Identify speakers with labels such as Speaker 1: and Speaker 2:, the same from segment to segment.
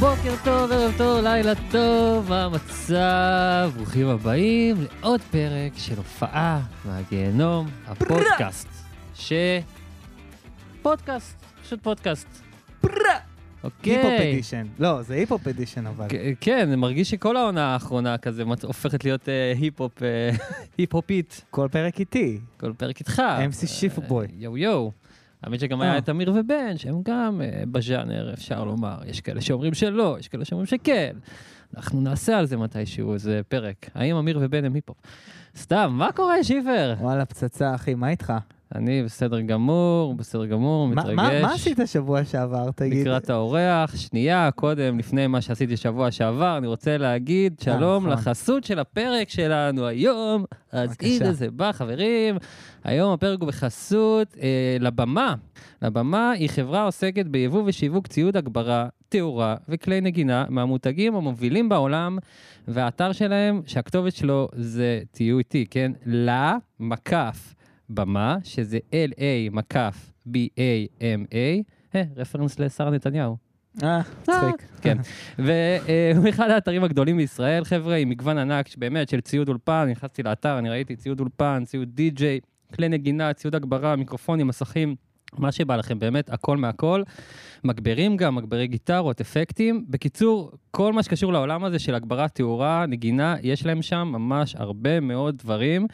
Speaker 1: בוקר טוב, ערב טוב, לילה טוב, מה המצב? ברוכים הבאים לעוד פרק של הופעה מהגיהנום, הפודקאסט. ש... פודקאסט, פשוט פודקאסט.
Speaker 2: היפ-הופ
Speaker 1: אוקיי.
Speaker 2: אדישן. לא, זה היפ-הופ אדישן אבל.
Speaker 1: כ- כן, אני מרגיש שכל העונה האחרונה כזה מצ- הופכת להיות אה, היפ-הופ, אה, היפ-הופית.
Speaker 2: כל פרק איתי.
Speaker 1: כל פרק איתך.
Speaker 2: MC שיפבוי.
Speaker 1: אה, יואו יואו. האמת שגם היה
Speaker 2: אה.
Speaker 1: את אמיר ובן, שהם גם אה, בז'אנר, אפשר לומר. יש כאלה שאומרים שלא, יש כאלה שאומרים שכן. אנחנו נעשה על זה מתישהו איזה פרק. האם אמיר ובן הם היפ-הופ? סתם, מה קורה, שיפר?
Speaker 2: וואלה, פצצה, אחי, מה איתך?
Speaker 1: אני בסדר גמור, בסדר גמור,
Speaker 2: מה-
Speaker 1: מתרגש.
Speaker 2: מה מה עשית שבוע שעבר, תגיד?
Speaker 1: לקראת האורח, שנייה, קודם, לפני מה שעשיתי שבוע שעבר, אני רוצה להגיד שלום
Speaker 2: נכון.
Speaker 1: לחסות של הפרק שלנו היום. אז
Speaker 2: בבקשה.
Speaker 1: הנה זה בא, חברים. היום הפרק הוא בחסות אה, לבמה. לבמה היא חברה העוסקת ביבוא ושיווק ציוד הגברה, תאורה וכלי נגינה מהמותגים המובילים בעולם, והאתר שלהם, שהכתובת שלו זה, תהיו איתי, כן? לה מקף במה, שזה L-A מקף B-A-M-A, אה, רפרנס לשר נתניהו.
Speaker 2: אה, מצחיק.
Speaker 1: כן. והוא אחד האתרים הגדולים בישראל, חבר'ה, עם מגוון ענק, באמת, של ציוד אולפן. נכנסתי לאתר, אני ראיתי ציוד אולפן, ציוד די-ג'יי, כלי נגינה, ציוד הגברה, מיקרופונים, מסכים. מה שבא לכם, באמת, הכל מהכל. מגברים גם, מגברי גיטרות, אפקטים. בקיצור, כל מה שקשור לעולם הזה של הגברת תאורה, נגינה, יש להם שם ממש הרבה מאוד דברים.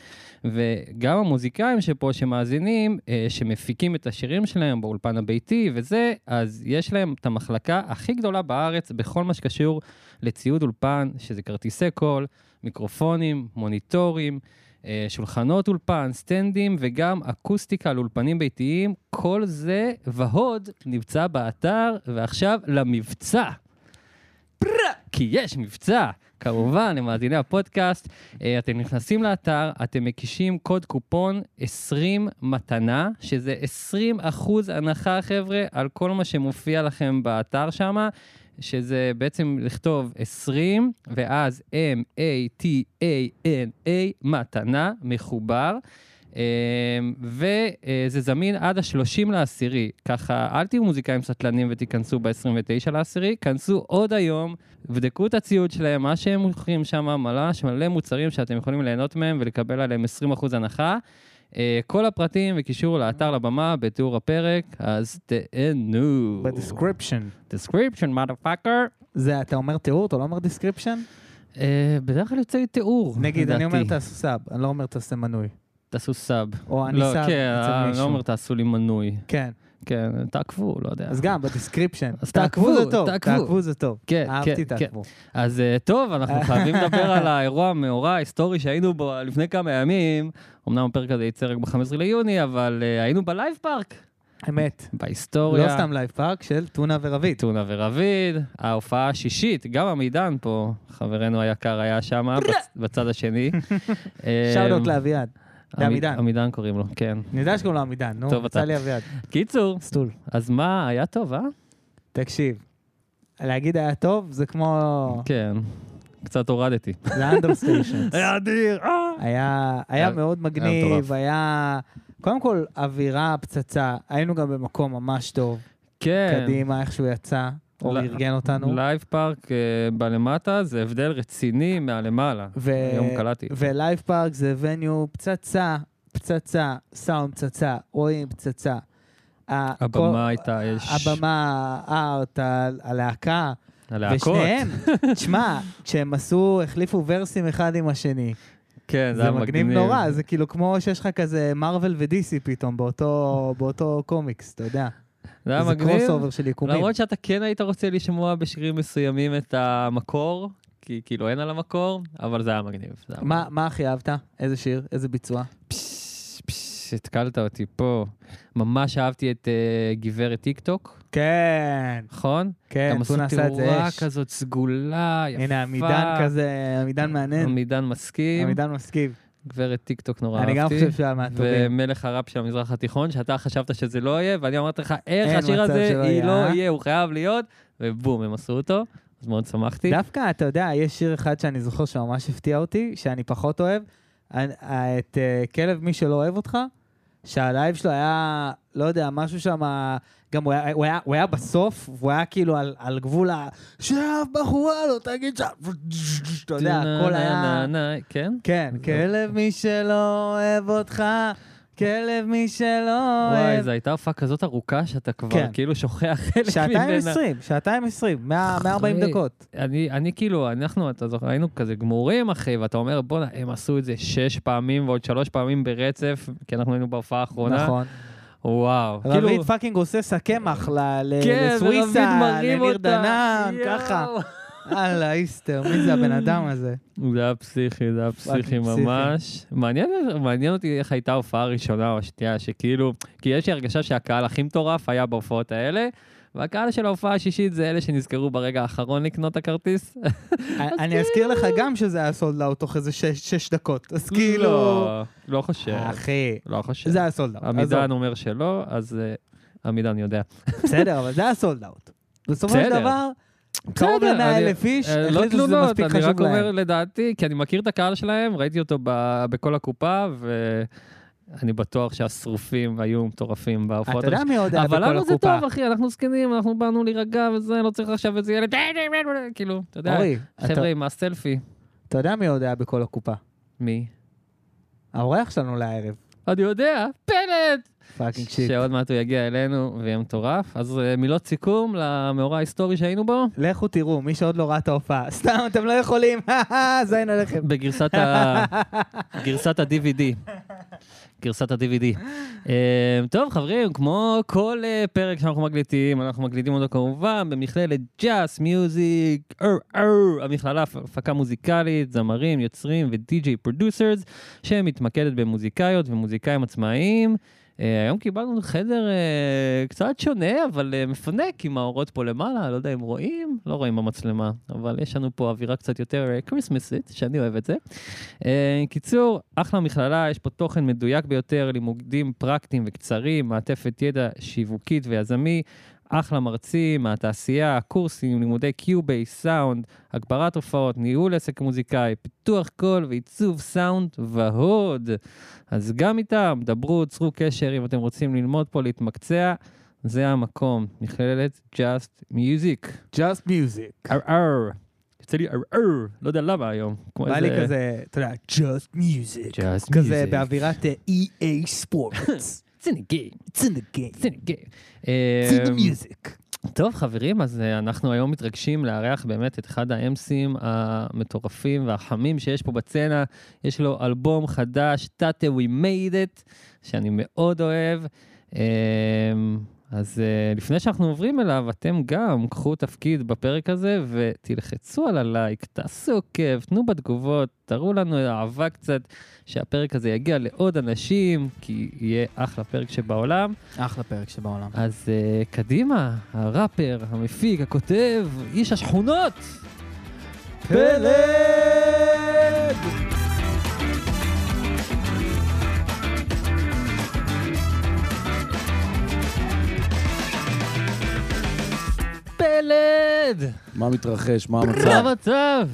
Speaker 1: וגם המוזיקאים שפה שמאזינים, אה, שמפיקים את השירים שלהם באולפן הביתי וזה, אז יש להם את המחלקה הכי גדולה בארץ בכל מה שקשור לציוד אולפן, שזה כרטיסי קול, מיקרופונים, מוניטורים, אה, שולחנות אולפן, סטנדים וגם אקוסטיקה לאולפנים ביתיים. כל זה והוד נמצא באתר, ועכשיו למבצע. כי יש מבצע, כמובן, למאזיני הפודקאסט. אה, אתם נכנסים לאתר, אתם מקישים קוד קופון 20 מתנה, שזה 20 אחוז הנחה, חבר'ה, על כל מה שמופיע לכם באתר שמה, שזה בעצם לכתוב 20, ואז M-A-T-A-N-A, מתנה, מחובר. אמ, וזה זמין עד ה-30 לעשירי, ככה אל תהיו מוזיקאים סטלנים ותיכנסו ב-29 לעשירי, כנסו עוד היום, בדקו את הציוד שלהם, מה שהם מוכרים שם, ממש מלא מוצרים שאתם יכולים ליהנות מהם ולקבל עליהם 20% הנחה. אה, כל הפרטים וקישור לאתר לבמה בתיאור הפרק, אז תהנו.
Speaker 2: בדיסקריפשן.
Speaker 1: description, motherfucker.
Speaker 2: זה, אתה אומר תיאור, אתה לא אומר דיסקריפשן?
Speaker 1: אה, בדרך כלל יוצא לי תיאור,
Speaker 2: נגיד,
Speaker 1: לדעתי.
Speaker 2: אני אומר תעשו סאב, אני לא אומר תעשה מנוי.
Speaker 1: תעשו סאב.
Speaker 2: או אני
Speaker 1: לא,
Speaker 2: סאב
Speaker 1: כן,
Speaker 2: אצל
Speaker 1: אני לא אומר
Speaker 2: מישהו.
Speaker 1: תעשו לי מנוי.
Speaker 2: כן,
Speaker 1: כן, תעקבו, לא יודע.
Speaker 2: אז גם בדיסקריפשן.
Speaker 1: אז
Speaker 2: תעקבו
Speaker 1: תעקבו,
Speaker 2: זה טוב,
Speaker 1: תעקבו.
Speaker 2: תעקבו זה טוב.
Speaker 1: כן,
Speaker 2: אהבתי,
Speaker 1: כן,
Speaker 2: תעקבו.
Speaker 1: אז אה, טוב, אנחנו חייבים לדבר על האירוע המאורע ההיסטורי שהיינו בו לפני כמה ימים. אמנם הפרק הזה יצא רק ב-15 ליוני, אבל אה, היינו בלייב פארק,
Speaker 2: אמת.
Speaker 1: בהיסטוריה.
Speaker 2: לא סתם לייב פארק של טונה ורביד.
Speaker 1: טונה ורביד, ההופעה השישית, גם עמידן פה, חברנו היקר היה שם, בצ- בצד השני. אה,
Speaker 2: שאוט לאביעד.
Speaker 1: עמיד-
Speaker 2: לעמידן.
Speaker 1: עמידן קוראים לו, כן.
Speaker 2: אני יודע שקוראים לו עמידן, נו,
Speaker 1: טוב, אתה-
Speaker 2: יצא לי אביעד.
Speaker 1: קיצור,
Speaker 2: סטול.
Speaker 1: אז מה, היה טוב, אה?
Speaker 2: תקשיב, להגיד היה טוב זה כמו...
Speaker 1: כן, קצת הורדתי.
Speaker 2: זה אנדרסטיישנס.
Speaker 1: אדיר, אה!
Speaker 2: היה
Speaker 1: היה-
Speaker 2: היה מאוד
Speaker 1: מטורף.
Speaker 2: מגניב, היה... קודם כל, אווירה, פצצה. היינו גם במקום ממש טוב.
Speaker 1: כן.
Speaker 2: קדימה, איך שהוא יצא, אור
Speaker 1: לא-
Speaker 2: ארגן אותנו.
Speaker 1: לייב פארק אה, בלמטה זה הבדל רציני מהלמעלה.
Speaker 2: ו-
Speaker 1: היום קלטתי.
Speaker 2: ולייב פארק זה וניו פצצה, פצצה, סאונד פצצה, רואים פצצה. ה- כל-
Speaker 1: הבמה הייתה אש.
Speaker 2: הבמה, הארט, ה- הלהקה.
Speaker 1: הלהקות.
Speaker 2: ושניהם, תשמע, כשהם עשו, החליפו ורסים אחד עם השני.
Speaker 1: כן, זה
Speaker 2: זה
Speaker 1: היה
Speaker 2: מגניב נורא, זה כאילו כמו שיש לך כזה מרוויל ודיסי פתאום באותו באותו קומיקס, אתה יודע.
Speaker 1: זה היה
Speaker 2: זה
Speaker 1: מגניב.
Speaker 2: קרוס אובר של יקומים.
Speaker 1: למרות שאתה כן היית רוצה לשמוע בשירים מסוימים את המקור, כי כאילו אין על המקור, אבל זה היה מגניב. זה היה
Speaker 2: מה מה הכי אהבת? איזה שיר? איזה ביצוע?
Speaker 1: פש, פש, התקלת אותי פה. ממש אהבתי את אה, גברת טיק טוק,
Speaker 2: כן,
Speaker 1: נכון?
Speaker 2: כן,
Speaker 1: גם
Speaker 2: הוא
Speaker 1: עשו
Speaker 2: נעשה את זה
Speaker 1: תאורה
Speaker 2: אש.
Speaker 1: כזאת סגולה, יפה.
Speaker 2: הנה, עמידן כזה, עמידן מעניין,
Speaker 1: עמידן מסכים.
Speaker 2: עמידן מסכים.
Speaker 1: גברת טיק טוק נורא אהבתי.
Speaker 2: אני גם חושב שהיה מהטובים.
Speaker 1: ומלך הראפ של המזרח התיכון, שאתה חשבת שזה לא יהיה, ואני אמרתי לך, איך
Speaker 2: אין
Speaker 1: השיר
Speaker 2: מצב
Speaker 1: הזה,
Speaker 2: שלא
Speaker 1: היא
Speaker 2: יהיה,
Speaker 1: לא
Speaker 2: אה?"
Speaker 1: יהיה, הוא חייב להיות, ובום, הם עשו אותו, אז מאוד שמחתי.
Speaker 2: דווקא, אתה יודע, יש שיר אחד שאני זוכר שממש הפתיע אותי, שאני פחות אוהב, אני- אה, את אה, כלב מי שלא אוהב אותך, שהלייב שלו היה, לא יודע, משהו שם, גם הוא היה, הוא היה, הוא היה בסוף, והוא היה כאילו על, על גבול ה... שאף בחורה לא תגיד ש... אתה יודע, הכל היה...
Speaker 1: כן?
Speaker 2: כן, כלב מי שלא אוהב אותך, כלב מי שלא
Speaker 1: וואי,
Speaker 2: אוהב...
Speaker 1: זו הייתה הופעה כזאת ארוכה שאתה כבר
Speaker 2: כן.
Speaker 1: כאילו שוכח חלק
Speaker 2: שעתיים
Speaker 1: ממנה.
Speaker 2: עשרים, שעתיים עשרים, מאה- 140
Speaker 1: אחי.
Speaker 2: דקות.
Speaker 1: אני, אני כאילו, אנחנו, אתה זוכר, היינו כזה גמורים, אחי, ואתה אומר, בואנה, הם עשו את זה שש פעמים ועוד שלוש פעמים ברצף, כי אנחנו היינו בהופעה האחרונה.
Speaker 2: נכון.
Speaker 1: וואו. כאילו,
Speaker 2: רביד פאקינג עושה שקמח ל- ל-
Speaker 1: כן,
Speaker 2: לסוויסה, לניר דנן, ככה. אללה, איסטר, מי זה הבן אדם הזה?
Speaker 1: זה היה פסיכי, זה היה פסיכי
Speaker 2: פאקינג פסיכי.
Speaker 1: ממש. מעניין, מעניין אותי איך הייתה ההופעה הראשונה או השנייה, שכאילו, כי יש לי הרגשה שהקהל הכי מטורף היה בהופעות האלה, והקהל של ההופעה השישית זה אלה שנזכרו ברגע האחרון לקנות את הכרטיס.
Speaker 2: אני אזכיר לך גם שזה היה סולד אאוט תוך איזה שש שש דקות, אז כאילו...
Speaker 1: לא, לא חושב,
Speaker 2: אחי,
Speaker 1: לא חושב.
Speaker 2: זה היה סולד אאוט.
Speaker 1: עמידן אומר שלא, אז אה, עמידן יודע.
Speaker 2: בסדר, אבל זה היה סולד אאוט. בסופו של
Speaker 1: בסדר.
Speaker 2: דבר, קרוב
Speaker 1: בסדר,
Speaker 2: ל-100
Speaker 1: אני-
Speaker 2: אלף איש,
Speaker 1: אה, לא
Speaker 2: החליטו שזה
Speaker 1: תלונות,
Speaker 2: מספיק
Speaker 1: אני רק
Speaker 2: חשוב
Speaker 1: אומר
Speaker 2: להם.
Speaker 1: לדעתי, כי אני מכיר את הקהל שלהם, ראיתי אותו ב- בכל הקופה, ואני בטוח שהשרופים היו מטורפים בהופעות.
Speaker 2: אתה יודע
Speaker 1: הראש-
Speaker 2: מי עוד היה
Speaker 1: אבל
Speaker 2: בכל
Speaker 1: למה זה
Speaker 2: הקופה?
Speaker 1: טוב, אחי? אנחנו זקנים, אנחנו באנו להירגע וזה, לא צריך עכשיו איזה ילד, כאילו, אתה יודע,
Speaker 2: אורי, אתה-
Speaker 1: חבר'ה עם הסלפי.
Speaker 2: אתה יודע מי עוד היה בכל הקופה?
Speaker 1: מי?
Speaker 2: האורח שלנו לערב.
Speaker 1: אני יודע, פלט!
Speaker 2: פאקינג שיט.
Speaker 1: שעוד מעט הוא יגיע אלינו ויהיה מטורף. אז אה, מילות סיכום למאורע ההיסטורי שהיינו בו,
Speaker 2: לכו תראו, מי שעוד לא ראה את ההופעה. סתם, אתם לא יכולים, זין עליכם.
Speaker 1: בגרסת ה... גרסת ה-DVD. גרסת ה-DVD. אה, טוב, חברים, כמו כל אה, פרק שאנחנו מקליטים, אנחנו מקליטים אותו כמובן במכללת ג'אס, מיוזיק, המכללה הפ- הפקה מוזיקלית, זמרים, יוצרים ודי-ג'יי פרודוסרס, שמתמקדת במוזיקאיות ומוזיקאים עצמאיים. אה, היום קיבלנו חדר אה, קצת שונה, אבל אה, מפנק עם האורות פה למעלה, לא יודע אם רואים, לא רואים במצלמה, אבל יש לנו פה אווירה קצת יותר כריסמסית, שאני אוהב את זה. אה, קיצור, אחלה מכללה, יש פה תוכן מדויק ביותר, לימודים פרקטיים וקצרים, מעטפת ידע שיווקית ויזמי, אחלה מרצים, מהתעשייה, קורסים, לימודי קיובי, סאונד, הגברת הופעות, ניהול עסק מוזיקאי, פיתוח קול ועיצוב סאונד והוד. אז גם איתם, דברו, צרו קשר אם אתם רוצים ללמוד פה, להתמקצע. זה המקום, מכללת Just Music.
Speaker 2: Just Music.
Speaker 1: אר אר. יוצא לי אר אר, לא יודע למה היום. כמו
Speaker 2: בא לי
Speaker 1: איזה-
Speaker 2: כזה, אתה יודע, Just Music.
Speaker 1: Just
Speaker 2: כזה
Speaker 1: Music.
Speaker 2: באווירת אה, EA Sports.
Speaker 1: It's in the game,
Speaker 2: It's in the game.
Speaker 1: it's in the game.
Speaker 2: It's in the
Speaker 1: אמ,
Speaker 2: music.
Speaker 1: טוב, חברים, אז אה, אנחנו היום מתרגשים לארח באמת את אחד האמסים המטורפים והחמים שיש פה בצנה. יש לו אלבום חדש, Tata We Made It, שאני מאוד אוהב. אמ, אז אה, לפני שאנחנו עוברים אליו, אתם גם קחו תפקיד בפרק הזה ותלחצו על הלייק, תעשו עוקב, תנו בתגובות, תראו לנו אהבה קצת, שהפרק הזה יגיע לעוד אנשים, כי יהיה אחלה פרק שבעולם.
Speaker 2: אחלה פרק שבעולם.
Speaker 1: אז uh, קדימה, הראפר, המפיק, הכותב, איש השכונות!
Speaker 2: פלד!
Speaker 1: פלד!
Speaker 3: מה מתרחש? מה המצב?
Speaker 1: מה המצב?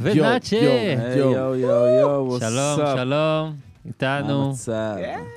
Speaker 3: יואו,
Speaker 1: ונאצ'ה!
Speaker 3: אה, יואו,
Speaker 4: יואו, יואו, יואו, וואסאפ.
Speaker 1: אה, שלום, שלום, איתנו.
Speaker 4: המצב?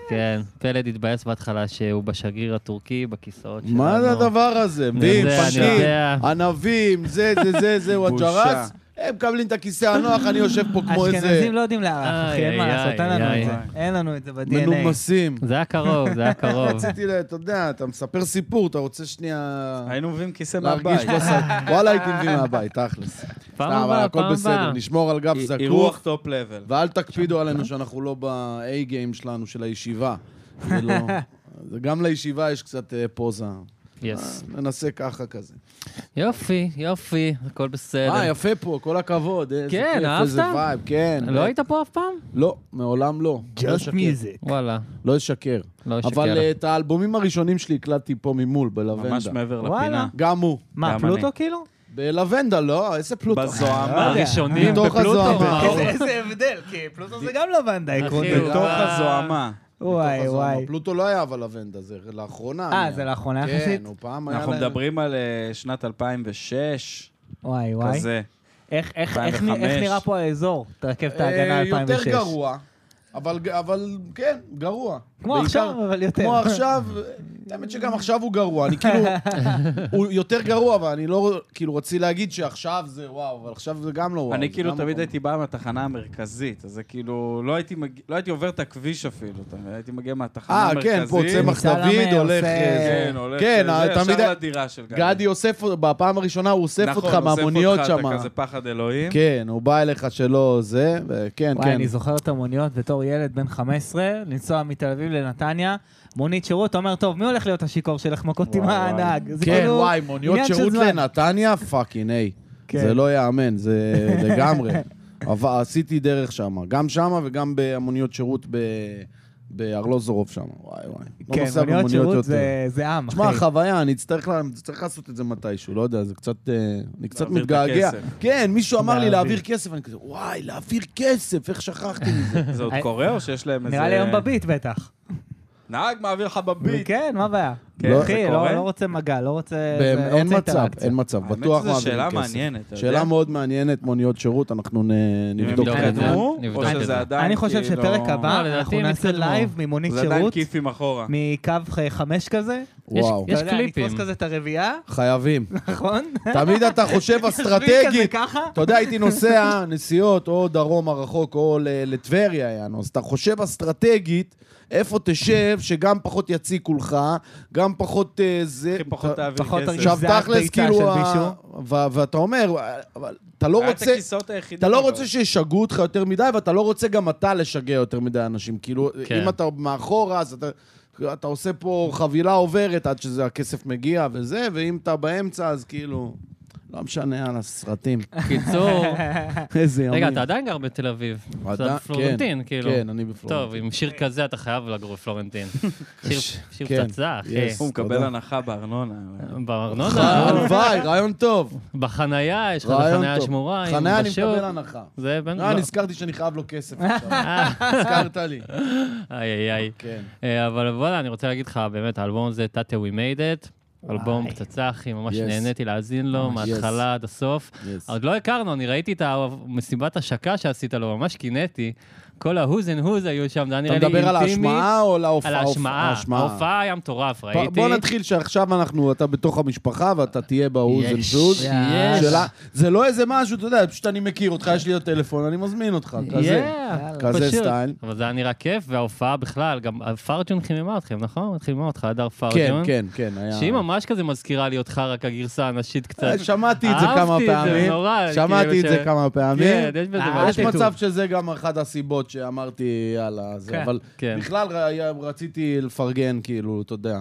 Speaker 1: כן, פלד התבאס בהתחלה שהוא בשגריר הטורקי, בכיסאות שלנו.
Speaker 3: מה זה הדבר הזה?
Speaker 1: אני
Speaker 3: מבין,
Speaker 1: יודע, אני
Speaker 3: פקיד,
Speaker 1: יודע.
Speaker 3: ענבים, זה, זה, זה, זה, וואג'רס.
Speaker 4: בושה.
Speaker 3: הם מקבלים את הכיסא הנוח, אני יושב פה כמו איזה
Speaker 2: אשכנזים לא יודעים לארח, אחי, אין מה
Speaker 1: איי,
Speaker 2: לעשות, אין
Speaker 1: איי,
Speaker 2: לנו
Speaker 1: איי.
Speaker 2: את זה. אין לנו את זה ב-DNA.
Speaker 3: מנומסים.
Speaker 1: זה היה קרוב, זה היה קרוב.
Speaker 3: רציתי, ל- אתה יודע, אתה מספר סיפור, אתה רוצה שנייה
Speaker 4: היינו מביאים כיסא
Speaker 3: להרגיש
Speaker 4: מהבית.
Speaker 3: בסדר. וואלה, הייתי מביא מהבית, תכלס.
Speaker 1: פעם
Speaker 3: סתם, אבל
Speaker 1: הבאה,
Speaker 3: הכל
Speaker 1: פעם הבאה.
Speaker 3: בסדר, נשמור על גב
Speaker 4: אי- אירוח
Speaker 3: זקוף,
Speaker 4: טופ לבל.
Speaker 3: ואל תקפידו עלינו שאנחנו לא ב-A game שלנו, של הישיבה. זה לא- זה גם לישיבה יש קצת אה, פוזה.
Speaker 1: יס.
Speaker 3: ננסה אה, ככה כזה.
Speaker 1: יופי, יופי, הכל
Speaker 3: אה,
Speaker 1: בסדר.
Speaker 3: יפה פה, כל הכבוד. איזה
Speaker 1: כן,
Speaker 3: כיף,
Speaker 1: אהבת?
Speaker 3: איזה וייב, כן.
Speaker 1: לא היית פה אף פעם?
Speaker 3: לא, מעולם לא. לא
Speaker 2: Just
Speaker 3: אשקר,
Speaker 2: music.
Speaker 1: וואלה,
Speaker 3: לא אשקר.
Speaker 1: לא אשקר.
Speaker 3: אבל אה, את האלבומים הראשונים שלי הקלטתי פה ממול,
Speaker 4: ממש
Speaker 3: בלבנדה.
Speaker 4: מעבר
Speaker 2: וואלה.
Speaker 4: לפינה.
Speaker 3: גם הוא.
Speaker 2: מה,
Speaker 4: גם
Speaker 2: פלוטו
Speaker 4: אני.
Speaker 2: כאילו?
Speaker 3: בלבנדה, לא, איזה פלוטו.
Speaker 4: בזוהמה.
Speaker 3: לא
Speaker 2: יודע.
Speaker 1: הראשונים
Speaker 3: מתוך
Speaker 1: בפלוטו,
Speaker 3: הזוהמה.
Speaker 1: מה?
Speaker 3: כן,
Speaker 2: איזה- איזה הבדל, כי פלוטו זה גם לא לבנדה עקרונית.
Speaker 1: אחי,
Speaker 4: אה, בתוך
Speaker 1: וואו.
Speaker 2: אה,
Speaker 4: הזוהמה.
Speaker 2: וואי
Speaker 3: מתוך
Speaker 2: וואי.
Speaker 3: הזוהמה. פלוטו לא היה אבל לבנדה, זה לאחרונה.
Speaker 2: אה,
Speaker 3: היה.
Speaker 2: זה לאחרונה יחסית?
Speaker 3: כן, הוא פעם היה...
Speaker 4: אנחנו
Speaker 3: להם-
Speaker 4: מדברים על אה, שנת 2006,
Speaker 2: וואי וואי.
Speaker 4: כזה.
Speaker 2: איך איך- איך נ- איך
Speaker 4: 2005.
Speaker 2: נראה פה האזור? תרכב את
Speaker 3: אה,
Speaker 2: ההגנה 2006.
Speaker 3: יותר גרוע. אבל, אבל כן, גרוע.
Speaker 2: כמו
Speaker 3: בעיקר-
Speaker 2: עכשיו, אבל יותר.
Speaker 3: כמו עכשיו, האמת שגם עכשיו הוא גרוע. אני כאילו, הוא יותר גרוע, אבל אני לא, כאילו, רציתי להגיד שעכשיו זה וואו, אבל עכשיו זה גם לא וואו.
Speaker 4: אני
Speaker 3: זה
Speaker 4: כאילו
Speaker 3: גם
Speaker 4: תמיד
Speaker 3: לא-
Speaker 4: הייתי בא מהתחנה המרכזית, אז זה כאילו, לא הייתי מג- לא הייתי עובר את הכביש אפילו, אתה מבין? הייתי מגיע מהתחנה
Speaker 3: אה,
Speaker 4: המרכזית.
Speaker 3: כן, פה צמח
Speaker 2: סלמה
Speaker 3: דוד
Speaker 2: עושה-
Speaker 3: הולך... אה,
Speaker 4: כן, הולך,
Speaker 3: כן,
Speaker 4: זה,
Speaker 3: תמיד...
Speaker 4: ישר לדירה של גדי.
Speaker 3: גדי אוסף, בפעם הראשונה הוא אוסף
Speaker 4: נכון,
Speaker 3: אותך מהמוניות
Speaker 4: אותך,
Speaker 3: שם.
Speaker 4: אתה כזה פחד אלוהים.
Speaker 3: כן, הוא בא אליך שלא זה, וכן,
Speaker 2: וואי,
Speaker 3: כן.
Speaker 2: אני זוכר את המוניות בתור ילד בן 15, לנסוע מתל אביב לנתניה, מונית שירות, אתה אומר, טוב, מי הולך להיות השיכור שלך מכות עם
Speaker 4: וואי,
Speaker 2: הנהג? זה
Speaker 3: כן,
Speaker 2: כאילו
Speaker 3: וואי, מוניות
Speaker 2: עניין של
Speaker 3: שירות
Speaker 2: זמן.
Speaker 3: לנתניה, פאקינג, היי.
Speaker 2: כן.
Speaker 3: זה לא ייאמן, זה לגמרי. אבל עשיתי דרך שם, גם שם וגם במוניות שירות ב... בארלוזורוב שם, וואי וואי. לא
Speaker 2: כן,
Speaker 3: נוסע
Speaker 2: מוניות
Speaker 3: במוניות יותר.
Speaker 2: שירות זה- זה עם,
Speaker 3: תשמע,
Speaker 2: אחי.
Speaker 3: חוויה, אני אצטרך, לה... צריך לעשות את זה מתישהו, לא יודע, זה קצת... אה, אני קצת
Speaker 4: להעביר את
Speaker 3: מתגעגע.
Speaker 4: הכסף.
Speaker 3: כן, מישהו אמר לי
Speaker 2: להעביר.
Speaker 3: להעביר כסף, אני כזה, וואי, להעביר כסף, איך שכחתי מזה?
Speaker 4: זה עוד
Speaker 2: אני-
Speaker 4: קורה או שיש להם איזה...
Speaker 2: נראה לי היום בביט בטח.
Speaker 4: נהג מעביר לך בביט.
Speaker 2: כן, מה הבעיה?
Speaker 4: כן,
Speaker 3: לא-
Speaker 2: אחי,
Speaker 4: זה
Speaker 2: לא
Speaker 4: קורה?
Speaker 2: לא רוצה מגע, לא רוצה...
Speaker 3: בהם-
Speaker 2: זה- לא
Speaker 3: אין
Speaker 2: רוצה
Speaker 3: מצב,
Speaker 2: אינטראקציה.
Speaker 3: אין מצב,
Speaker 4: האמת
Speaker 3: בטוח
Speaker 4: שזו
Speaker 3: מעבירים כסף.
Speaker 4: שאלה מעניינת, אתה
Speaker 3: שאלה
Speaker 4: יודע?
Speaker 3: מאוד מעניינת, מוניות שירות, אנחנו נ-
Speaker 4: אם הם
Speaker 3: נבדוק את העניין.
Speaker 4: התקדמו,
Speaker 1: נבדוק
Speaker 4: או
Speaker 1: את זה.
Speaker 4: שזה עדיין
Speaker 2: אני חושב
Speaker 4: כאילו-
Speaker 2: שפרק
Speaker 1: לא,
Speaker 2: הבא,
Speaker 1: לדעתי
Speaker 2: אנחנו
Speaker 1: הם
Speaker 2: נעשה
Speaker 1: יתקדמו.
Speaker 2: לייב ממונית
Speaker 4: זה עדיין
Speaker 2: שירות,
Speaker 4: כיפים אחורה.
Speaker 2: מקו אה, חמש כזה.
Speaker 3: וואו,
Speaker 1: יש
Speaker 2: אתה יודע,
Speaker 1: קליפים.
Speaker 2: נתפוס כזה את הרביעייה,
Speaker 3: חייבים.
Speaker 2: נכון?
Speaker 3: תמיד אתה חושב
Speaker 2: כזה
Speaker 3: אסטרטגית.
Speaker 2: ככה.
Speaker 3: אתה יודע, הייתי נוסע נסיעות או דרום הרחוק או ל- לטבריה, יענו, אז אתה חושב אסטרטגית איפה תשב, שגם פחות יציקו לך, גם פחות אה, זה...
Speaker 4: הכי פחות
Speaker 3: אתה-
Speaker 4: תעביר
Speaker 2: פחות
Speaker 4: כסף.
Speaker 2: תרגיש-
Speaker 3: עכשיו
Speaker 2: זה
Speaker 3: תכלס,
Speaker 2: הביצה
Speaker 3: כאילו,
Speaker 2: של
Speaker 3: ה- ו- ואתה אומר, אבל אתה לא
Speaker 4: היה את
Speaker 3: רוצה...
Speaker 4: הכיסאות היחידים.
Speaker 3: אתה לא
Speaker 4: אבל.
Speaker 3: רוצה שישגעו אותך יותר מדי, ואתה לא רוצה גם אתה לשגע יותר מדי אנשים. כאילו,
Speaker 1: כן.
Speaker 3: אם אתה מאחורה, אז אתה... אתה עושה פה חבילה עוברת עד שזה הכסף מגיע וזה, ואם אתה באמצע, אז כאילו... לא משנה, יאללה, סרטים.
Speaker 1: קיצור,
Speaker 3: איזה ימים.
Speaker 1: רגע, אתה עדיין גר בתל אביב.
Speaker 3: אה, עדיין-
Speaker 1: אתה פלורנטין,
Speaker 3: כן,
Speaker 1: כאילו.
Speaker 3: כן, אני בפלורנטין.
Speaker 1: טוב, עם שיר כזה אתה חייב לגור בפלורנטין. שיר- שיר
Speaker 3: כן.
Speaker 1: פצצה, אחי.
Speaker 3: Yes.
Speaker 4: הוא מקבל
Speaker 3: תודה.
Speaker 4: הנחה בארנונה.
Speaker 1: בארנונה,
Speaker 3: הלוואי, רעיון טוב.
Speaker 1: בחנייה, יש לך
Speaker 3: רעיון
Speaker 1: חנייה
Speaker 3: טוב.
Speaker 1: שמורה, עם
Speaker 3: חניה אני
Speaker 1: בשוק.
Speaker 3: מקבל הנחה.
Speaker 1: זה בן...
Speaker 3: אה,
Speaker 1: לא. אה.
Speaker 3: נזכרתי שאני חייב לו כסף עכשיו. הזכרת לי.
Speaker 1: לא. איי, איי, איי.
Speaker 3: כן.
Speaker 1: אה, אבל וואלה, אני רוצה להגיד לך, באמת, האלבום הזה, Tata We Made It, אלבום פצצה, אחי, ממש
Speaker 3: Yes.
Speaker 1: נהניתי להאזין לו,
Speaker 3: ממש.
Speaker 1: מההתחלה עד הסוף.
Speaker 3: Yes.
Speaker 1: עוד לא הכרנו, אני ראיתי את המסיבת השקה שעשית לו, ממש קינאתי. כל ההוז אנד הוז היו שם, זה היה נראה לי
Speaker 3: אתה
Speaker 1: אינטימי.
Speaker 3: מדבר על ההשמעה או על ההופעה?
Speaker 1: על ההשמעה. ההופעה היה מטורף, ראיתי.
Speaker 3: בוא נתחיל שעכשיו אנחנו, אתה בתוך המשפחה ואתה תהיה בהוז אנד
Speaker 1: יש,
Speaker 3: זוז.
Speaker 1: יש.
Speaker 3: שאלה- זה לא איזה משהו, אתה יודע, פשוט אני מכיר אותך, יש לי את הטלפון, אני מזמין אותך, כזה.
Speaker 1: Yeah,
Speaker 3: כזה
Speaker 1: פשוט.
Speaker 3: סטייל.
Speaker 1: אבל זה היה נראה כיף, וההופעה בכלל, גם פרג'ון חיממה אתכם, נכון? חיממה אותך, הדר
Speaker 3: כן,
Speaker 1: פרג'ון.
Speaker 3: כן, כן, היה...
Speaker 1: שהיא ממש כזה מזכירה לי אותך, רק הגרסה הנשית קצת.
Speaker 3: אה, שמעתי את זה
Speaker 1: אהבתי
Speaker 3: כמה
Speaker 1: את זה,
Speaker 3: פעמים.
Speaker 1: נורא,
Speaker 3: שמעתי
Speaker 1: כאילו
Speaker 3: את זה
Speaker 1: ש-
Speaker 3: כמה פעמים.
Speaker 1: כן, יש בזה
Speaker 2: אה,
Speaker 1: משהו.
Speaker 3: יש מצב שזה גם אחת הסיבות שאמרתי, יאללה, זה,
Speaker 2: כן.
Speaker 3: אבל
Speaker 1: כן.
Speaker 3: בכלל ר- היה- רציתי לפרגן, כאילו, אתה יודע,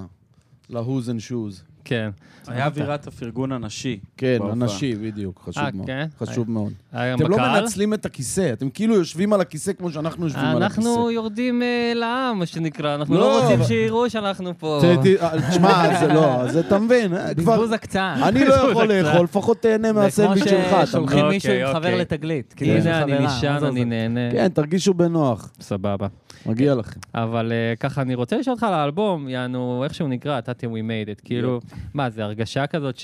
Speaker 3: להוז אנד שוז.
Speaker 1: כן.
Speaker 4: היה אווירת הפרגון הנשי.
Speaker 3: כן,
Speaker 4: בהופעה.
Speaker 3: אנשי, בדיוק, חשוב
Speaker 1: אה,
Speaker 3: מאוד.
Speaker 1: כן?
Speaker 3: חשוב מאוד.
Speaker 1: היה גם
Speaker 3: אתם לא
Speaker 1: בקהל?
Speaker 3: מנצלים את הכיסא, אתם כאילו יושבים על הכיסא כמו שאנחנו יושבים על הכיסא.
Speaker 1: אנחנו יורדים אה, לעם, מה שנקרא, אנחנו
Speaker 3: לא,
Speaker 1: לא רוצים
Speaker 3: אבל-
Speaker 1: שיראו שאנחנו פה.
Speaker 3: ת- ת- אה, תשמע, זה לא, אז אתה מבין, אה, כבר...
Speaker 2: בזבוז הקצאה.
Speaker 3: אני לא יכול
Speaker 1: הקצאה.
Speaker 3: לאכול, לפחות תהנה מהסנדוויץ' שלך.
Speaker 2: זה כמו
Speaker 3: אתה מבין?
Speaker 2: ששולחים
Speaker 1: אוקיי,
Speaker 2: מישהו עם
Speaker 1: אוקיי.
Speaker 2: חבר לתגלית. כאילו, יש לי
Speaker 1: הנה, אני
Speaker 2: חברה, מה
Speaker 1: נשען,
Speaker 2: זה
Speaker 1: אני
Speaker 2: עוזר?
Speaker 1: נהנה.
Speaker 3: כן, תרגישו בנוח,
Speaker 1: סבבה.
Speaker 3: מגיע לכם.
Speaker 1: אבל אה, ככה, אני רוצה לשאול אותך על האלבום, יענו, איך שהוא נקרא, תתם We Made It. כאילו, מה, זה הרגשה כזאת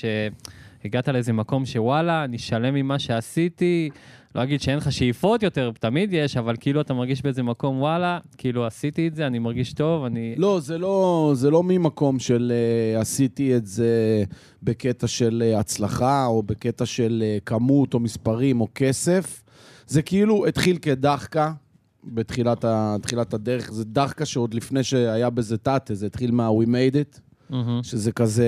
Speaker 1: שהגעת לאיזה מקום שוואלה, אני שלם ממה שעשיתי, לא אגיד שאין לך שאיפות יותר, תמיד יש, אבל כאילו אתה מרגיש באיזה מקום וואלה, כאילו עשיתי את זה, אני מרגיש טוב, אני...
Speaker 3: לא, זה לא, זה לא ממקום של uh, עשיתי את זה בקטע של uh, הצלחה, או בקטע של uh, כמות, או מספרים, או כסף. זה כאילו התחיל כדחקה בתחילת ה, תחילת הדרך. זה דחקה שעוד לפני שהיה בזה תתה, זה התחיל מה-We made it.
Speaker 1: מהמם.
Speaker 3: שזה כזה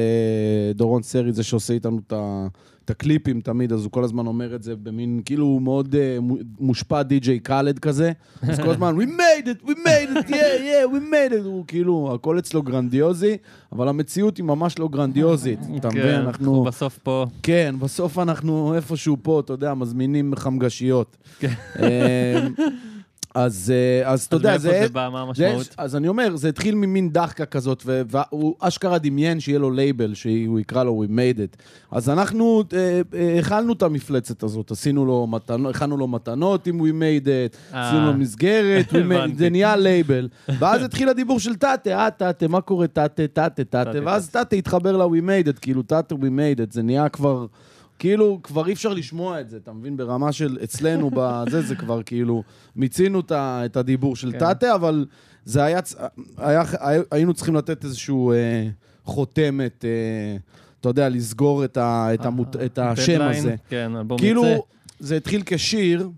Speaker 3: דורון סרי, זה שעושה איתנו את ה- את הקליפים תמיד, אז הוא כל הזמן אומר את זה במין, כאילו הוא מאוד אה, מו- מושפע די.ג'יי קאלד כזה. אז כל הזמן, We made it, we made it, yeah, yeah, we made it. הוא כאילו, הכל אצלו גרנדיוזי, אבל המציאות היא ממש לא גרנדיוזית, אתה מבין?
Speaker 1: כן,
Speaker 3: אנחנו,
Speaker 1: בסוף פה.
Speaker 3: כן, בסוף אנחנו איפשהו פה, אתה יודע, מזמינים חמגשיות.
Speaker 1: כן.
Speaker 3: אה, אז אה, אז אתה
Speaker 1: אז
Speaker 3: יודע,
Speaker 1: מאיפה
Speaker 3: זה...
Speaker 1: זה בא, מה
Speaker 3: זה-
Speaker 1: המשמעות?
Speaker 3: אז אני אומר, זה התחיל ממין דחקה כזאת, ו- והוא אשכרה דמיין שיהיה לו לייבל, שהוא יקרא לו We made it. אז אנחנו אה, אה, הכלנו את המפלצת הזאת, עשינו לו מתנות, הכנו לו מתנות עם We made it,
Speaker 1: אה.
Speaker 3: עשינו לו מסגרת, We made-
Speaker 1: הבנתי.
Speaker 3: זה נהיה לייבל. ואז התחיל הדיבור של תתה, אה, תתה, מה קורה תתה, תתה, תתה,
Speaker 1: תתה,
Speaker 3: ואז תתה התחבר ל-We made it, כאילו תתה, We made it, זה נהיה כבר... כאילו, כבר אי אפשר לשמוע את זה, אתה מבין? ברמה של אצלנו, בזה, זה כבר כאילו, מיצינו את ה- את הדיבור של
Speaker 1: כן.
Speaker 3: טאטה, אבל זה היה, צ- היה, היינו צריכים לתת איזשהו אה, חותמת, אה, אתה יודע, לסגור את, ה,
Speaker 1: אה,
Speaker 3: את, המות, את השם
Speaker 1: דדליין,
Speaker 3: הזה.
Speaker 1: כן, אלבום יצא.
Speaker 3: כאילו, זה התחיל כשיר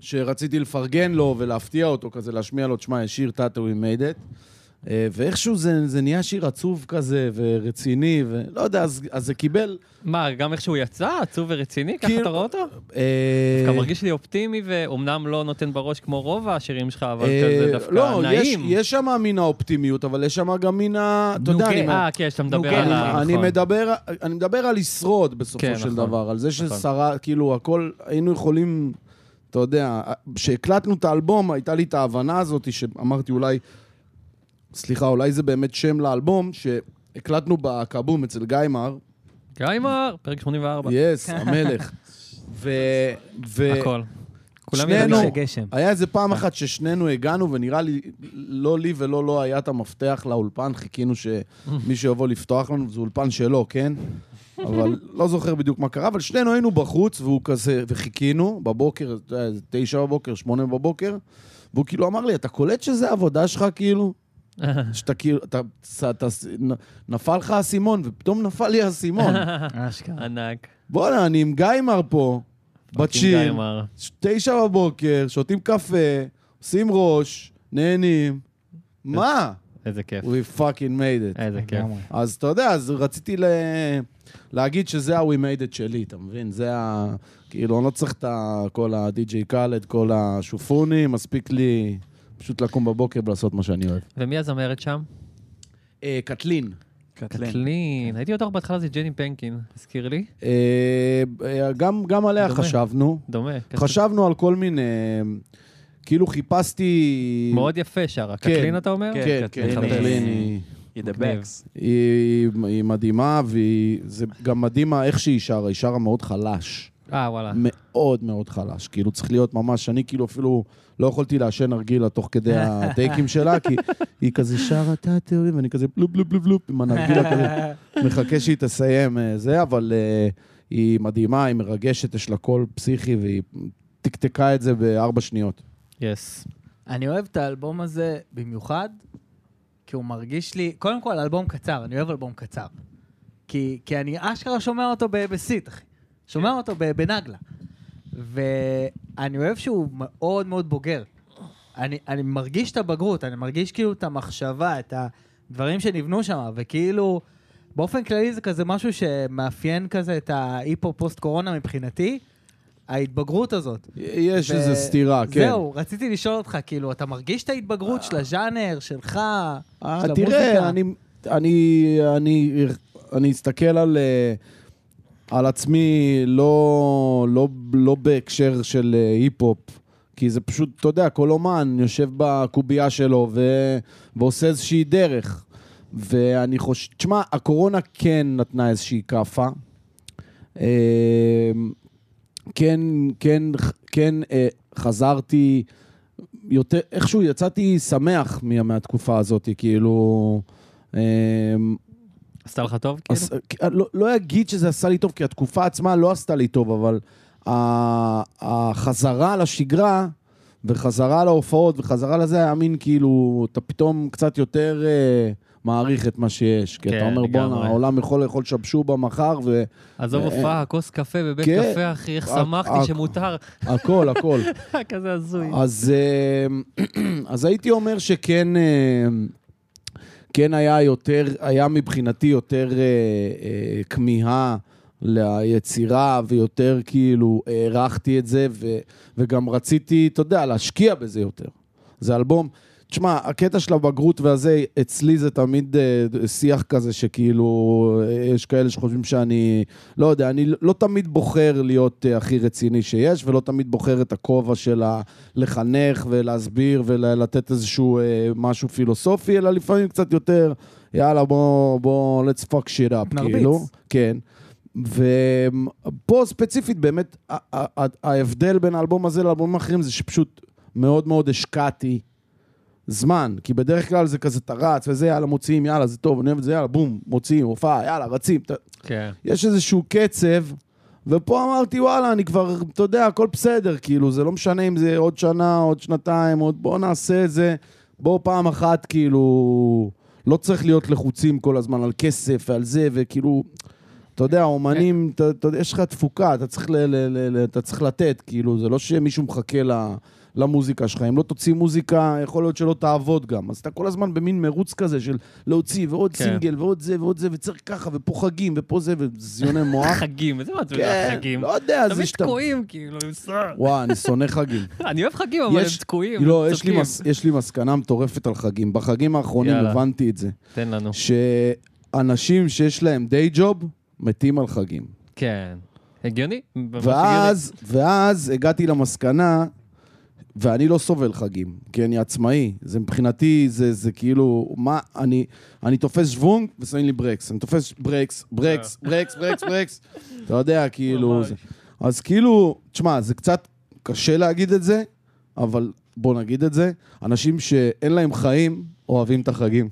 Speaker 3: שרציתי לפרגן לו ולהפתיע אותו, כזה להשמיע לו, תשמע, יש שיר טאטו We made it. אה, ואיכשהו זה, זה נהיה שיר עצוב כזה ורציני, ולא יודע, אז, אז זה קיבל...
Speaker 1: מה, גם איך שהוא יצא, עצוב ורציני? ככה
Speaker 3: כאילו-
Speaker 1: אתה רואה אותו?
Speaker 3: אה,
Speaker 1: דווקא מרגיש לי אופטימי, ואומנם לא נותן בראש כמו רוב השירים שלך, אבל
Speaker 3: אה,
Speaker 1: כזה דווקא
Speaker 3: לא, יש,
Speaker 1: נעים.
Speaker 3: יש שם מן האופטימיות, אבל יש שם גם מן ה... אתה יודע,
Speaker 2: נוגה.
Speaker 3: אני,
Speaker 1: אה, כן, שאתה מדבר
Speaker 2: נוגה.
Speaker 1: על
Speaker 3: אני,
Speaker 1: ה...
Speaker 3: אני,
Speaker 1: נכון.
Speaker 3: מדבר, אני מדבר על לשרוד בסופו
Speaker 1: כן,
Speaker 3: של
Speaker 1: נכון.
Speaker 3: דבר, על זה
Speaker 1: נכון.
Speaker 3: ששרה, כאילו, הכל, היינו יכולים, אתה יודע, כשהקלטנו את האלבום, הייתה לי את ההבנה הזאת שאמרתי אולי, סליחה, אולי זה באמת שם לאלבום, שהקלטנו בכבום אצל גיימר,
Speaker 1: גיימר, פרק 84,
Speaker 3: יס, המלך. ו... ו...
Speaker 1: הכל. כולם
Speaker 3: שנינו-
Speaker 1: ידעו.
Speaker 2: גשם.
Speaker 3: היה איזה פעם אחת ששנינו הגענו, ונראה לי, לא לי ולא לו היה את המפתח לאולפן, חיכינו שמישהו יבוא לפתוח לנו, זה אולפן שלו, כן? אבל לא זוכר בדיוק מה קרה, אבל שנינו היינו בחוץ, והוא כזה, וחיכינו בבוקר, אתה יודע, תשע בבוקר, שמונה בבוקר, והוא כאילו אמר לי, אתה קולט שזה העבודה שלך, כאילו? שאתה כאילו, אתה, אתה, אתה, נפל לך האסימון, ופתאום נפל לי האסימון.
Speaker 2: אה, אשכרה.
Speaker 1: ענק.
Speaker 3: בואנה, אני עם גיימר פה, בצ'יר,
Speaker 1: גיימר.
Speaker 3: תשע בבוקר, שותים קפה, עושים ראש, נהנים. מה?
Speaker 1: איזה כיף.
Speaker 3: We fucking made it.
Speaker 1: איזה כיף.
Speaker 2: לגמרי.
Speaker 3: אז אתה יודע, אז רציתי ל... להגיד שזה ה-We made it שלי, אתה מבין? זה ה... כאילו, אני לא צריך את ה... כל ה-DJ קאלד, כל השופונים, מספיק לי פשוט לקום בבוקר ולעשות מה שאני אוהב.
Speaker 1: ומי הזמרת שם?
Speaker 3: אה, קטלין.
Speaker 4: קטלין.
Speaker 1: קטלין. הייתי בטוח בהתחלה זה ג'ני פנקין, הזכיר לי.
Speaker 3: אה, אה, גם, גם עליה
Speaker 1: דומה.
Speaker 3: חשבנו.
Speaker 1: דומה.
Speaker 3: חשבנו על כל מיני... כאילו חיפשתי...
Speaker 1: מאוד יפה שרה.
Speaker 3: כן.
Speaker 1: קטלין אתה אומר?
Speaker 4: כן.
Speaker 3: כן, כן,
Speaker 4: קטלין.
Speaker 3: קטלין היא...
Speaker 4: היא דה
Speaker 1: מגניב.
Speaker 4: בקס.
Speaker 3: היא, היא מדהימה, וזה גם מדהים מה- איך שהיא שרה, היא שרה מאוד חלש.
Speaker 1: אה, וואלה.
Speaker 3: מאוד מאוד חלש. כאילו, צריך להיות ממש, אני כאילו אפילו לא יכולתי לעשן נרגילה תוך כדי הטייקים שלה, כי היא כזה שרה טאטרי, ואני כזה בלופ בלופ בלופ בלופ עם הנרגילה כזה, מחכה שהיא תסיים אה, זה, אבל אה, היא מדהימה, היא מרגשת, יש לה קול פסיכי, והיא תקתקה את זה בארבע שניות.
Speaker 1: יס.
Speaker 2: אני אוהב את האלבום הזה במיוחד, כי הוא מרגיש לי... קודם כל, אלבום קצר, אני אוהב אלבום קצר. כי, כי אני אשכרה שומע אותו ב- בסיט, אחי. שומע אותו ב- בנגלה. ואני אוהב שהוא מאוד מאוד בוגר. אני, אני מרגיש את הבגרות, אני מרגיש כאילו את המחשבה, את הדברים שנבנו שם, וכאילו, באופן כללי זה כזה משהו שמאפיין כזה את ההיפו פוסט קורונה מבחינתי, ההתבגרות הזאת.
Speaker 3: יש
Speaker 2: ו-
Speaker 3: איזו סתירה, כן.
Speaker 2: זהו, רציתי לשאול אותך, כאילו, אתה מרגיש את ההתבגרות של הז'אנר, שלך, של
Speaker 3: אה,
Speaker 2: המוזיקה?
Speaker 3: תראה, אני, אני, אני, אני אסתכל על, אה, על עצמי לא, לא, לא בהקשר של אה, היפ-הופ, כי זה פשוט, אתה יודע, כל אומן יושב בקובייה שלו ו, ועושה איזושהי דרך. ואני חושב, תשמע, הקורונה כן נתנה איזושהי כאפה. אה, כן, כן, כן אה, חזרתי יותר, איכשהו יצאתי שמח מה, מהתקופה הזאת, כאילו... אמ,
Speaker 1: עשתה לך טוב, כאילו?
Speaker 3: עש- אה, לא, לא אגיד שזה עשה לי טוב, כי התקופה עצמה לא עשתה לי טוב, אבל ה- החזרה לשגרה וחזרה להופעות וחזרה לזה, היה מין כאילו, אתה פתאום קצת יותר אה, מעריך את מה שיש. כי אתה
Speaker 1: כן,
Speaker 3: אומר, בואנה,
Speaker 1: לגמרי.
Speaker 3: העולם יכול לאכול שבשובה מחר,
Speaker 1: עזוב
Speaker 3: אה,
Speaker 1: הופעה, כוס קפה בבית
Speaker 3: כן.
Speaker 1: קפה, אחי, איך
Speaker 3: אה,
Speaker 1: שמחתי
Speaker 3: אה,
Speaker 1: שמותר.
Speaker 3: והכל, הכל.
Speaker 1: כזה הזוי.
Speaker 3: אז, אה, אז הייתי אומר שכן אה, כן היה יותר, היה מבחינתי יותר אה, אה, כמיהה ליצירה, ויותר כאילו הערכתי את זה, ו, וגם רציתי, אתה יודע, להשקיע בזה יותר. זה אלבום... תשמע, הקטע של הבגרות והזה, אצלי זה תמיד אה, שיח כזה שכאילו, אה, יש כאלה שחושבים שאני, לא יודע, אני לא- לא תמיד בוחר להיות אה, הכי רציני שיש, ולא תמיד בוחר את הכובע של ה- לחנך ולהסביר ולתת איזשהו אה, משהו פילוסופי, אלא לפעמים קצת יותר, יאללה, בוא, בוא, let's fuck shit up,
Speaker 2: נרביץ.
Speaker 3: כאילו. כן. ופה ספציפית, באמת, ה- ה- ה- ההבדל בין האלבום הזה לאלבומים האחרים זה שפשוט מאוד מאוד השקעתי זמן, כי בדרך כלל זה כזה, אתה רץ וזה, יאללה, מוציאים, יאללה, זה טוב, אני אוהב את זה, יאללה, בום, מוציאים, הופעה, יאללה, רצים. אתה-
Speaker 1: כן.
Speaker 3: יש איזשהו קצב ופה אמרתי, וואלה, אני כבר, אתה יודע, הכל בסדר, כאילו, זה לא משנה אם זה עוד שנה, עוד שנתיים, עוד בוא נעשה את זה. בואו פעם אחת, כאילו, לא צריך להיות לחוצים כל הזמן על כסף ועל זה, וכאילו, אתה יודע, האומנים, אתה- אתה יודע, יש לך תפוקה, אתה צריך, ל, ל, ל, ל, אתה צריך לתת, כאילו, זה לא שמישהו מחכה ל, למוזיקה שלך. אם לא תוציא מוזיקה, יכול להיות שלא תעבוד גם. אז אתה כל הזמן במין מרוץ כזה של להוציא ועוד
Speaker 1: כן.
Speaker 3: כן. סינגל ועוד זה ועוד זה, וצריך ככה, ופה חגים, ופה זה, וזיוני מוח.
Speaker 1: חגים, איזה מעצבן
Speaker 3: כן,
Speaker 1: חגים.
Speaker 3: לא יודע, זה
Speaker 1: תמיד
Speaker 3: שאתה...
Speaker 1: תקועים, כאילו, עם שר.
Speaker 3: וואי, אני שונא חגים.
Speaker 1: אני אוהב חגים, אבל הם
Speaker 3: יש-
Speaker 1: תקועים.
Speaker 3: לא,
Speaker 1: הם
Speaker 3: יש לי
Speaker 1: צודקים.
Speaker 3: מס- יש לי מסקנה מטורפת על חגים. בחגים האחרונים
Speaker 1: יאללה.
Speaker 3: הבנתי את זה.
Speaker 1: תן לנו.
Speaker 3: שאנשים שיש להם דיי ג'וב, מתים על חגים.
Speaker 1: כן. הגיוני? ממש
Speaker 3: ואז, ואז הגעתי למסקנה, ואני לא סובל חגים, כי אני עצמאי. זה מבחינתי, זה, זה כאילו, מה, אני, אני תופס שוונג ושמים לי ברקס. אני תופס ברקס, ברקס, ברקס, ברקס, ברקס. אתה יודע, כאילו...
Speaker 1: ממש.
Speaker 3: זה. אז כאילו, תשמע, זה קצת קשה להגיד את זה, אבל בוא נגיד את זה. אנשים שאין להם חיים, אוהבים את החגים.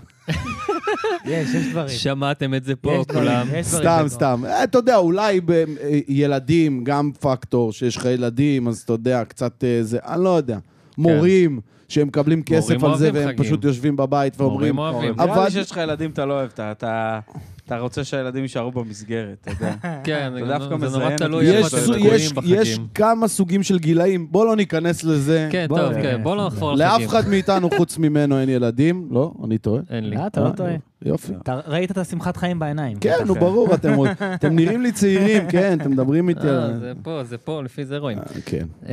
Speaker 2: יש, יש
Speaker 1: הגיוני.
Speaker 2: דברים.
Speaker 1: שמעתם את זה פה,
Speaker 2: יש דברים,
Speaker 1: כולם.
Speaker 2: יש דברים
Speaker 3: סתם,
Speaker 2: בטוח.
Speaker 3: סתם. אה, אתה יודע, אולי ב- אה, ילדים, גם פקטור, שיש לך ילדים, אז אתה יודע, קצת אה, זה, אני לא יודע. מורים, שהם מקבלים כסף על זה,
Speaker 1: כן. אוהבים
Speaker 3: והם
Speaker 1: חגים.
Speaker 3: פשוט יושבים בבית ואומרים...
Speaker 1: מורים אוהבים.
Speaker 3: אבל-
Speaker 4: נראה לי שיש לך ילדים, אתה לא אוהב, אתה- אתה אתה רוצה שהילדים יישארו במסגרת, אתה יודע.
Speaker 1: כן,
Speaker 4: אתה
Speaker 1: זה
Speaker 4: דווקא
Speaker 1: נורא
Speaker 4: מזיין אותי.
Speaker 1: תלוי
Speaker 3: יש
Speaker 1: איפה אתם
Speaker 3: סו-
Speaker 1: תקועים
Speaker 3: יש- יש
Speaker 1: בחגים.
Speaker 3: כמה סוגים של גילאים, בואו לא ניכנס לזה.
Speaker 1: כן,
Speaker 2: בוא,
Speaker 1: טוב,
Speaker 2: אה,
Speaker 1: כן, בוא לא נחזור על
Speaker 3: לאף
Speaker 1: חגים.
Speaker 3: אחד מאיתנו חוץ ממנו אין ילדים. לא, אני טועה.
Speaker 1: אין לי.
Speaker 2: לא, אתה לא
Speaker 3: אה,
Speaker 2: טועה. אוקיי.
Speaker 3: יופי.
Speaker 2: אתה ראית את השמחת חיים בעיניים.
Speaker 3: כן, נו, ברור, אתם עוד- אתם נראים לי צעירים, כן, אתם מדברים איתי
Speaker 1: אה,
Speaker 3: על...
Speaker 1: זה פה, זה פה, לפי זה רואים.
Speaker 3: אה, כן.
Speaker 1: אמ,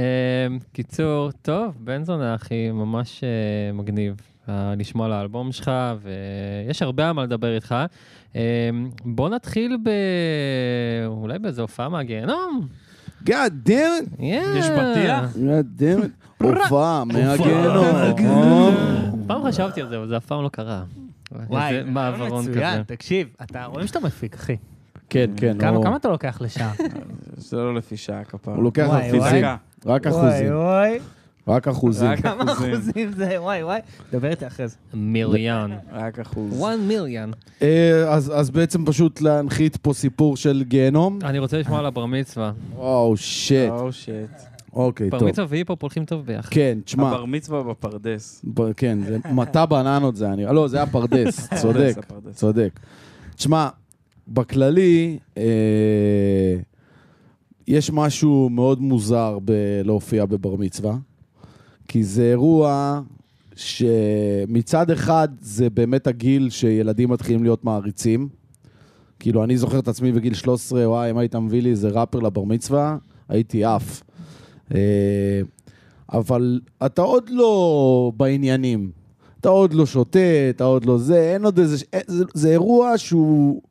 Speaker 1: קיצור, טוב, בן זונה, אחי, ממש אה, מגניב אה, לשמוע על האלבום שלך, ויש הרבה על מה לדבר איתך. אמ, בוא נתחיל ב... אולי באיזה הופעה מהגיהנום?
Speaker 3: God damn it!
Speaker 1: יש
Speaker 4: פתיח?
Speaker 3: God damn it! לא הופעה מהגיהנום.
Speaker 1: מהגיהנום. פעם חשבתי על זה, אבל זה אף פעם לא קרה.
Speaker 2: וואי,
Speaker 1: איזה
Speaker 2: זה
Speaker 1: מעברון
Speaker 2: מצוין,
Speaker 1: כזה.
Speaker 2: תקשיב, אתה רואים שאתה מפיק, אחי.
Speaker 3: כן, כן.
Speaker 2: כמה
Speaker 3: הוא-
Speaker 2: כמה אתה לוקח לשעה?
Speaker 4: זה לא לפי שעה כפרה.
Speaker 3: הוא לוקח
Speaker 2: וואי,
Speaker 3: אחוזים,
Speaker 4: דקה.
Speaker 3: רק אחוזים,
Speaker 2: אוי, אוי,
Speaker 3: רק אחוזים.
Speaker 4: רק
Speaker 2: כמה
Speaker 4: אחוזים.
Speaker 2: אחוזים זה, וואי, וואי. דבר איתי אחרי זה.
Speaker 1: מיליון.
Speaker 4: רק אחוז.
Speaker 1: 1 מיליון.
Speaker 3: אה, אז אז בעצם פשוט להנחית פה סיפור של גיהנום.
Speaker 2: אה.
Speaker 1: אני רוצה לשמוע על הבר מצווה.
Speaker 3: וואו, שיט.
Speaker 4: או שיט.
Speaker 3: אוקיי,
Speaker 1: בר
Speaker 3: טוב.
Speaker 1: מצווה והיפ-הופ הולכים טוב ביחד.
Speaker 3: כן, תשמע.
Speaker 4: הבר מצווה בפרדס.
Speaker 3: ב- כן, זה מטע בננות זה היה נראה. לא, זה היה פרדס, צודק,
Speaker 4: הפרדס.
Speaker 3: צודק. תשמע, בכללי, אה, יש משהו מאוד מוזר בלהופיע בבר מצווה, כי זה אירוע שמצד אחד זה באמת הגיל שילדים מתחילים להיות מעריצים. כאילו, אני זוכר את עצמי בגיל 13, וואי, אם היית מביא לי איזה ראפר לבר מצווה, הייתי עף. אה, אבל אתה עוד לא בעניינים. אתה עוד לא שותה, אתה עוד לא זה, אין עוד איזה... אין- זה, זה אירוע שהוא...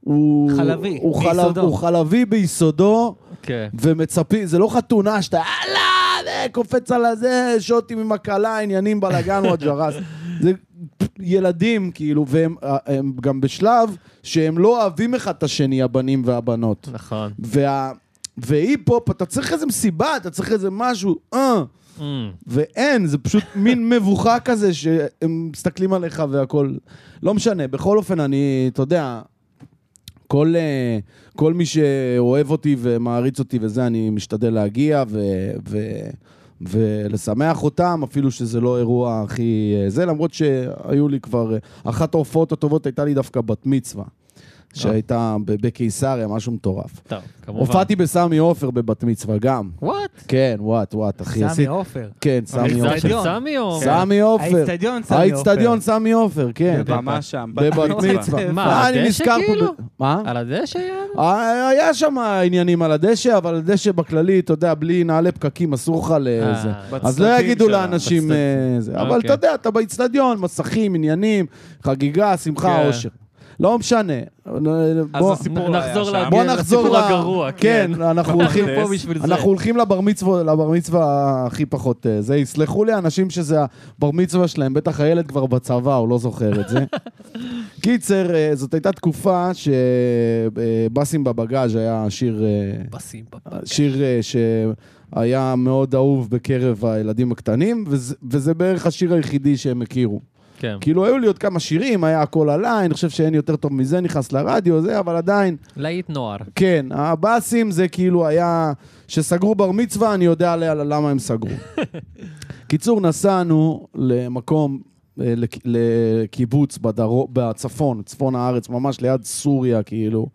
Speaker 3: הוא,
Speaker 2: חלבי,
Speaker 3: הוא חלב,
Speaker 2: ביסודו.
Speaker 3: הוא חלבי ביסודו,
Speaker 1: כן.
Speaker 3: ומצפים, זה לא חתונה שאתה יאללה, זה, קופץ על הזה, שוטים עם הכלה, עניינים, בלאגן, וואג'רס. זה ילדים, כאילו, והם אה, הם גם בשלב שהם לא אוהבים אחד את השני, הבנים והבנות.
Speaker 1: נכון.
Speaker 3: וה... והיפ-הופ, אתה צריך איזה מסיבה, אתה צריך איזה משהו, אה,
Speaker 1: אמ.
Speaker 3: ואין, זה פשוט מין מבוכה כזה שהם מסתכלים עליך והכל. לא משנה, בכל אופן, אני, אתה יודע, כל, אה, כל מי שאוהב אותי ומעריץ אותי וזה, אני משתדל להגיע ו, ו, ולשמח אותם, אפילו שזה לא אירוע הכי... אה, זה, למרות שהיו לי כבר... אה, אחת ההופעות הטובות הייתה לי דווקא בת מצווה, שהייתה ב- בקיסריה, משהו מטורף.
Speaker 1: טוב, כמובן.
Speaker 3: הופעתי בסמי עופר בבת מצווה גם.
Speaker 1: וואט?
Speaker 3: כן, וואט, וואט, אחי.
Speaker 2: סמי
Speaker 3: עשית-
Speaker 2: עופר.
Speaker 3: כן, סמי
Speaker 1: המגזר
Speaker 3: עופר.
Speaker 1: של
Speaker 2: אופר.
Speaker 1: סמי או...
Speaker 3: סמי עופר.
Speaker 2: האיצטדיון סמי עופר.
Speaker 3: האיצטדיון סמי עופר, כן.
Speaker 4: במה שם.
Speaker 3: בבת מצווה.
Speaker 1: מה,
Speaker 3: אה, אני
Speaker 1: הדשא
Speaker 3: נזכר פה
Speaker 1: כאילו?
Speaker 3: ב- מה?
Speaker 1: על הדשא היה?
Speaker 3: אה, היה שם עניינים על הדשא, אבל הדשא בכללי, אתה יודע, בלי נעלי פקקים, אסור לך לזה.
Speaker 1: אה,
Speaker 3: אז לא
Speaker 4: בצדדים
Speaker 3: יגידו
Speaker 4: שלה,
Speaker 3: לאנשים אה, זה. אבל
Speaker 1: אוקיי.
Speaker 3: אתה יודע, אתה באיצטדיון, מסכים, עניינים, חגיגה,
Speaker 1: כן.
Speaker 3: שמחה, אושר. לא משנה. בוא-
Speaker 4: אז הסיפור לא היה
Speaker 1: נחזור
Speaker 4: שם.
Speaker 1: ל-
Speaker 3: בוא
Speaker 1: כן,
Speaker 3: נחזור
Speaker 1: לסיפור הגרוע, כן.
Speaker 3: אנחנו
Speaker 1: אנחנו
Speaker 3: הולכים...
Speaker 1: פה בשביל זה.
Speaker 3: אנחנו הולכים לבר מצווה, לבר מצווה הכי פחות אה, זה. יסלחו לי אנשים שזה הבר מצווה שלהם, בטח הילד כבר בצבא, הוא לא זוכר את זה. קיצר, אה, זאת הייתה תקופה שבאסים בבגאז' היה שיר, אה,
Speaker 1: בסים,
Speaker 3: שיר אה, שהיה מאוד אהוב בקרב הילדים הקטנים, וזה, וזה בערך השיר היחידי שהם הכירו.
Speaker 1: כן.
Speaker 3: כאילו, היו לי עוד כמה שירים, היה הכל עליי, אני חושב שאין יותר טוב מזה, נכנס לרדיו, זה, אבל עדיין,
Speaker 1: להיט נוער.
Speaker 3: כן, הבאסים זה כאילו היה... שסגרו בר מצווה, אני יודע עליה למה הם סגרו. קיצור, נסענו למקום, אה, לק- לקיבוץ בדרו, בצפון, צפון הארץ, ממש ליד סוריה, כאילו.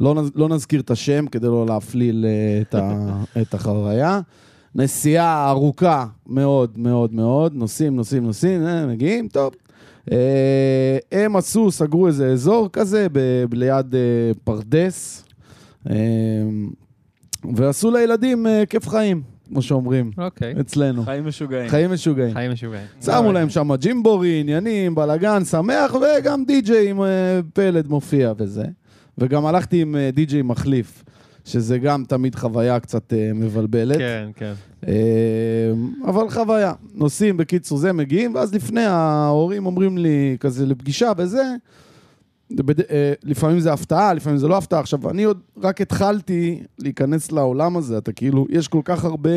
Speaker 3: לא, נז- לא נזכיר את השם כדי לא להפליל אה, את, ה, את החוויה. נסיעה ארוכה מאוד מאוד מאוד, נוסעים, נוסעים, נוסעים, אה, מגיעים, טוב. אה, הם עשו, סגרו איזה אזור כזה ב- ליד אה, פרדס, אה, ועשו לילדים אה, כיף חיים, כמו שאומרים,
Speaker 1: אוקיי.
Speaker 3: אצלנו.
Speaker 4: חיים משוגעים.
Speaker 3: חיים משוגעים.
Speaker 1: חיים משוגעים.
Speaker 3: שמו להם שם ג'ימבורי, עניינים, בלאגן, שמח, וגם די-ג'יי עם אה, פלד מופיע וזה. וגם הלכתי עם אה, די-ג'יי מחליף, שזה גם תמיד חוויה קצת אה, מבלבלת.
Speaker 1: כן, כן.
Speaker 3: אה, אבל חוויה. נוסעים, בקיצור, זה, מגיעים, ואז לפני ההורים אומרים לי, כזה לפגישה וזה, בד... אה, לפעמים זה הפתעה, לפעמים זה לא הפתעה. עכשיו, אני עוד רק התחלתי להיכנס לעולם הזה, אתה כאילו, יש כל כך הרבה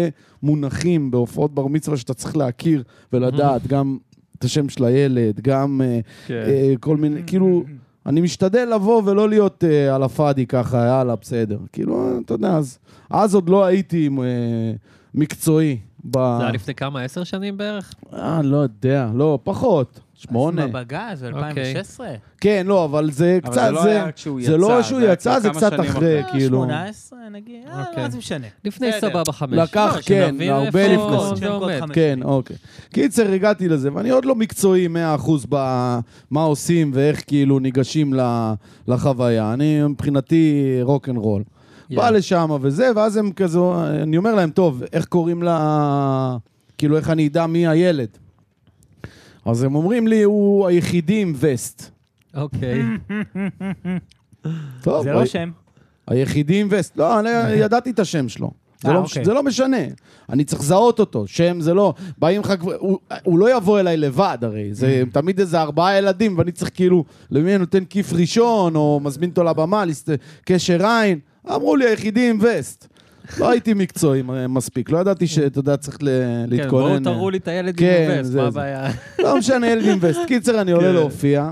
Speaker 3: מונחים בהופעות בר מצווה שאתה צריך להכיר ולדעת, גם את השם של הילד, גם אה,
Speaker 1: כן.
Speaker 3: אה, כל מיני, כאילו,
Speaker 4: כן,
Speaker 3: אני משתדל לבוא ולא להיות אה, על הפאדי ככה, יאללה, בסדר. כאילו, אה, אתה יודע, אז, אז עוד לא הייתי אה, מקצועי. ב...
Speaker 1: זה היה לפני כמה, עשר שנים בערך?
Speaker 3: אה, לא יודע, לא, פחות. שמונה.
Speaker 2: אז בבגז, ב-2016.
Speaker 3: כן, לא, אבל זה
Speaker 4: אבל
Speaker 3: קצת,
Speaker 4: זה לא
Speaker 3: זה...
Speaker 4: היה כשהוא יצא.
Speaker 3: זה לא שהוא
Speaker 4: היה
Speaker 3: יצא, זה
Speaker 4: כמה
Speaker 3: קצת
Speaker 4: שנים
Speaker 3: אחרי,
Speaker 4: אחרי.
Speaker 3: כאילו.
Speaker 2: 18 אה, נגיד, אה,
Speaker 1: אוקיי.
Speaker 2: מה זה משנה.
Speaker 1: לפני
Speaker 2: בסדר.
Speaker 1: סבבה חמש.
Speaker 3: לקח,
Speaker 2: לא,
Speaker 3: כן,
Speaker 1: שנבין
Speaker 3: הרבה
Speaker 1: איפה
Speaker 3: לפני.
Speaker 1: זה
Speaker 2: שם קוד
Speaker 1: עומד.
Speaker 2: חמש.
Speaker 3: כן, אוקיי. קיצר, הגעתי לזה, ואני עוד לא מקצועי 100% במה עושים ואיך כאילו ניגשים ל- לחוויה. אני מבחינתי רוקנרול.
Speaker 1: Yeah.
Speaker 3: בא לשם וזה, ואז הם כזו, אני אומר להם, טוב, איך קוראים לה... כאילו, איך אני אדע מי הילד? אז הם אומרים לי, הוא היחידי עם וסט.
Speaker 1: אוקיי.
Speaker 3: טוב,
Speaker 2: זה
Speaker 3: ה-
Speaker 2: לא שם.
Speaker 3: היחידי עם וסט. לא, אני
Speaker 1: אוקיי.
Speaker 3: ידעתי את השם שלו. זה,
Speaker 2: אה,
Speaker 3: לא,
Speaker 2: אוקיי.
Speaker 3: זה לא משנה, אני צריך לזהות אותו, שם זה לא, באים לך כבר, הוא, הוא לא יבוא אליי לבד הרי, זה
Speaker 1: Mm.
Speaker 3: תמיד איזה ארבעה ילדים ואני צריך כאילו, למי אני נותן כיף ראשון או מזמין אותו לבמה, לסת... קשר עין, אמרו לי היחידי עם וסט. לא הייתי מקצועי מ- מספיק, לא ידעתי שאתה יודע, צריך ל...
Speaker 1: כן,
Speaker 3: להתכונן.
Speaker 1: בואו תראו לי את הילד עם
Speaker 3: כן,
Speaker 1: הווסט,
Speaker 3: זה-
Speaker 1: מה
Speaker 3: זה.
Speaker 1: הבעיה?
Speaker 3: לא משנה, ילד עם וסט. קיצר, אני עולה
Speaker 1: כן.
Speaker 3: להופיע.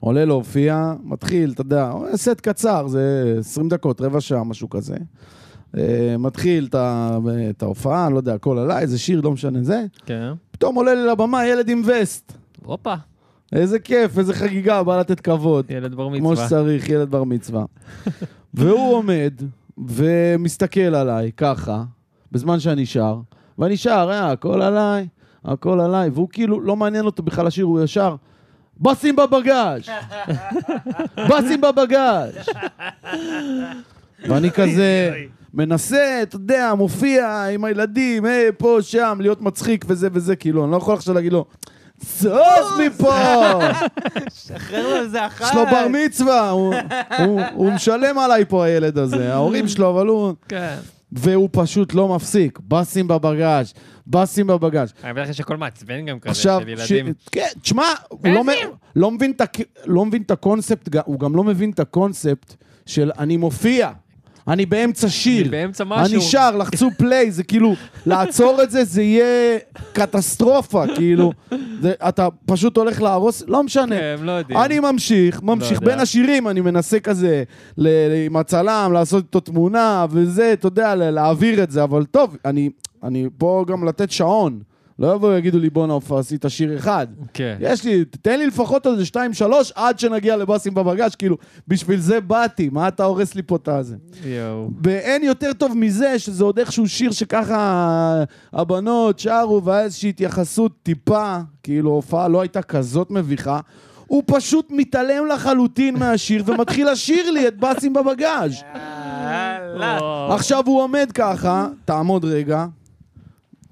Speaker 3: עולה להופיע, מתחיל, אתה יודע, סט קצר, זה 20 דקות, רבע שעה, משהו כזה. אה, מתחיל את ה- את ההופעה, לא יודע, הכל עליי, איזה שיר, לא משנה זה.
Speaker 1: כן.
Speaker 3: פתאום עולה לי לבמה ילד עם וסט.
Speaker 1: הופה,
Speaker 3: איזה כיף, איזה חגיגה, בא לתת כבוד.
Speaker 1: ילד בר
Speaker 3: כמו
Speaker 1: מצווה.
Speaker 3: שצריך, ילד בר מצווה. והוא עומד ומסתכל עליי ככה, בזמן שאני שר, ואני שר, אה, הכל עליי, הכל עליי, והוא כאילו, לא מעניין אותו בכלל השיר, הוא ישר, בסים בבגאז', בסים בבגאז'. ואני כזה מנסה, אתה יודע, מופיע עם הילדים, אה, פה, שם, להיות מצחיק וזה וזה, כאילו, אני לא יכול עכשיו להגיד לו, סוף מפה!
Speaker 2: שחרר לו איזה אחת.
Speaker 3: יש לו בר מצווה, הוא- הוא- הוא משלם עליי פה הילד הזה, ההורים שלו, אבל הוא...
Speaker 1: כן.
Speaker 3: והוא פשוט לא מפסיק, באסים בבגאז', באסים בבגאז'.
Speaker 1: אני אומר לך שהכל מעצבן גם כזה,
Speaker 3: עכשיו,
Speaker 1: של
Speaker 3: ש-
Speaker 1: ילדים.
Speaker 3: כן, תשמע, הוא לא מ- לא מבין את הק- לא מבין את הקונספט, גם- הוא גם לא מבין את הקונספט של אני מופיע, אני באמצע
Speaker 1: אני
Speaker 3: שיר.
Speaker 1: באמצע משהו.
Speaker 3: אני שר, לחצו פליי, זה כאילו, לעצור את זה, זה יהיה קטסטרופה, כאילו. זה- אתה פשוט הולך להרוס, לא משנה.
Speaker 1: כן, הם לא יודעים.
Speaker 3: אני ממשיך, ממשיך
Speaker 1: יודע.
Speaker 3: בין השירים, אני מנסה כזה ל- ל- עם הצלם, לעשות איתו תמונה וזה, אתה יודע, ל- להעביר את זה, אבל טוב, אני, אני פה גם לתת שעון. לא יבואו ויגידו לי, בואנה, עופר, עשית שיר אחד.
Speaker 1: כן.
Speaker 3: יש לי, תן לי לפחות עוד שתיים, שלוש, עד שנגיע לבאסים בבגש, כאילו, בשביל זה באתי, מה אתה הורס לי פה את הזה?
Speaker 1: יואו.
Speaker 3: ואין יותר טוב מזה, שזה עוד איכשהו שיר שככה הבנות שרו, והיה איזושהי התייחסות טיפה, כאילו הופעה לא הייתה כזאת מביכה. הוא פשוט מתעלם לחלוטין מהשיר ומתחיל לשיר לי את באסים בבגאז'.
Speaker 1: לא.
Speaker 2: יאללה.
Speaker 3: עכשיו הוא עומד ככה, תעמוד רגע.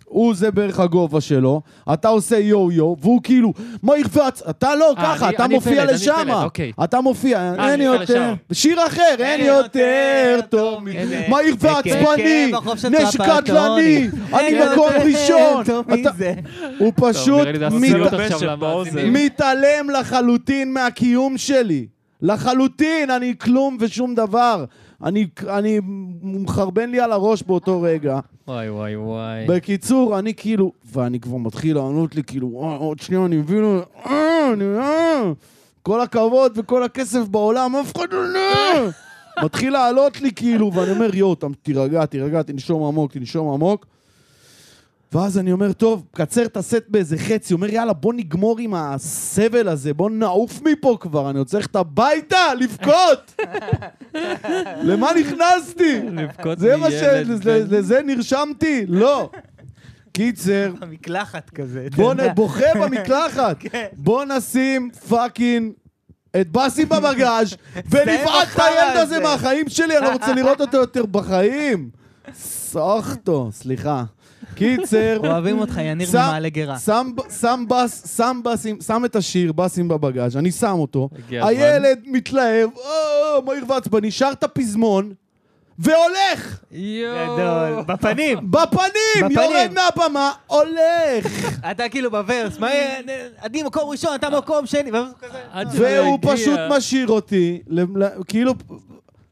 Speaker 3: הוא זה בערך הגובה שלו, אתה עושה יו יו, והוא כאילו, מה יחבץ? אתה לא,
Speaker 1: אה,
Speaker 3: ככה,
Speaker 1: אני-
Speaker 3: אתה
Speaker 1: אני
Speaker 3: מופיע
Speaker 1: פלד, אני
Speaker 3: לשם.
Speaker 1: פלד, אוקיי. אה,
Speaker 3: אתה מופיע, אין
Speaker 1: אני
Speaker 3: יותר.
Speaker 1: לשם.
Speaker 3: שיר אחר, אין יותר טוב
Speaker 2: מזה.
Speaker 3: מה עיר ועצבני,
Speaker 2: כן, בחופש
Speaker 3: נשק
Speaker 2: הצפה
Speaker 3: קטלני, אני
Speaker 2: אין
Speaker 3: מקום
Speaker 2: יותר
Speaker 3: ראשון.
Speaker 2: טוב
Speaker 3: אתה-
Speaker 2: מזה.
Speaker 3: הוא
Speaker 1: טוב,
Speaker 3: פשוט
Speaker 1: נראה לי זה
Speaker 3: מת-
Speaker 1: עשינו
Speaker 4: מת-
Speaker 1: עכשיו
Speaker 4: מת-
Speaker 1: למאזינים.
Speaker 3: מתעלם לחלוטין מהקיום שלי. לחלוטין, אני כלום ושום דבר. אני, אני מחרבן לי על הראש באותו רגע.
Speaker 1: וואי, וואי, וואי.
Speaker 3: בקיצור, אני כאילו, ואני כבר מתחיל לענות לי, כאילו, "אה, עוד שנייה, אני מבין, אה, אני, אה, כל הכבוד וכל הכסף בעולם, אף אחד לא... יודע." מתחיל לעלות לי, כאילו, ואני אומר, יואו, ת- תירגע, תירגע, תנשום עמוק, תנשום עמוק. ואז אני אומר, טוב, קצר את הסט באיזה חצי. אומר, יאללה, בוא נגמור עם הסבל הזה, בוא נעוף מפה כבר, אני רוצה ללכת הביתה, לבכות! למה נכנסתי?
Speaker 1: לבכות
Speaker 3: זה מה ש...
Speaker 1: מילד, כן.
Speaker 3: לזה- לזה נרשמתי? לא. קיצר,
Speaker 2: המקלחת כזה. אתה
Speaker 1: כן.
Speaker 3: בוא
Speaker 2: יודע.
Speaker 3: נ- בוכה במקלחת. בוא נשים פאקינג את באסי בבגאז' ונבעט את
Speaker 2: החרא
Speaker 3: הילד הזה
Speaker 2: הזה.
Speaker 3: מהחיים שלי, אני לא רוצה לראות אותו יותר בחיים. סוחטו, סליחה. קיצר,
Speaker 2: אוהבים אותך, יניר
Speaker 3: שם-
Speaker 2: ממעלה גרה.
Speaker 3: שם ב- שם בס, שם בסים, שם את השיר, בסים בבגאז', אני שם אותו.
Speaker 1: הגיע הזמן.
Speaker 3: הילד מתלהב, "אה, מהיר ועצבני, שר את הפזמון, והולך!
Speaker 1: יואו.
Speaker 2: גדול. בפנים.
Speaker 3: בפנים!
Speaker 2: בפנים.
Speaker 3: יורד מהבמה, הולך!
Speaker 2: אתה כאילו בוורס, מה יהיה? אני מקום ראשון, אתה מקום שני, ואז הוא כזה.
Speaker 1: עד שהוא
Speaker 3: והוא
Speaker 1: יגיע.
Speaker 3: פשוט משאיר אותי, ל- ל- כאילו,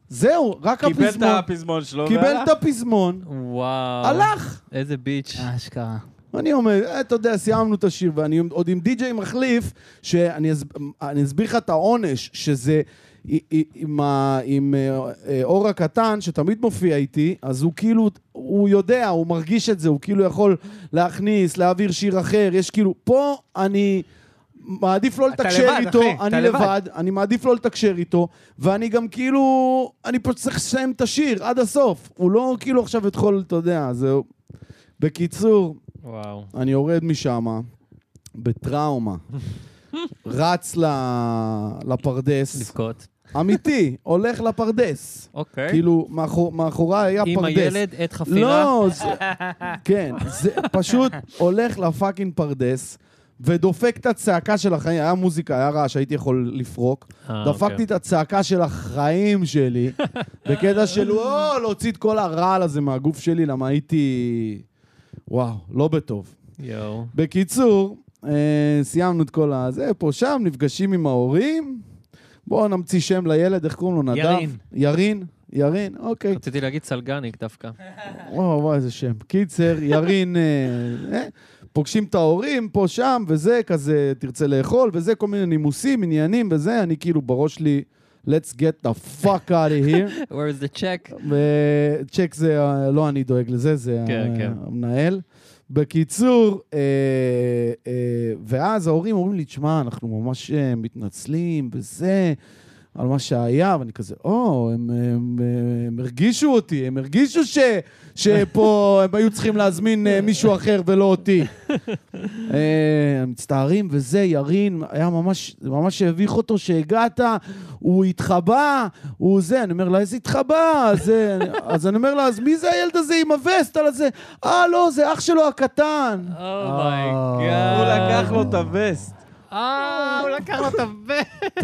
Speaker 3: זהו, רק
Speaker 4: קיבל את
Speaker 3: הפזמון.
Speaker 4: הפזמון שלו
Speaker 3: קיבל את
Speaker 4: והלך.
Speaker 3: הפזמון,
Speaker 1: וואו.
Speaker 3: הלך! אה.
Speaker 1: איזה ביץ'.
Speaker 2: אשכרה.
Speaker 3: אני אומר, "אה, אתה יודע, סיימנו את השיר, ואני עוד עם די-ג'יי מחליף, שאני אס- אני אסביר לך את העונש, שזה י- י- עם ה- עם אה, אה, אור הקטן, שתמיד מופיע איתי, אז הוא כאילו, הוא יודע, הוא מרגיש את זה, הוא כאילו יכול להכניס, להעביר שיר אחר, יש כאילו, פה אני... מעדיף לא
Speaker 2: אתה
Speaker 3: לתקשר
Speaker 2: לבד,
Speaker 3: איתו,
Speaker 2: אחי, אתה
Speaker 3: אני
Speaker 2: לבד.
Speaker 3: לבד, אני מעדיף לא לתקשר איתו, ואני גם כאילו, אני פשוט צריך לסיים את השיר עד הסוף. הוא לא כאילו עכשיו את כל, אתה יודע, זהו. בקיצור,
Speaker 1: וואו.
Speaker 3: אני יורד משם בטראומה. רץ ל- לפרדס,
Speaker 1: לבכות.
Speaker 3: אמיתי, הולך לפרדס.
Speaker 1: אוקיי.
Speaker 3: כאילו, מאחור- מאחוריי היה פרדס.
Speaker 1: עם הילד, עת חפירה.
Speaker 3: לא, זה... כן, זה פשוט הולך לפאקינג פרדס. ודופק את הצעקה של החיים, היה מוזיקה, היה רעש, הייתי יכול לפרוק.
Speaker 1: אה,
Speaker 3: דפקתי
Speaker 1: אוקיי.
Speaker 3: את הצעקה של החיים שלי, בקטע של וואו, להוציא את כל הרעל הזה מהגוף שלי, למה הייתי... וואו, לא בטוב.
Speaker 1: יואו.
Speaker 3: בקיצור, אה, סיימנו את כל הזה, פה שם, נפגשים עם ההורים. בואו נמציא שם לילד, איך קוראים לו? נדב?
Speaker 2: ירין.
Speaker 3: ירין? ירין, אוקיי.
Speaker 1: רציתי להגיד סלגניק דווקא.
Speaker 3: וואו, וואו, איזה שם. קיצר, ירין, אה, אה, פוגשים את ההורים פה, שם, וזה, כזה, תרצה לאכול, וזה, כל מיני נימוסים, עניינים, וזה, אני כאילו בראש שלי, let's get the fuck out of here.
Speaker 1: Where is the check?
Speaker 3: וצ'ק זה, אה, לא אני דואג לזה, זה ה-
Speaker 1: כן, כן.
Speaker 3: המנהל. בקיצור, אה, אה, ואז ההורים אומרים לי, תשמע, אנחנו ממש אה, מתנצלים, וזה, על מה שהיה, ואני כזה, או, הם, הם, הם, הם הרגישו אותי, הם הרגישו ש, שפה הם היו צריכים להזמין אה, מישהו אחר ולא אותי. אה, הם מצטערים, וזה, ירין, היה ממש, זה ממש הביך אותו שהגעת, הוא התחבא, הוא זה, אני אומר לה, איזה התחבא? אז, אה, אני- אז אני אומר לה, אז מי זה הילד הזה עם הווסט על הזה? אה, לא, זה אח שלו הקטן.
Speaker 1: אה, Oh
Speaker 3: אה.
Speaker 1: אומייגאד.
Speaker 4: הוא לקח לו את הווסט.
Speaker 1: אה, הוא לקח לו את הבן.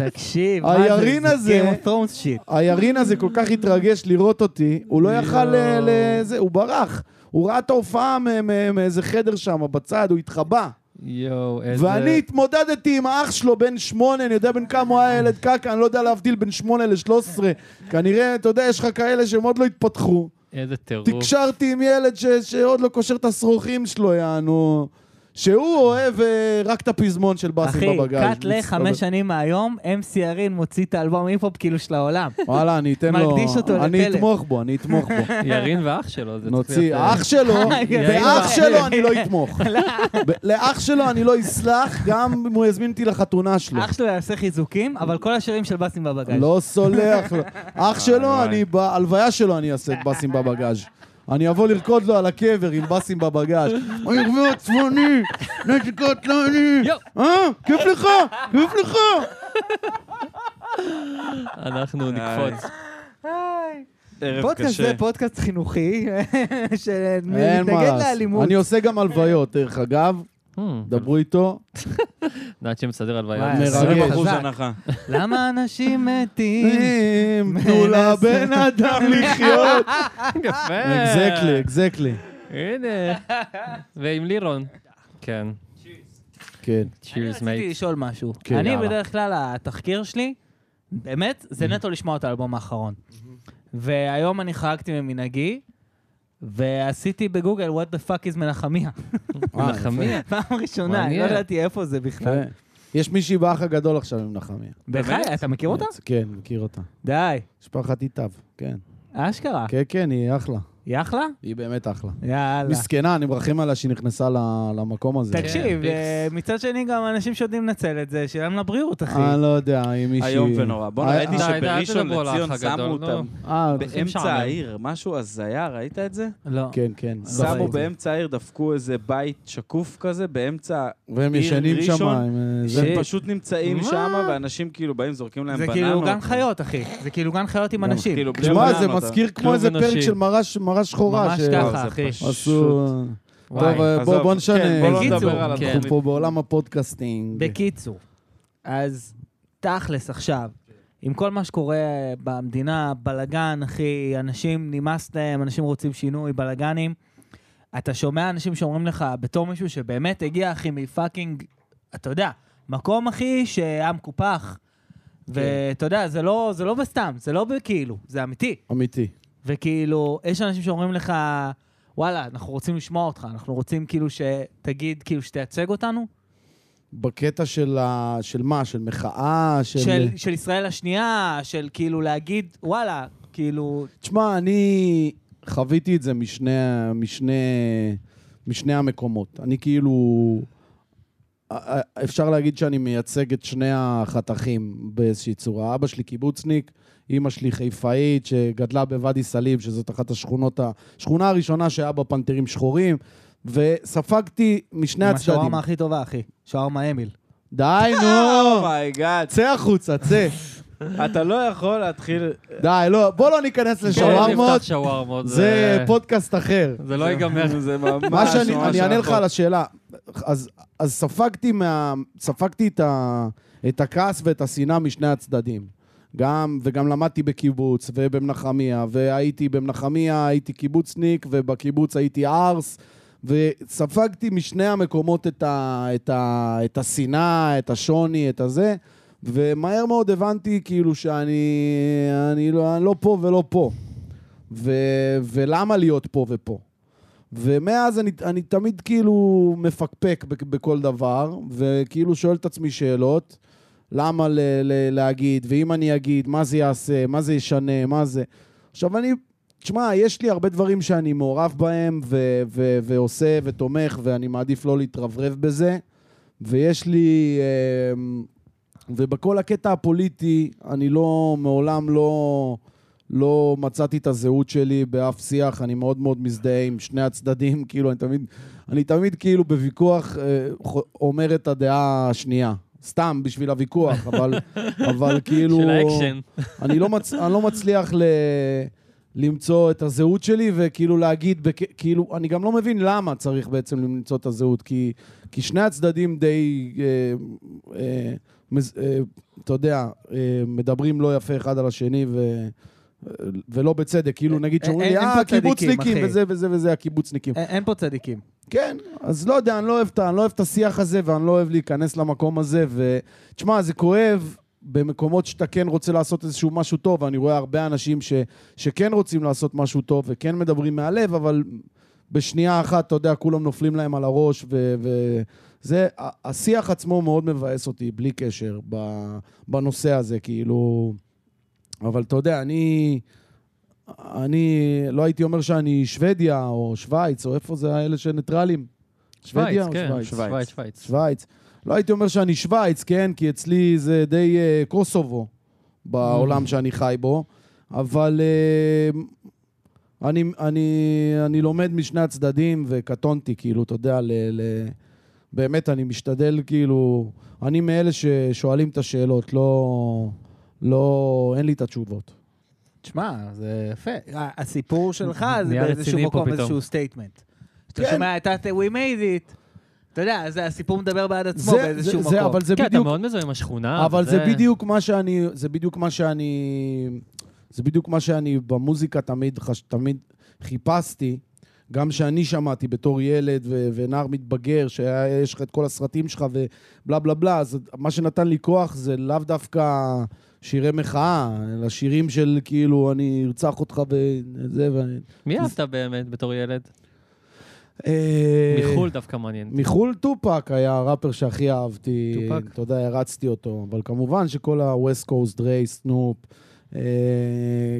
Speaker 2: תקשיב, מה זה?
Speaker 3: הירין
Speaker 2: זה
Speaker 3: הזה-
Speaker 2: Game of Thrones שיט.
Speaker 3: הירין הזה כל כך התרגש לראות אותי, הוא לא יכל ל- לזה, הוא ברח. הוא ראה את ההופעה מ- מ- מאיזה חדר שם בצד, הוא התחבא.
Speaker 1: יואו, איזה...
Speaker 3: ואני התמודדתי עם האח שלו בן שמונה, אני יודע בן כמה הוא היה ילד קקע, אני לא יודע להבדיל בין שמונה לשלוש עשרה. כנראה, אתה יודע, יש לך כאלה שהם עוד לא התפתחו.
Speaker 1: איזה טירוף.
Speaker 3: תקשרתי עם ילד ש- שעוד לא קושר את השרוכים שלו, יענו. שהוא אוהב אה, רק את הפזמון של באסי
Speaker 2: אחי,
Speaker 3: בבגאז'.
Speaker 2: קאט לחמש שנים מהיום, MC ירין מוציא את האלבום היפ-הופ כאילו של העולם.
Speaker 3: וואלה, אני אתן לו...
Speaker 2: מקדיש אותו
Speaker 3: אני
Speaker 2: לפלא.
Speaker 3: אתמוך בו, אני אתמוך בו.
Speaker 1: ירין ואח שלו, זה צריך
Speaker 3: נוציא,
Speaker 1: להיות, אה,
Speaker 3: האח שלו,
Speaker 2: ירין
Speaker 3: באח
Speaker 2: ואח.
Speaker 3: שלו אני לא אתמוך. ב- לאח שלו אני לא אסלח, גם אם הוא יזמין אותי לחתונה שלו.
Speaker 2: אח שלו יעשה חיזוקים, אבל כל השירים של באסים בבגאז'.
Speaker 3: לא סולח לו. אח
Speaker 1: אה,
Speaker 3: שלו,
Speaker 4: וואי.
Speaker 3: אני, בהלוויה שלו אני אעשה את באסים בבגאז'. אני אבוא לרקוד לו על הקבר עם באסים בבגאז'. אוי, ירבי עצמני, נשק עצמני.
Speaker 1: יואו.
Speaker 3: לא אה? כיף לך, כיף לך.
Speaker 1: אנחנו נקפוץ.
Speaker 4: ערב
Speaker 2: פודקאסט
Speaker 4: קשה.
Speaker 2: זה פודקאסט חינוכי,
Speaker 3: אין מה
Speaker 2: שמתנגד
Speaker 3: לעשות.
Speaker 2: לאלימות.
Speaker 3: אני עושה גם הלוויות, דרך אגב.
Speaker 1: Hmm,
Speaker 3: דברו איתו.
Speaker 1: נאצ'י מסדר הלוויה.
Speaker 2: וואי,
Speaker 3: מרגש.
Speaker 2: סרט
Speaker 4: 20%
Speaker 2: חזק.
Speaker 4: הנחה.
Speaker 2: למה אנשים
Speaker 3: אה,
Speaker 2: מתים?
Speaker 3: אם תנו לבן אדם לחיות.
Speaker 1: יפה.
Speaker 3: אקזקלי, אקזקלי.
Speaker 1: הנה. ועם לירון. כן.
Speaker 3: כן.
Speaker 1: צ'ירס
Speaker 2: אני רציתי
Speaker 1: מייט.
Speaker 2: לשאול משהו.
Speaker 3: כן,
Speaker 2: אני
Speaker 1: יאללה.
Speaker 2: בדרך כלל, התחקיר שלי,
Speaker 3: Mm-hmm.
Speaker 2: באמת, זה נטו לשמוע את האלבום האחרון. והיום אני חרגתי ממנהגי, ועשיתי בגוגל, what the fuck is מנחמיה.
Speaker 3: אה,
Speaker 1: נחמיה.
Speaker 2: פעם ראשונה, אני לא
Speaker 1: מעניין.
Speaker 2: ידעתי איפה זה
Speaker 3: יפה.
Speaker 2: בכלל.
Speaker 3: יש מישהי באח הגדול עכשיו עם נחמיה.
Speaker 2: בחיי, אתה מכיר אותה?
Speaker 3: כן, מכיר אותה.
Speaker 2: די,
Speaker 3: משפחת איתיו, כן.
Speaker 4: אה.
Speaker 2: אשכרה.
Speaker 3: כן, כן, היא אחלה.
Speaker 2: היא אחלה?
Speaker 3: היא באמת אחלה.
Speaker 2: יאללה.
Speaker 3: מסכנה, אני מרחם עליה שהיא נכנסה ל- למקום הזה.
Speaker 2: תקשיב,
Speaker 1: כן,
Speaker 2: אה, מצד שני גם אנשים שיודעים לנצל את זה, שלהם לבריאות, אחי.
Speaker 3: אני לא יודע, אם מישהי...
Speaker 4: איום ונורא. בוא'נה,
Speaker 3: אה,
Speaker 1: די,
Speaker 4: ראיתי
Speaker 1: די, אל
Speaker 4: שבראשון
Speaker 1: תדברו על האח
Speaker 4: לציון שמו
Speaker 1: הגדול, נו.
Speaker 4: אותם
Speaker 3: אה,
Speaker 1: משעמם.
Speaker 4: באמצע העיר, משהו הזיה, ראית את זה?
Speaker 2: לא.
Speaker 3: כן, כן.
Speaker 4: שמו
Speaker 3: ראיתי.
Speaker 4: באמצע העיר, דפקו איזה בית שקוף כזה, באמצע...
Speaker 3: והם
Speaker 4: עיר
Speaker 3: ישנים שם,
Speaker 4: ראשון,
Speaker 3: הם... אה, זה-
Speaker 4: הם פשוט נמצאים
Speaker 1: מה?
Speaker 4: שם, ואנשים כאילו באים, זורקים להם
Speaker 2: זה
Speaker 4: בננות.
Speaker 2: כאילו גן חיות, אחי. זה כאילו גן חיות עם
Speaker 3: גן-
Speaker 2: אנשים.
Speaker 4: כאילו, בלי
Speaker 3: תשמע, זה
Speaker 4: בננות.
Speaker 3: מזכיר כמו
Speaker 1: כלום
Speaker 3: איזה
Speaker 1: אנושי.
Speaker 3: פרק של מראה ש- מראה שחורה.
Speaker 2: ממש
Speaker 3: ש-
Speaker 4: לא,
Speaker 2: ככה,
Speaker 4: זה
Speaker 2: אחי.
Speaker 4: פשוט-
Speaker 3: עשו... טוב,
Speaker 2: וואי.
Speaker 3: אה, בוא
Speaker 4: עזוב,
Speaker 3: בוא נשנה.
Speaker 4: כן, בוא לא
Speaker 2: בקיצור,
Speaker 4: נדבר על
Speaker 1: כן.
Speaker 4: התוכנית.
Speaker 3: אנחנו פה בעולם הפודקאסטינג.
Speaker 2: בקיצור, אז תכלס עכשיו, עם כל מה שקורה במדינה, בלגן, אחי, אנשים נמאס להם, אנשים רוצים שינוי, בלגנים. אתה שומע אנשים שאומרים לך, בתור מישהו שבאמת הגיע, אחי, מפאקינג, אתה יודע, מקום, אחי, שהיה מקופח. ואתה יודע, זה לא, זה לא בסתם, זה לא בכאילו, זה אמיתי.
Speaker 3: אמיתי.
Speaker 2: וכאילו, יש אנשים שאומרים לך, וואלה, אנחנו רוצים לשמוע אותך, אנחנו רוצים כאילו שתגיד, כאילו שתייצג אותנו.
Speaker 3: בקטע של ה... של מה? של מחאה? של...
Speaker 2: של, של ישראל השנייה, של כאילו להגיד, וואלה, כאילו,
Speaker 3: תשמע, אני חוויתי את זה משני, משני, משני המקומות. אני כאילו... אפשר להגיד שאני מייצג את שני החתכים באיזושהי צורה. אבא שלי קיבוצניק, אימא שלי חיפאית שגדלה בוואדי סאליב, שזאת אחת השכונות, השכונה הראשונה שהיה בה פנתרים שחורים, וספגתי משני
Speaker 2: עם
Speaker 3: הצדדים.
Speaker 2: השווארמה הכי טובה, אחי. שווארמה אמיל.
Speaker 3: די, נו!
Speaker 4: אומייגאד,
Speaker 3: צא החוצה, צא.
Speaker 4: אתה לא יכול להתחיל...
Speaker 3: די, לא, בוא לא ניכנס לשווארמות,
Speaker 1: נפתח כן, שווארמות.
Speaker 3: זה פודקאסט אחר.
Speaker 1: זה לא ייגמר.
Speaker 4: זה ממש
Speaker 3: מה שאני,
Speaker 4: ממש
Speaker 3: אני אענה לך
Speaker 4: רחוק.
Speaker 3: על השאלה. אז, אז ספגתי, מה, ספגתי את, ה, את הכעס ואת השנאה משני הצדדים. גם, וגם למדתי בקיבוץ ובמנחמיה, והייתי במנחמיה, הייתי קיבוצניק, ובקיבוץ הייתי ערס, וספגתי משני המקומות את, ה, את, ה, את השנאה, את השוני, את הזה, ומהר מאוד הבנתי כאילו שאני אני לא, אני לא פה ולא פה. ו, ולמה להיות פה ופה? ומאז אני, אני תמיד כאילו מפקפק בכ- בכל דבר, וכאילו שואל את עצמי שאלות, למה ל, ל, להגיד, ואם אני אגיד, מה זה יעשה, מה זה ישנה, מה זה... עכשיו אני, תשמע, יש לי הרבה דברים שאני מעורב בהם, ו, ו, ועושה, ותומך, ואני מעדיף לא להתרברב בזה, ויש לי... אה, ובכל הקטע הפוליטי, אני לא, מעולם לא, לא מצאתי את הזהות שלי באף שיח, אני מאוד מאוד מזדהה עם שני הצדדים, כאילו, אני תמיד, אני תמיד כאילו בוויכוח אה, ח- אומר את הדעה השנייה. סתם, בשביל הוויכוח, אבל, אבל כאילו...
Speaker 1: של האקשן.
Speaker 3: אני לא, מצ... אני לא מצליח ל... למצוא את הזהות שלי וכאילו להגיד, בכ... כאילו, אני גם לא מבין למה צריך בעצם למצוא את הזהות, כי, כי שני הצדדים די, אה, אה, מז... אה, אתה יודע, אה, מדברים לא יפה אחד על השני ו... ולא בצדק, כאילו נגיד
Speaker 2: אין-
Speaker 3: שאומרים לי,
Speaker 2: אין- אין
Speaker 3: אה,
Speaker 2: פה צדיקים,
Speaker 3: הקיבוצניקים
Speaker 2: אחי." אה.
Speaker 3: וזה וזה וזה, הקיבוצניקים.
Speaker 2: אין- אין פה צדיקים.
Speaker 3: כן, אז לא יודע, אני לא אוהב, את ה- אני לא אוהב את השיח הזה, ואני לא אוהב להיכנס למקום הזה, ו... תשמע, זה כואב במקומות שאתה כן רוצה לעשות איזשהו משהו טוב, ואני רואה הרבה אנשים ש... שכן רוצים לעשות משהו טוב, וכן מדברים מהלב, אבל בשנייה אחת, אתה יודע, כולם נופלים להם על הראש, ו... ו... זה, ה- השיח עצמו מאוד מבאס אותי, בלי קשר, ב- בנושא הזה, כאילו... אבל אתה יודע, אני... אני לא הייתי אומר שאני שוודיה או שווייץ, או איפה זה האלה שניטרלים? שוודיה
Speaker 1: שווייץ,
Speaker 3: או
Speaker 1: כן.
Speaker 3: שווייץ?
Speaker 1: שווייץ, שווייץ.
Speaker 3: שווייץ. לא הייתי אומר שאני שווייץ, כן? כי אצלי זה די אה, קוסובו
Speaker 2: Mm.
Speaker 3: בעולם שאני חי בו, אבל אה, אני, אני, אני לומד משני הצדדים וקטונתי, כאילו, אתה יודע, ל, ל... באמת, אני משתדל, כאילו... אני מאלה ששואלים את השאלות, לא... לא... אין לי את התשובות.
Speaker 2: תשמע, זה יפה. ה- הסיפור שלך זה
Speaker 1: נהיה
Speaker 2: באיזשהו
Speaker 1: רציני פה
Speaker 2: מקום,
Speaker 1: פתאום.
Speaker 2: איזשהו סטייטמנט. אתה
Speaker 3: כן.
Speaker 2: שומע את ה- We made it. אתה יודע, זה הסיפור מדבר בעד עצמו
Speaker 3: זה-
Speaker 2: באיזשהו
Speaker 3: זה-
Speaker 2: מקום.
Speaker 3: זה, אבל זה
Speaker 1: כן, אתה
Speaker 3: בדיוק...
Speaker 1: מאוד מזוהה עם השכונה.
Speaker 3: אבל זה בדיוק מה שאני, זה בדיוק מה שאני, זה בדיוק מה שאני במוזיקה תמיד, חש, תמיד חיפשתי, גם שאני שמעתי בתור ילד ו, ונער מתבגר, שיש לך את כל הסרטים שלך ובלה בלה בלה, אז מה שנתן לי כוח זה לאו דווקא שירי מחאה, אלא שירים של כאילו, אני ארצח אותך וזה, ואני...
Speaker 1: מי אהבת באמת בתור ילד?
Speaker 3: אה,
Speaker 1: מחו"ל דווקא מעניין.
Speaker 3: מחו"ל טופק היה הראפר שהכי אהבתי.
Speaker 1: טופק?
Speaker 3: אתה יודע, הרצתי אותו. אבל כמובן שכל ה-West Coast, דריי, סנופ, אה,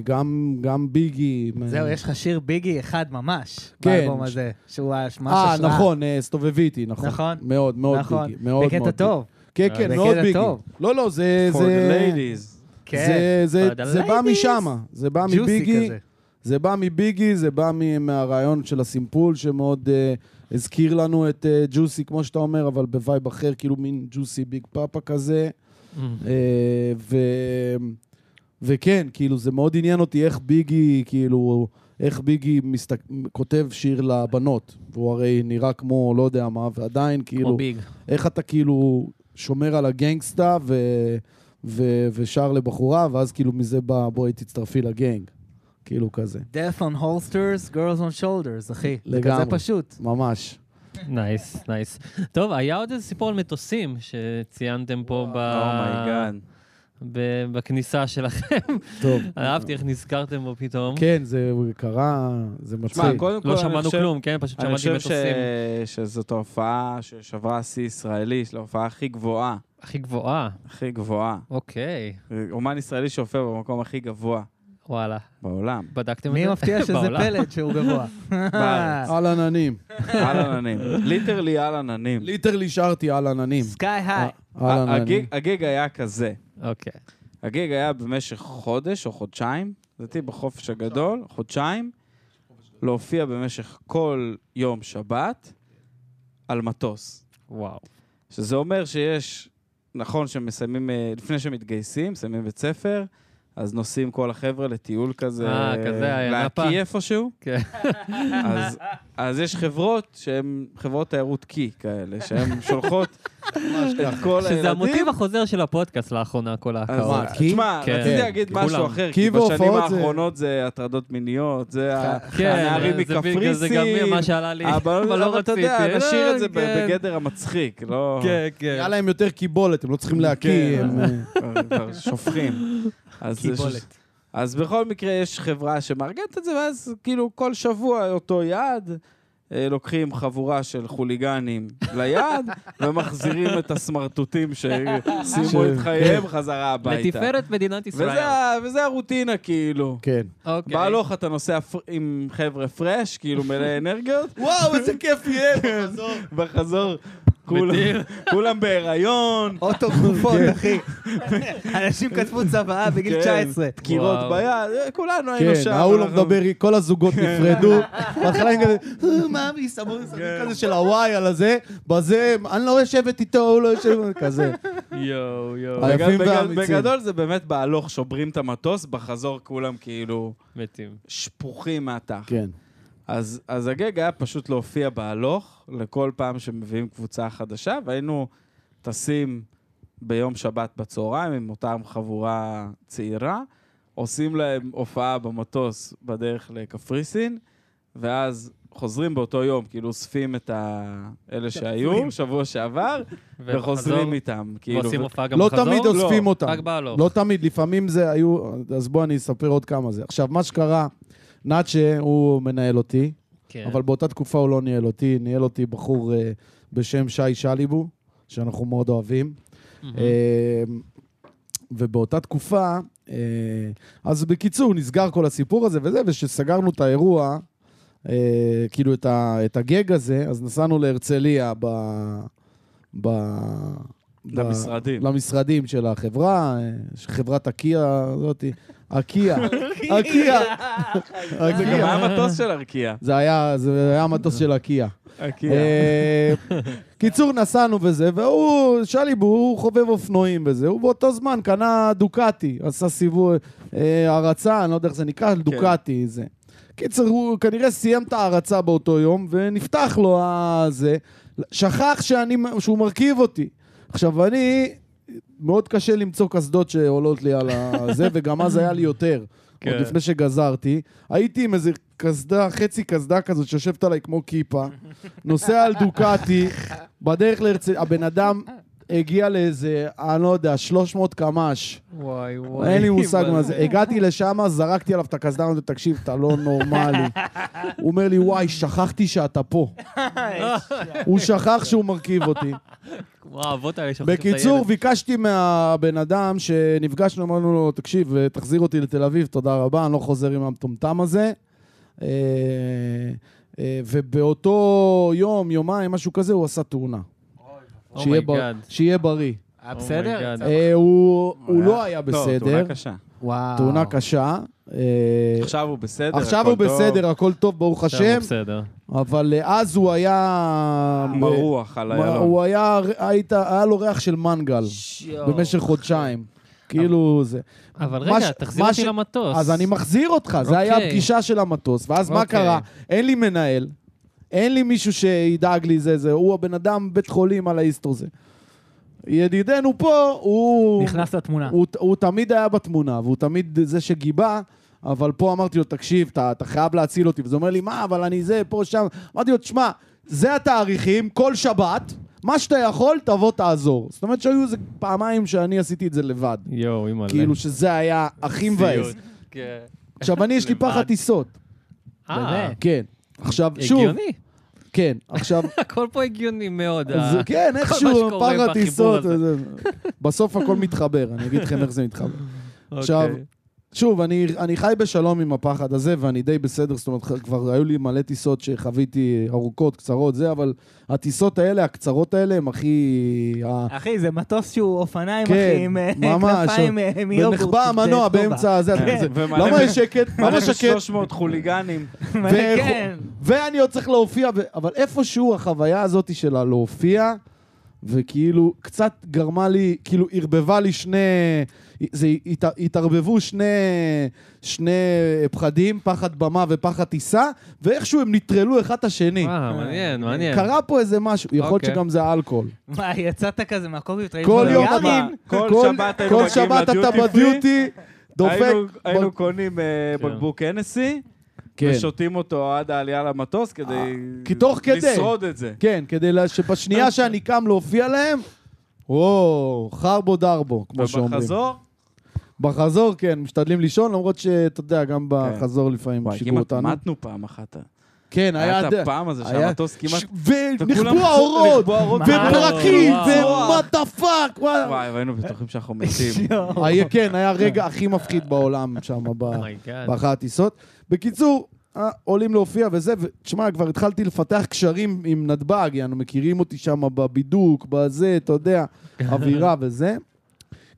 Speaker 3: גם, גם ביגי.
Speaker 2: זהו, יש לך שיר ביגי אחד ממש,
Speaker 3: כן.
Speaker 2: באלבום הזה, שהוא ממש
Speaker 3: אה,
Speaker 2: השראה.
Speaker 3: נכון, אה, סתובביתי, נכון.
Speaker 2: נכון.
Speaker 3: מאוד, מאוד
Speaker 2: נכון.
Speaker 3: ביגי. מאוד,
Speaker 2: בקטע
Speaker 3: מאוד
Speaker 2: טוב.
Speaker 3: ביגי. כן,
Speaker 1: בקטע
Speaker 3: כן, מאוד ביגי.
Speaker 2: טוב.
Speaker 3: לא, לא, זה...
Speaker 4: For
Speaker 3: זה-
Speaker 4: the ladies.
Speaker 2: כן,
Speaker 3: זה, זה,
Speaker 1: For the
Speaker 3: זה בא
Speaker 1: ladies.
Speaker 3: משם, זה בא
Speaker 2: ג'וסי
Speaker 3: מביגי,
Speaker 2: כזה.
Speaker 3: זה בא מביגי, זה בא מ- מהרעיון של הסימפול שמאוד אה, הזכיר לנו את אה, ג'וסי, כמו שאתה אומר, אבל בווייב אחר, כאילו מין ג'וסי ביג פאפה כזה.
Speaker 1: Mm.
Speaker 3: אה, ו... וכן, כאילו, זה מאוד עניין אותי איך ביגי, כאילו, איך ביגי מסתק... כותב שיר לבנות. והוא הרי נראה כמו לא יודע מה, ועדיין,
Speaker 1: כמו
Speaker 3: כאילו,
Speaker 1: ביג.
Speaker 3: איך אתה כאילו שומר על הגנגסטה ו... ו... ושר לבחורה, ואז כאילו מזה בא, בואי תצטרפי לגנג. כאילו כזה,
Speaker 2: Death on holsters, girls on shoulders, אחי.
Speaker 3: לגמרי.
Speaker 2: זה כזה פשוט.
Speaker 3: ממש.
Speaker 1: נייס, נייס. טוב, היה עוד איזה סיפור על מטוסים שציינתם פה ב...
Speaker 4: אומייגאד.
Speaker 1: אה, ב- בכניסה שלכם.
Speaker 3: טוב.
Speaker 1: אהבתי איך נזכרתם בו פתאום.
Speaker 3: כן, זה קרה, זה מצחיק.
Speaker 4: שמע, קודם כל,
Speaker 1: לא
Speaker 4: אני
Speaker 1: שמענו
Speaker 4: חושב-
Speaker 1: כלום, כן? פשוט
Speaker 4: אני
Speaker 1: שמעתי
Speaker 4: חושב ש...
Speaker 1: מטוסים
Speaker 4: שזאת ההופעה ששברה שיא ישראלי, של ההופעה הכי גבוהה.
Speaker 1: הכי גבוהה.
Speaker 4: הכי גבוהה.
Speaker 1: אוקיי,
Speaker 4: אומן ישראלי שהופיע במקום הכי גבוה
Speaker 1: וואלה.
Speaker 4: בעולם.
Speaker 1: בדקתם את זה?
Speaker 2: מי מפתיע שזה
Speaker 1: בעולם?
Speaker 2: פלט שהוא גבוה?
Speaker 4: בארץ.
Speaker 3: על עננים.
Speaker 4: על עננים. ליטרלי על עננים.
Speaker 3: ליטרלי שרתי על עננים.
Speaker 2: אה, סקאי
Speaker 3: אה,
Speaker 4: אה,
Speaker 2: היי.
Speaker 3: על עננים.
Speaker 4: הגיג- הגיג היה כזה.
Speaker 1: אוקיי.
Speaker 4: הגיג היה במשך חודש או חודשיים, לדעתי בחופש הגדול, חודשיים, להופיע במשך כל יום שבת על מטוס.
Speaker 1: וואו.
Speaker 4: שזה אומר שיש, נכון שמסיימים, אה, לפני שמתגייסים, מסיימים בית ספר, אז נוסעים כל החבר'ה לטיול כזה,
Speaker 1: אה, כזה, אה, נפה.
Speaker 4: להקיא איפשהו.
Speaker 1: כן.
Speaker 4: אז, אז יש חברות שהן חברות תיירות קי כאלה, שהן שולחות את כל הילדים. אה,
Speaker 1: שזה המוטיב החוזר של הפודקאסט לאחרונה, כל
Speaker 4: אז
Speaker 1: ההקאות.
Speaker 3: מה, קי?
Speaker 4: תשמע,
Speaker 1: כן.
Speaker 4: רציתי להגיד
Speaker 1: כולם.
Speaker 4: משהו אחר,
Speaker 3: קי
Speaker 4: כי בשנים
Speaker 3: והופעות זה-
Speaker 4: האחרונות זה הטרדות מיניות, זה ה-
Speaker 1: כן,
Speaker 4: הנערים
Speaker 1: זה בגלל זה גם
Speaker 4: מקפריסין,
Speaker 1: מה שעלה לי.
Speaker 4: הבנות,
Speaker 1: אבל לא
Speaker 4: אבל אתה יודע,
Speaker 1: רציתי.
Speaker 4: נשאיר את זה ב-
Speaker 1: כן.
Speaker 4: בגדר המצחיק, לא...
Speaker 1: כן, כן.
Speaker 3: היה להם יותר קיבולת, הם לא צריכים להקיא.
Speaker 4: כן.
Speaker 3: הם, אה,
Speaker 4: כבר- כבר שופכים. אז זה ש-
Speaker 2: קיבולת.
Speaker 4: אז בכל מקרה יש חברה שמארגנת את זה, ואז כאילו כל שבוע אותו יעד, אה, לוקחים חבורה של חוליגנים ליעד, ומחזירים את הסמרטוטים שסיימו את חייהם חזרה הביתה.
Speaker 1: לתפארת מדינת
Speaker 4: וזה,
Speaker 1: ישראל.
Speaker 4: ה- וזה הרוטינה, כאילו.
Speaker 3: כן.
Speaker 1: אוקיי.
Speaker 4: בהלוך אתה נוסע פר... עם חבר'ה פרש, כאילו מלא אנרגיות,
Speaker 3: וואו, איזה כיף יהיה, בחזור.
Speaker 4: בחזור כולם-
Speaker 1: בדיר.
Speaker 4: כולם בהיריון,
Speaker 2: אוטו גופות,
Speaker 3: כן.
Speaker 2: אחי. אנשים כתבו צוואה בגיל
Speaker 4: כן,
Speaker 2: 19.
Speaker 4: דקירות
Speaker 1: וואו.
Speaker 4: ביד, אה, כולנו היינו שם.
Speaker 3: כן, ההוא לא
Speaker 4: אנחנו- כן.
Speaker 3: מדבר, כל הזוגות נפרדו. בהתחלה הם כזה, "אה, מאמי, סמור, סמור,
Speaker 4: כן.
Speaker 3: כזה של הוואי על הזה, בזה, אני לא יושבת איתו, הוא לא יושב, כזה.
Speaker 1: יואו, יואו.
Speaker 3: היפים
Speaker 4: בגד- בגד-
Speaker 3: והאמיצים.
Speaker 4: בגדול זה באמת בהלוך שוברים את המטוס, בחזור כולם כאילו
Speaker 1: מתים.
Speaker 4: שפוכים מהתח.
Speaker 3: כן.
Speaker 4: אז, אז הגג היה פשוט להופיע בהלוך לכל פעם שמביאים קבוצה חדשה, והיינו טסים ביום שבת בצהריים עם אותם חבורה צעירה, עושים להם הופעה במטוס בדרך לקפריסין, ואז חוזרים באותו יום, כאילו אוספים את ה...
Speaker 3: כן,
Speaker 4: אלה שהיו שבוע שעבר, וחוזרים איתם. כאילו,
Speaker 1: ועושים
Speaker 4: ו-
Speaker 1: הופעה גם
Speaker 3: לא
Speaker 1: בחזור?
Speaker 3: תמיד אוספים אותם.
Speaker 1: רק בהלוך.
Speaker 3: לא תמיד, לפעמים זה היו, אז בוא אני אספר עוד כמה זה. עכשיו, מה שקרה, נאצ'ה, הוא מנהל אותי,
Speaker 1: כן.
Speaker 3: אבל באותה תקופה הוא לא ניהל אותי, ניהל אותי בחור אה, בשם שי שליבו, שאנחנו מאוד אוהבים.
Speaker 1: מהמם.
Speaker 3: אה, ובאותה תקופה, אה, אז בקיצור, נסגר כל הסיפור הזה וזה, וכשסגרנו את האירוע, אה, כאילו את, ה, את הגג הזה, אז נסענו להרצליה ב... ב... ב-
Speaker 4: למשרדים.
Speaker 3: למשרדים של החברה, אה, חברת אקיה הזאתי. אקיה, אקיה,
Speaker 4: זה גם
Speaker 3: אקיה.
Speaker 4: היה מטוס של ארקיע.
Speaker 3: זה היה, זה היה מטוס של אקיה.
Speaker 4: ארקיע.
Speaker 3: אה, קיצור, נסענו וזה, והוא, שליבו, הוא חובב אופנועים וזה, הוא באותו זמן קנה דוקטי, עשה סיבוב, אה, הרצה, אני לא יודע איך זה נקרא, דוקטי זה. קיצור, הוא כנראה סיים את ההרצה באותו יום, ונפתח לו הזה, שכח שאני, שהוא מרכיב אותי. עכשיו, אני, מאוד קשה למצוא קסדות שעולות לי על הזה, וגם אז היה לי יותר.
Speaker 1: כן.
Speaker 3: עוד לפני שגזרתי, הייתי עם איזה קסדה, חצי קסדה כזאת שיושבת עליי כמו כיפה, נוסע על דוקטי, בדרך להרצל... הבן אדם הגיע לאיזה, אני לא יודע, 300 קמ"ש.
Speaker 2: וואי, וואי.
Speaker 3: אין לי מושג מה זה. אה, הגעתי לשם, זרקתי עליו את הקסדה, אמרתי לו, תקשיב, אתה לא נורמלי. הוא אומר לי, וואי, שכחתי שאתה פה. הוא שכח שהוא מרכיב אותי.
Speaker 1: וואו, האבות האלה שוכחים את הילד. אה, oh
Speaker 3: בקיצור, ביקשתי מהבן אדם שנפגשנו, אמרנו לו, תקשיב, אה, תחזיר אותי לתל אביב, תודה רבה, אני לא חוזר עם המטומטם הזה. אה, אה, ובאותו יום, יומיים, משהו כזה, הוא עשה תאונה.
Speaker 1: Oh
Speaker 3: שיהיה
Speaker 1: my
Speaker 3: בר-
Speaker 1: God.
Speaker 3: שיהיה בריא.
Speaker 2: היה
Speaker 1: Oh
Speaker 2: בסדר?
Speaker 1: my God.
Speaker 3: אה, הוא הוא לא היה
Speaker 4: לא,
Speaker 3: בסדר, אה,
Speaker 4: תאונה קשה.
Speaker 2: וואו.
Speaker 3: תאונה קשה. אה,
Speaker 4: עכשיו הוא בסדר,
Speaker 3: עכשיו
Speaker 4: הכל
Speaker 3: הוא
Speaker 4: טוב.
Speaker 3: בסדר, הכל טוב, ברוך
Speaker 1: עכשיו הוא
Speaker 3: השם,
Speaker 1: בסדר.
Speaker 3: אבל אה, אז הוא היה...
Speaker 4: מרוח על
Speaker 3: מה-
Speaker 4: איילון.
Speaker 3: הוא היה, היית, היה לו ריח של מנגל במשך חודשיים. כאילו זה.
Speaker 1: אבל
Speaker 3: מה ש-
Speaker 1: רגע, תחזיר
Speaker 3: מה
Speaker 1: אותי
Speaker 3: ש-
Speaker 1: למטוס.
Speaker 3: אז אני מחזיר אותך, זה היה
Speaker 1: אוקיי.
Speaker 3: הפגישה של המטוס. ואז מה
Speaker 1: אוקיי.
Speaker 3: קרה? אין לי מנהל, אין לי מישהו שידאג לי זה, זה. הוא הבן אדם בית חולים על האיסטור זה. ידידנו פה, הוא...
Speaker 2: נכנס
Speaker 1: אה.
Speaker 2: לתמונה.
Speaker 3: הוא, הוא תמיד היה בתמונה, והוא תמיד זה שגיבה, אבל פה אמרתי לו, תקשיב, אתה, אתה חייב להציל אותי. וזה אומר לי, מה, אבל אני זה, פה, שם. אמרתי לו, תשמע, זה התאריכים, כל שבת, מה שאתה יכול, תבוא, תעזור. זאת אומרת שהיו איזה פעמיים שאני עשיתי את זה לבד.
Speaker 1: יואו, אימא.
Speaker 3: כאילו שזה היה הכי מבאס.
Speaker 1: כן.
Speaker 3: עכשיו, אני, יש לי
Speaker 1: לבד.
Speaker 3: פחד טיסות.
Speaker 1: אה,
Speaker 2: באמת.
Speaker 3: כן. עכשיו, שוב,
Speaker 1: הגיוני.
Speaker 3: כן, עכשיו,
Speaker 1: הכל פה הגיוני מאוד. אה.
Speaker 3: אז
Speaker 1: ה-
Speaker 3: כן,
Speaker 1: מה
Speaker 3: איכשהו,
Speaker 1: שקורה
Speaker 3: פחד
Speaker 1: בחיבור
Speaker 3: טיסות.
Speaker 1: הזה.
Speaker 3: זה- בסוף הכל מתחבר, אני אגיד לכם איך זה מתחבר. עכשיו,
Speaker 1: אוקיי.
Speaker 3: שוב, אני, אני חי בשלום עם הפחד הזה, ואני די בסדר, זאת אומרת, כבר היו לי מלא טיסות שחוויתי ארוכות, קצרות, זה, אבל הטיסות האלה, הקצרות האלה, הם הכי... ה-
Speaker 2: אחי, זה מטוס שהוא אופניים,
Speaker 3: כן,
Speaker 2: אחי, עם אה,
Speaker 3: ממש.
Speaker 2: כנפיים אה, מיוגורט.
Speaker 3: ונחבא המנוע
Speaker 2: זה אה.
Speaker 3: באמצע הזה. אתה-
Speaker 4: כן,
Speaker 3: זה-
Speaker 4: ומלא
Speaker 3: למה
Speaker 4: ב-
Speaker 3: יש שקט?
Speaker 4: מלא
Speaker 3: למה שקט?
Speaker 4: ב-300 חוליגנים.
Speaker 2: טובה.
Speaker 3: ואיך-
Speaker 2: כן.
Speaker 3: ואני עוד צריך להופיע, ו- אבל איפשהו החוויה הזאת של הלהופיע, וכאילו קצת גרמה לי, כאילו ערבבה לי שני, זה הת, התערבבו שני, שני פחדים, פחד במה ופחד טיסה, ואיכשהו הם נטרלו אחד את השני.
Speaker 1: וואו, מעניין, אה, מעניין.
Speaker 3: אה, קרה פה איזה משהו, יכול להיות
Speaker 1: אוקיי.
Speaker 3: שגם זה האלכוהול.
Speaker 2: מה, יצאת כזה מהקוקפיט, ראית
Speaker 3: כל
Speaker 2: אותו
Speaker 3: יום
Speaker 2: יארי?
Speaker 3: אתה,
Speaker 4: כל שבת היינו
Speaker 3: כל
Speaker 4: מגיעים
Speaker 3: שבת אתה
Speaker 4: לדיוטי
Speaker 3: בדיוטי, דופק,
Speaker 4: היינו- היינו
Speaker 3: ב-
Speaker 4: קונים אה,
Speaker 1: כן.
Speaker 4: בקבוק הנסי,
Speaker 3: כן.
Speaker 4: ושותים אותו עד העלייה למטוס כדי
Speaker 3: כי תוך כדי.
Speaker 4: לשרוד את זה.
Speaker 3: כן, כדי לה- שבשנייה שאני קם להופיע להם, וואו, חרבו דרבו, כמו שאומרים.
Speaker 4: ובחזור,
Speaker 3: בחזור, כן, משתדלים לישון, למרות שאתה יודע, גם בחזור לפעמים
Speaker 4: כן. וואי,
Speaker 3: שיגעו
Speaker 4: כמעט
Speaker 3: אותנו.
Speaker 4: מתנו פעם אחת.
Speaker 3: כן, היה...
Speaker 4: היה את
Speaker 3: ד-
Speaker 4: הפעם הזה
Speaker 3: היה-
Speaker 4: שהמטוס כמעט...
Speaker 3: ש-
Speaker 4: וכולם
Speaker 3: ונחבו
Speaker 4: חזרו-
Speaker 3: האורות,
Speaker 4: נחבו האורות.
Speaker 3: ופרקים,
Speaker 1: וואו.
Speaker 3: ומה דה פאק, וואי.
Speaker 4: וואי, והיינו בטוחים שאנחנו מתים.
Speaker 2: יואו.
Speaker 3: היה- כן, היה הרגע הכי מפחיד בעולם שם, ב-
Speaker 1: Oh אומייגאד.
Speaker 3: באחת הטיסות. בקיצור, אה, עולים להופיע וזה, ותשמע, כבר התחלתי לפתח קשרים עם נתב"ג, יענו, מכירים אותי שם בבידוק, בזה, אתה יודע, אווירה וזה.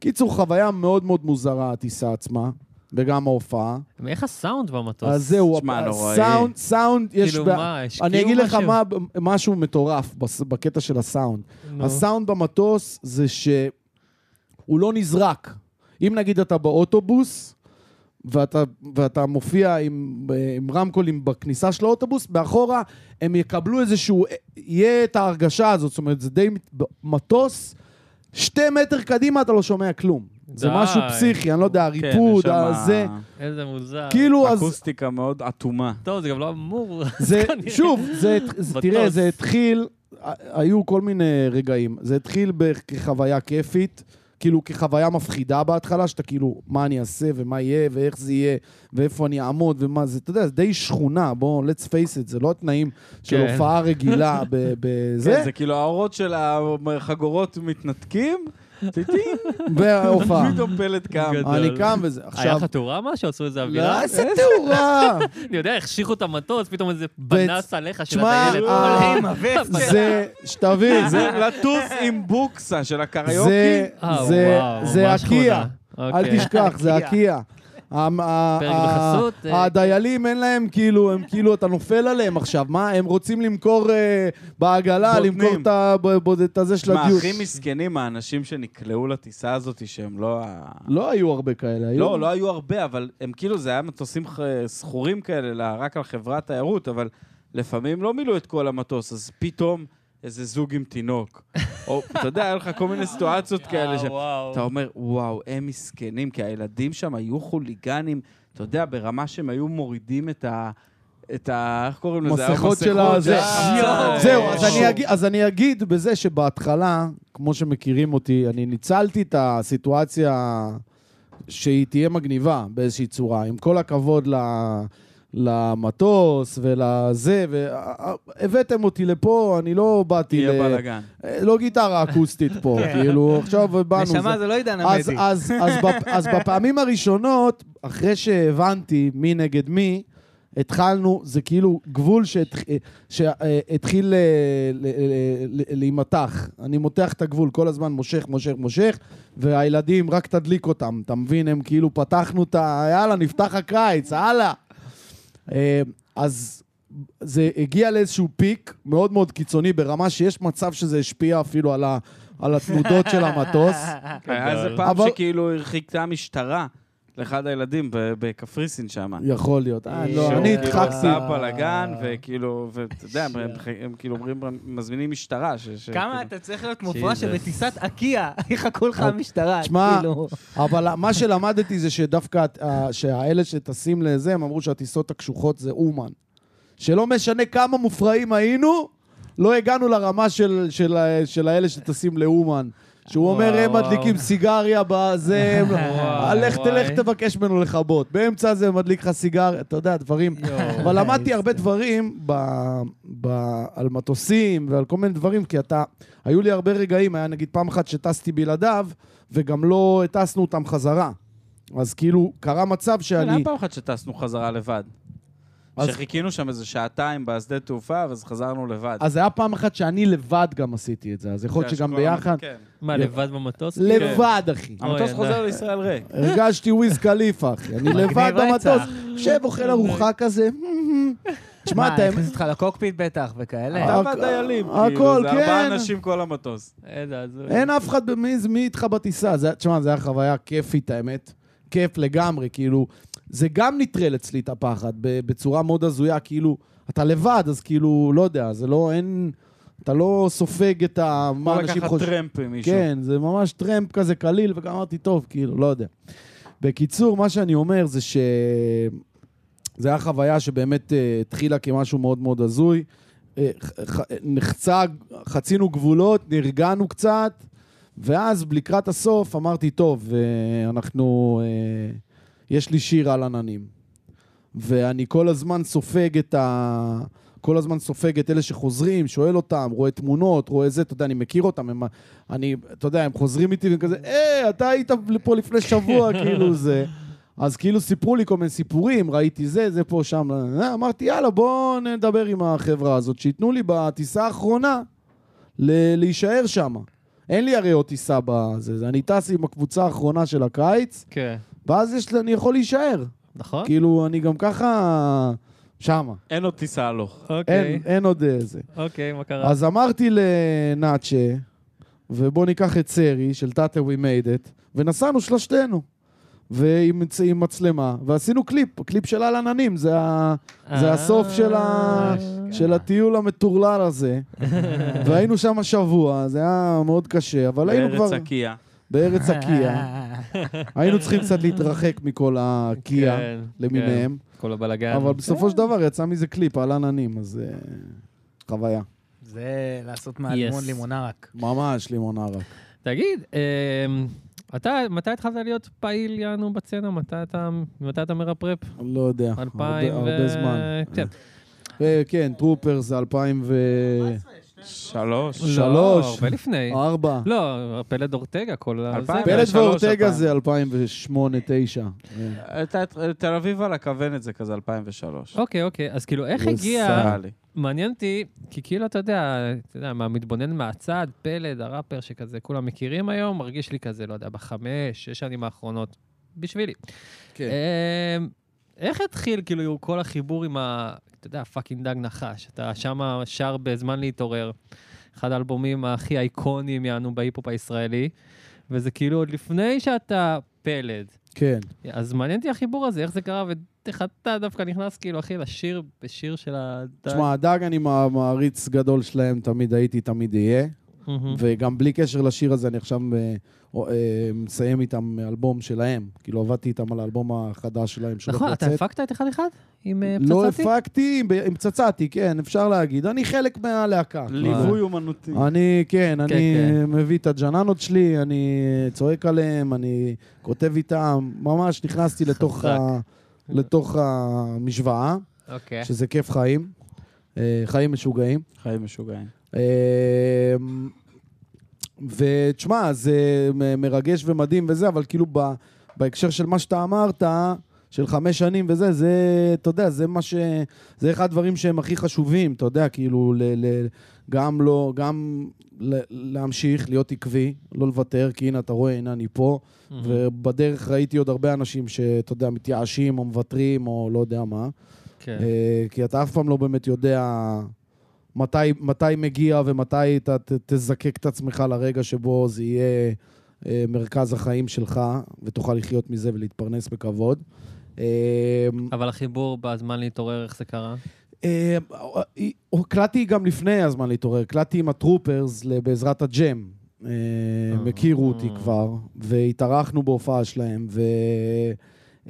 Speaker 3: קיצור, חוויה מאוד מאוד מוזרה, הטיסה עצמה, וגם ההופעה.
Speaker 1: איך הסאונד במטוס?
Speaker 3: אז זהו,
Speaker 4: תשמע,
Speaker 3: הפ-
Speaker 4: נוראי.
Speaker 3: סאונד, סאונד, יש...
Speaker 1: כאילו,
Speaker 3: בע-
Speaker 1: מה, השקיעו
Speaker 3: אני אגיד לך
Speaker 1: משהו?
Speaker 3: מה, משהו מטורף בס- בקטע של הסאונד.
Speaker 1: נו.
Speaker 3: הסאונד במטוס זה שהוא לא נזרק. אם נגיד אתה באוטובוס, ואתה, ואתה מופיע עם, עם רמקולים בכניסה של האוטובוס, מאחורה הם יקבלו איזשהו, אה, יהיה את ההרגשה הזאת, זאת אומרת, זה די מת- מטוס, שתי מטר קדימה אתה לא שומע כלום. זה
Speaker 1: די.
Speaker 3: משהו פסיכי, אני לא יודע,
Speaker 4: כן,
Speaker 3: הריפוד,
Speaker 4: יש שם
Speaker 3: הזה.
Speaker 1: איזה מוזר.
Speaker 3: כאילו, אז
Speaker 4: אקוסטיקה מאוד אטומה.
Speaker 1: טוב, זה גם לא אמור.
Speaker 3: זה, שוב, זה, זה,
Speaker 1: מטוס.
Speaker 3: תראה, זה התחיל, היו כל מיני רגעים. זה התחיל ב- כחוויה כיפית, כאילו כחוויה מפחידה בהתחלה, שאתה כאילו, מה אני אעשה ומה יהיה ואיך זה יהיה ואיפה אני אעמוד ומה זה, אתה יודע, זה די שכונה, בואו, let's face it, זה לא התנאים של
Speaker 1: כן.
Speaker 3: הופעה רגילה ב-
Speaker 4: כן,
Speaker 3: בזה,
Speaker 4: זה כאילו האורות של החגורות מתנתקים, טיטים,
Speaker 3: והופעה.
Speaker 4: פתאום פלט קם.
Speaker 1: גדול.
Speaker 3: אני קם וזה,
Speaker 1: היה
Speaker 3: עכשיו...
Speaker 1: לך תאורה משהו? עשו איזה
Speaker 3: לא,
Speaker 1: אווירה?
Speaker 3: איזה תאורה!
Speaker 1: אני יודע, החשיכו את המטוס, פתאום איזה פנס עליך של
Speaker 3: תשמע,
Speaker 1: הטיילת.
Speaker 3: אה,
Speaker 1: אבל
Speaker 2: אלוהים, הבן.
Speaker 3: זה, שתבין,
Speaker 4: זה לטוס עם בוקסה של
Speaker 3: זה,
Speaker 4: הקריוקי.
Speaker 1: אה,
Speaker 3: זה,
Speaker 1: וואו,
Speaker 3: זה
Speaker 1: ממש
Speaker 3: הקיע.
Speaker 1: חולה.
Speaker 3: אל
Speaker 1: אוקיי.
Speaker 3: תשכח, זה הקיע. המ- ה-
Speaker 1: פרק
Speaker 3: ה-
Speaker 1: בחסות, אה,
Speaker 3: הדיילים אין להם כאילו, הם כאילו, אתה נופל עליהם עכשיו, מה? הם רוצים למכור אה, בעגלה,
Speaker 4: בוטנים.
Speaker 3: למכור את ה- ב- ב- את הזה של
Speaker 4: מה,
Speaker 3: הדיוט.
Speaker 4: הכי מסכנים האנשים שנקלעו לטיסה הזאת, שהם לא... ה-
Speaker 3: לא היו הרבה כאלה, היו.
Speaker 4: לא, לא היו הרבה, אבל הם כאילו, זה היה מטוסים ח- סחורים כאלה, לה- רק על חברת תיירות, אבל לפעמים לא מילאו את כל המטוס, אז פתאום איזה זוג עם תינוק. או, אתה יודע, היה לך כל מיני
Speaker 3: אה,
Speaker 4: סיטואציות כאלה ש...
Speaker 1: וואו.
Speaker 4: אתה אומר, וואו, הם מסכנים, כי הילדים שם היו חוליגנים, אתה יודע, ברמה שהם היו מורידים את ה... את ה... איך קוראים לזה?
Speaker 3: מסכות של הזה.
Speaker 4: אה,
Speaker 3: זהו,
Speaker 4: אה,
Speaker 3: אז אני, אגיד, אז אני אגיד בזה שבהתחלה, כמו שמכירים אותי, אני ניצלתי את הסיטואציה שהיא תהיה מגניבה באיזושהי צורה. עם כל הכבוד ל... למטוס ולזה, והבאתם אותי לפה, אני לא באתי,
Speaker 4: אה, יהיה
Speaker 3: ל...
Speaker 4: בלאגן.
Speaker 3: לא גיטרה אקוסטית פה, כאילו, עכשיו באנו.
Speaker 2: נשמה זה לא עידן
Speaker 3: אז,
Speaker 2: עמדי.
Speaker 3: אז, אז, בפ, אז בפעמים הראשונות, אחרי שהבנתי מי נגד מי, התחלנו, זה כאילו גבול שהתחיל אה, להימתח. אני מותח את הגבול, כל הזמן מושך, מושך, מושך, והילדים, רק תדליק אותם, אתה מבין? הם כאילו פתחנו את ה... יאללה, נפתח הקיץ, הלאה. אה, אז זה הגיע לאיזשהו פיק מאוד מאוד קיצוני, ברמה שיש מצב שזה השפיע אפילו על, ה, על התנודות של המטוס.
Speaker 4: היה איזה
Speaker 1: אבל-
Speaker 4: פעם
Speaker 3: כן, אבל-
Speaker 4: שכאילו הרחיקתה משטרה לאחד הילדים ב- בקפריסין שם.
Speaker 3: יכול להיות. אה, לא,
Speaker 4: שהוא
Speaker 3: אני
Speaker 4: כאילו
Speaker 3: הדחקתי.
Speaker 4: עשה בלאגן, וכאילו, ואתה יודע, הם- הם- הם כאילו אומרים, מזמינים משטרה. ש- ש-
Speaker 2: כמה
Speaker 4: כאילו-
Speaker 2: אתה צריך להיות מופרע
Speaker 1: Jesus.
Speaker 2: שבטיסת אקיה יחכו לך
Speaker 3: אוקיי.
Speaker 2: המשטרה,
Speaker 3: תשמע,
Speaker 2: כאילו.
Speaker 3: אבל מה שלמדתי זה שדווקא אה, שהאלה שטסים לזה, הם אמרו שהטיסות הקשוחות זה אומן. שלא משנה כמה מופרעים היינו, לא הגענו לרמה של, של, ה- של האלה שטסים לאומן. שהוא אומר,
Speaker 1: וואו,
Speaker 3: הם
Speaker 1: וואו.
Speaker 3: מדליקים סיגריה בזה, הם-
Speaker 1: וואו,
Speaker 3: לך תלך
Speaker 1: וואי.
Speaker 3: תבקש ממנו לכבות. באמצע זה מדליק לך סיגריה, אתה יודע, דברים. אבל למדתי הרבה דברים ב- ב- על מטוסים ועל כל מיני דברים, כי אתה... היו לי הרבה רגעים, היה נגיד פעם אחת שטסתי בלעדיו, וגם לא הטסנו אותם חזרה. אז כאילו, קרה מצב
Speaker 4: כן, היה
Speaker 3: שאני...
Speaker 4: פעם אחת שטסנו חזרה לבד.
Speaker 3: אז-
Speaker 4: שחיכינו שם איזה שעתיים בשדה תעופה, ואז חזרנו לבד.
Speaker 3: אז היה פעם אחת שאני לבד גם עשיתי את זה, אז יכול להיות שגם ביחד.
Speaker 4: כן. לא,
Speaker 1: מה, לבד במטוס?
Speaker 3: לבד, אחי.
Speaker 1: אוי,
Speaker 4: המטוס
Speaker 1: די.
Speaker 4: חוזר לישראל ריק.
Speaker 3: כן. הרגשתי וויז קליפה, אחי. אני לבד
Speaker 2: רצח.
Speaker 3: במטוס. יושב, אוכל ארוחה כזה. תשמע,
Speaker 2: מה,
Speaker 3: אתה...
Speaker 2: הכניס אותך לקוקפיט בטח וכאלה.
Speaker 3: אה,
Speaker 4: אתה והדיילים,
Speaker 3: הכל,
Speaker 4: כאילו, זה ארבעה
Speaker 3: כן.
Speaker 4: אנשים כל המטוס.
Speaker 1: איזה הזוי.
Speaker 3: אין אף אחד, מי, מי איתך בטיסה? זה- תשמע, זו הייתה חוויה כיפית, האמת. כיף לגמרי, כאילו... זה גם נטרל אצלי את הפחד, ב- בצורה מאוד הזויה, כאילו... אתה לבד, אז כאילו, לא יודע, זה לא, אין... אתה לא סופג את ה... מה
Speaker 4: כמו
Speaker 3: אנשים
Speaker 4: לא לקחת
Speaker 3: חושבים.
Speaker 4: טרמפ עם מישהו.
Speaker 3: כן, זה ממש טרמפ כזה קליל, וגם אמרתי, טוב, כאילו, לא יודע. בקיצור, מה שאני אומר זה ש... זה היה חוויה שבאמת אה, התחילה כמשהו מאוד מאוד הזוי. אה, ח- ח- נחצה, חצינו גבולות, נרגענו קצת, ואז לקראת הסוף אמרתי, טוב, אה, אנחנו... אה, יש לי שיר על עננים. ואני כל הזמן סופג את ה... כל הזמן סופג את אלה שחוזרים, שואל אותם, רואה תמונות, רואה זה, אתה יודע, אני מכיר אותם, הם, אני, אתה יודע, הם חוזרים איתי והם כזה, אה, אתה היית פה לפני שבוע, כאילו זה. אז כאילו סיפרו לי כל מיני סיפורים, ראיתי זה, זה פה, שם, לא, לא, לא. אמרתי, יאללה, בואו נדבר עם החברה הזאת, שייתנו לי בטיסה האחרונה ל- להישאר שם. אין לי הרי עוד טיסה בזה, זה- אני טס עם הקבוצה האחרונה של הקיץ,
Speaker 1: כן.
Speaker 3: ואז יש, לי- אני יכול להישאר.
Speaker 1: נכון?
Speaker 3: כאילו, אני גם ככה שמה.
Speaker 4: אין עוד טיסה לא. הלוך.
Speaker 1: אוקיי,
Speaker 3: אין, אין עוד אה, זה.
Speaker 1: אוקיי, מה קרה?
Speaker 3: אז אמרתי לנאצ'ה, ובוא ניקח את סרי של תתה We Made It, ונסענו שלושתנו. ועם צ- עם מצלמה, ועשינו קליפ, הקליפ של על עננים, זה, ה... זה
Speaker 1: אה,
Speaker 3: הסוף של, ה...
Speaker 1: אשכרה.
Speaker 3: של הטיול המטורלל הזה. והיינו שם שבוע, זה היה מאוד קשה, אבל היינו כבר
Speaker 4: בארץ הקיה.
Speaker 3: בארץ הקיה. היינו צריכים קצת להתרחק מכל הקיה
Speaker 1: כן,
Speaker 3: למיניהם.
Speaker 1: כן. כל הבלגן.
Speaker 3: אבל בסופו של דבר יצא מזה קליפ על עננים, אז אה, חוויה.
Speaker 2: זה לעשות
Speaker 1: Yes.
Speaker 2: מהלימון לימונה רק.
Speaker 3: ממש לימונה רק.
Speaker 1: תגיד, אמ, אתה, מתי התחלת להיות פעיל יענו בצנה? מתי אתה, מתי אתה מרפרפ?
Speaker 3: לא יודע.
Speaker 1: אלפיים
Speaker 3: הרבה-
Speaker 1: ו...
Speaker 3: הרבה זמן.
Speaker 1: כן.
Speaker 3: אה, כן, טרופר זה 2004.
Speaker 4: שלוש.
Speaker 3: שלוש. אה.
Speaker 1: לא, הרבה לפני. לא, פלד אורטגה כל ה...
Speaker 4: אלפיים.
Speaker 1: זה.
Speaker 3: פלד
Speaker 4: שלוש,
Speaker 3: ואורטגה
Speaker 4: אלפיים.
Speaker 3: זה 2008-2009.
Speaker 4: הייתה את- תל אביב על הכוונת זה כזה 2003.
Speaker 1: אוקיי, אוקיי, אז כאילו, איך
Speaker 3: הוא
Speaker 1: הגיע...
Speaker 4: נראה לי.
Speaker 1: מעניין אותי, כי כאילו, אתה יודע, אתה יודע, מה, מתבונן מהצד, פלד, הראפר שכזה כולם מכירים היום, מרגיש לי כזה, לא יודע, בחמש, שש שנים האחרונות, בשבילי.
Speaker 3: כן.
Speaker 1: אמ, איך התחיל, כאילו, כל החיבור עם ה... אתה יודע, פאקינג דג נחש, אתה שמה שר בזמן להתעורר, אחד האלבומים הכי איקוניים, יענו, בהיפ-הופ הישראלי, וזה כאילו עוד לפני שאתה פלד.
Speaker 3: כן.
Speaker 1: אז מעניין אותי החיבור הזה, איך זה קרה, ואיך אתה דווקא נכנס, כאילו, אחי, לשיר, בשיר של הדג. Mm-hmm.
Speaker 3: תשמע, הדג אני מע- מעריץ גדול שלהם, תמיד הייתי, תמיד אהיה.
Speaker 1: מהמם.
Speaker 3: וגם בלי קשר לשיר הזה, אני עכשיו אה, או- אה, מסיים איתם אלבום שלהם. כאילו, עבדתי איתם על האלבום החדש שלהם, שהולך
Speaker 1: נכון, אתה
Speaker 3: לצאת.
Speaker 1: הפקת את אחד אחד? עם אה,
Speaker 3: לא
Speaker 1: פצצתי?
Speaker 3: הפקתי, ב- עם פצצתי, כן, אפשר להגיד. אני חלק מהלהקה.
Speaker 4: ליווי אומנותי.
Speaker 3: אני, כן, אני
Speaker 1: כן.
Speaker 3: מביא את הג'ננות שלי, אני צועק עליהם, אני כותב איתם, ממש נכנסתי לתוך, ה, לתוך המשוואה,
Speaker 1: אוקיי.
Speaker 3: שזה כיף חיים, אה, חיים משוגעים.
Speaker 4: חיים משוגעים.
Speaker 3: אה, ותשמע, זה מ- מרגש ומדהים וזה, אבל כאילו ב, בהקשר של מה שאתה אמרת, של חמש שנים וזה, זה, אתה יודע, זה מה ש... זה אחד הדברים שהם הכי חשובים, אתה יודע, כאילו, ל, ל, גם לא, גם ל, להמשיך, להיות עקבי, לא לוותר, כי הנה, אתה רואה, הנה אני פה, ובדרך ראיתי עוד הרבה אנשים שאתה יודע, מתייאשים או מוותרים או לא יודע מה.
Speaker 1: כן.
Speaker 3: אה, כי אתה אף פעם לא באמת יודע מתי, מתי מגיע ומתי אתה ת, תזקק את עצמך לרגע שבו זה יהיה אה, מרכז החיים שלך, ותוכל לחיות מזה ולהתפרנס בכבוד. אה,
Speaker 1: אבל החיבור בזמן להתעורר, איך זה קרה?
Speaker 3: אה, הקלטתי גם לפני הזמן להתעורר, הקלטתי עם הטרופרס ל- בעזרת הג'ם. אה, הם הכירו אותי כבר, והתארחנו בהופעה שלהם, ו...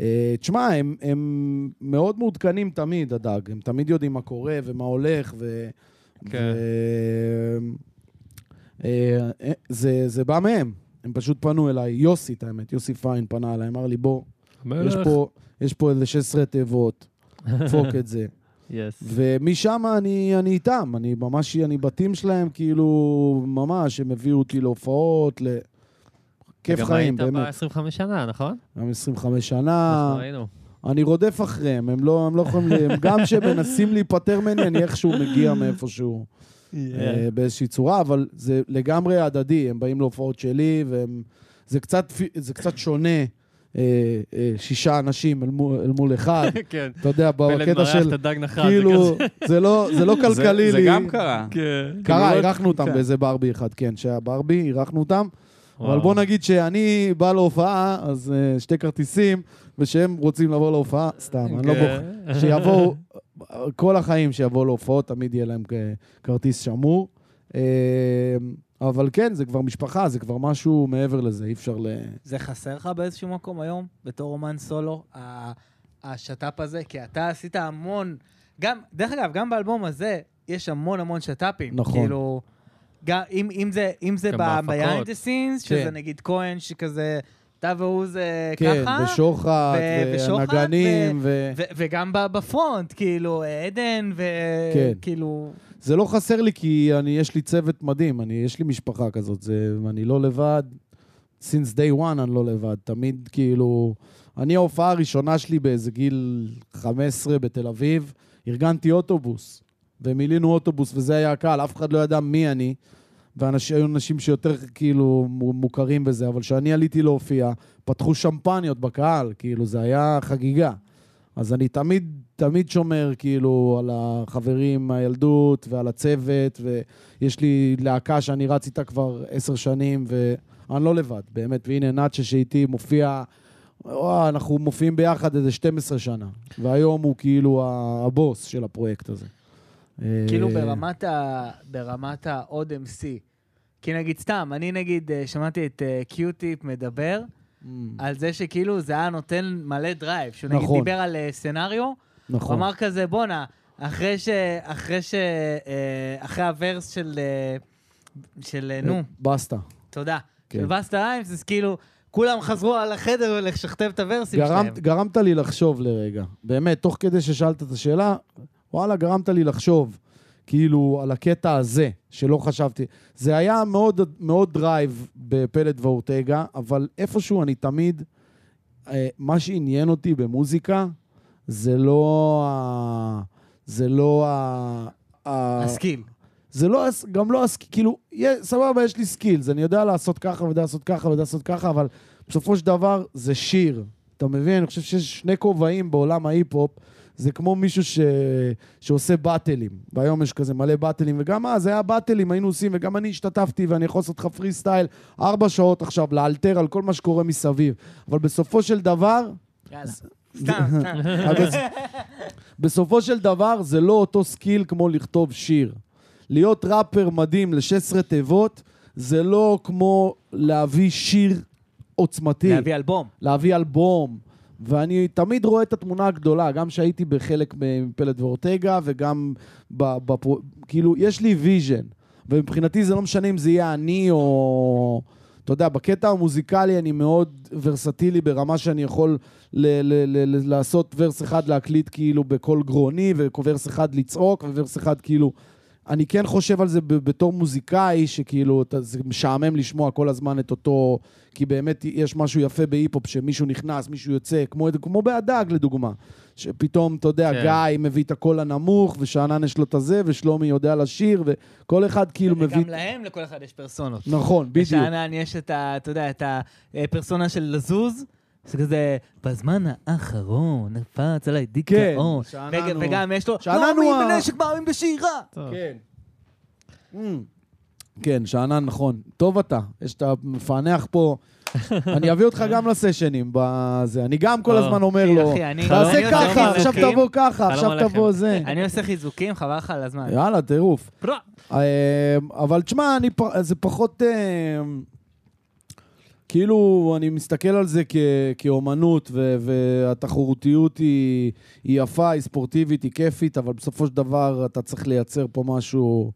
Speaker 3: אה, תשמע, הם, הם מאוד מעודכנים תמיד, הדג. הם תמיד יודעים מה קורה ומה הולך, ו...
Speaker 1: כן.
Speaker 3: ו... אה, אה, זה, זה בא מהם. הם פשוט פנו אליי, יוסי, את האמת, יוסי פיין פנה אליי, אמר לי, בוא, יש פה, יש פה איזה 16 תיבות, דפוק את זה.
Speaker 1: יס.
Speaker 3: ומשם אני, אני איתם, אני ממש, אני בתים שלהם, כאילו, ממש, הם הביאו אותי להופעות, ל... כיף חיים,
Speaker 1: גם היית נכון,
Speaker 3: באמת. אה.
Speaker 1: ב-25 שנה, נכון?
Speaker 3: גם 25 שנה,
Speaker 1: אנחנו ראינו.
Speaker 3: אני רודף אחריהם, הם לא, הם לא יכולים, ל- הם גם כשמנסים להיפטר ממני, אני איכשהו מגיע מאיפשהו, אה, באיזושהי צורה, אבל זה לגמרי הדדי, הם באים להופעות שלי, והם... זה קצת, פי- זה קצת שונה, אה, אה, שישה אנשים אל מול, אל מול אחד,
Speaker 1: כן.
Speaker 3: אתה יודע,
Speaker 1: פלד
Speaker 3: בקטע
Speaker 1: מרח
Speaker 3: של...
Speaker 1: את הדג נחש.
Speaker 3: כאילו, זה לא, זה לא
Speaker 4: זה-
Speaker 3: כלכלי לי.
Speaker 4: זה גם קרה.
Speaker 1: כן.
Speaker 3: קרה,
Speaker 4: כאילו,
Speaker 3: אירחנו אותם
Speaker 4: כן.
Speaker 3: באיזה ברבי אחד, כן, שהיה ברבי, אירחנו אותם. אבל בוא נגיד שאני בא להופעה, אז אה, שתי כרטיסים, ושהם רוצים לבוא להופעה,
Speaker 1: כן.
Speaker 3: סתם, אני לא
Speaker 4: כן.
Speaker 3: בוחר. שיבואו, כל החיים שיבואו להופעות, תמיד יהיה להם כ- כרטיס שמור. אה, אבל כן, זה כבר משפחה, זה כבר משהו מעבר לזה, אי אפשר ל...
Speaker 2: זה חסר לך באיזשהו מקום היום, בתור אומן סולו, ה- השת"פ הזה? כי אתה עשית המון, גם, דרך אגב, גם באלבום הזה יש המון המון שת"פים.
Speaker 3: נכון.
Speaker 2: כאילו, גם, אם, אם זה, אם זה
Speaker 1: גם
Speaker 2: ב-Behind
Speaker 1: בהפקות.
Speaker 2: the scenes, שזה
Speaker 3: כן.
Speaker 2: נגיד כהן, שכזה, אתה והוא זה
Speaker 3: כן,
Speaker 2: ככה,
Speaker 3: ושוחט,
Speaker 2: ו- ושוחט,
Speaker 3: והנגנים,
Speaker 2: ו-
Speaker 3: ו...
Speaker 2: ו- וגם ב- בפרונט, כאילו, עדן, כאילו,
Speaker 3: כן.
Speaker 2: וכאילו...
Speaker 3: זה לא חסר לי, כי אני, יש לי צוות מדהים, אני, יש לי משפחה כזאת, זה, אני לא לבד. since day one אני לא לבד, תמיד כאילו... אני ההופעה הראשונה שלי באיזה גיל 15 בתל אביב, ארגנתי אוטובוס, ומילינו אוטובוס, וזה היה הקהל, אף אחד לא ידע מי אני, והיו אנשים שיותר כאילו מו- מוכרים בזה, אבל כשאני עליתי להופיע, פתחו שמפניות בקהל, כאילו, זה היה חגיגה. אז אני תמיד, תמיד שומר כאילו על החברים מהילדות ועל הצוות, ויש לי להקה שאני רץ איתה כבר עשר שנים, ואני לא לבד, באמת. והנה נאצ'ה שאיתי מופיע, וואו, אנחנו מופיעים ביחד איזה 12 שנה, והיום הוא כאילו ה- הבוס של הפרויקט הזה.
Speaker 2: כאילו
Speaker 3: אה,
Speaker 2: ברמת, ה... ברמת העוד MC. כי נגיד סתם, אני נגיד אה, שמעתי את אה, קיוטיפ מדבר על זה שכאילו זה היה נותן מלא דרייב. שהוא נגיד
Speaker 3: נכון.
Speaker 2: דיבר על אה, סצנריו, הוא
Speaker 3: נכון.
Speaker 2: אמר כזה, בואנה, אחרי ש... אחרי ש... אה, אחרי הוורס של... אה, של... אה, נו,
Speaker 3: בסטה.
Speaker 2: תודה.
Speaker 3: כן.
Speaker 2: של בסטה איימס, אז כאילו, כולם חזרו על החדר לשכתב את הוורסים שלהם.
Speaker 3: גרמת, גרמת לי לחשוב לרגע. באמת, תוך כדי ששאלת את השאלה, וואלה, גרמת לי לחשוב, כאילו, על הקטע הזה, שלא חשבתי. זה היה מאוד, מאוד דרייב בפלט ואורטגה, אבל איפשהו אני תמיד... אה, מה שעניין אותי במוזיקה, זה לא ה... זה לא ה... ה-
Speaker 2: הסקיל.
Speaker 3: זה לא, הס- גם לא, הס- כאילו, יהיה, סבבה, יש לי סקילס, אני יודע לעשות ככה, ויודע לעשות ככה, ויודע לעשות ככה, אבל בסופו של דבר זה שיר. אתה מבין? אני חושב שיש שני כובעים בעולם ההיפ-הופ, זה כמו מישהו ש... שעושה באטלים. והיום יש כזה מלא באטלים, וגם אז היה באטלים, היינו עושים, וגם אני השתתפתי, ואני יכול לעשות לך פרי סטייל ארבע שעות עכשיו, לאלתר על כל מה שקורה מסביב. אבל בסופו של דבר,
Speaker 2: יאללה. סתם, סתם.
Speaker 3: אבל בס- בסופו של דבר, זה לא אותו סקיל כמו לכתוב שיר. להיות ראפר מדהים ל-16 תיבות, זה לא כמו להביא שיר עוצמתי.
Speaker 2: להביא אלבום.
Speaker 3: להביא אלבום. ואני תמיד רואה את התמונה הגדולה, גם שהייתי בחלק מפלט ואורטגה, וגם ב... בפרו... כאילו, יש לי ויז'ן. ומבחינתי זה לא משנה אם זה יהיה אני או... אתה יודע, בקטע המוזיקלי אני מאוד ורסטילי ברמה שאני יכול ל- ל- ל- ל- לעשות ורס אחד להקליט כאילו בקול גרוני, וורס אחד לצעוק, וורס אחד כאילו... אני כן חושב על זה ב- בתור מוזיקאי, שכאילו, אתה, זה משעמם לשמוע כל הזמן את אותו... כי באמת יש משהו יפה בהיפ-הופ, שמישהו נכנס, מישהו יוצא, כמו, כמו בהדג לדוגמה. שפתאום, אתה יודע,
Speaker 1: כן.
Speaker 3: גיא מביא את הקול הנמוך, ושאנן יש לו את הזה, ושלומי יודע לשיר, וכל אחד כאילו מביא...
Speaker 2: גם לא- להם, לכל אחד יש פרסונות.
Speaker 3: נכון, בדיוק.
Speaker 2: בשאנן יש את ה... אתה יודע, את הפרסונה של לזוז. זה כזה, בזמן האחרון, נפץ עליי דיכאון.
Speaker 3: שאנן
Speaker 2: וג-
Speaker 3: הוא-
Speaker 2: וגם יש לו,
Speaker 3: כן. שאנן
Speaker 2: לא
Speaker 3: הוא
Speaker 2: מאמין
Speaker 3: ה-
Speaker 2: בנשק, מאמין בשאירה.
Speaker 1: טוב.
Speaker 3: כן. כן, שאנן, נכון. טוב אתה, יש אתה מפענח פה. אני אביא אותך גם לסשנים בזה. אני גם כל
Speaker 1: או,
Speaker 3: הזמן אומר
Speaker 2: אחי,
Speaker 3: לו,
Speaker 2: אחי, אני- לא
Speaker 1: חלום
Speaker 3: תעשה ככה,
Speaker 1: עליכם.
Speaker 3: עכשיו תבוא ככה,
Speaker 1: חלום
Speaker 3: עכשיו
Speaker 1: עליכם.
Speaker 3: תבוא זה.
Speaker 2: אני עושה חיזוקים, חבל לך על הזמן.
Speaker 3: יאללה, טירוף.
Speaker 1: פרוע.
Speaker 3: אה, אבל תשמע, אני פ- זה פחות... אה, כאילו, אני מסתכל על זה כ- כאומנות, ו- והתחרותיות היא, היא יפה, היא ספורטיבית, היא כיפית, אבל בסופו של דבר אתה צריך לייצר פה משהו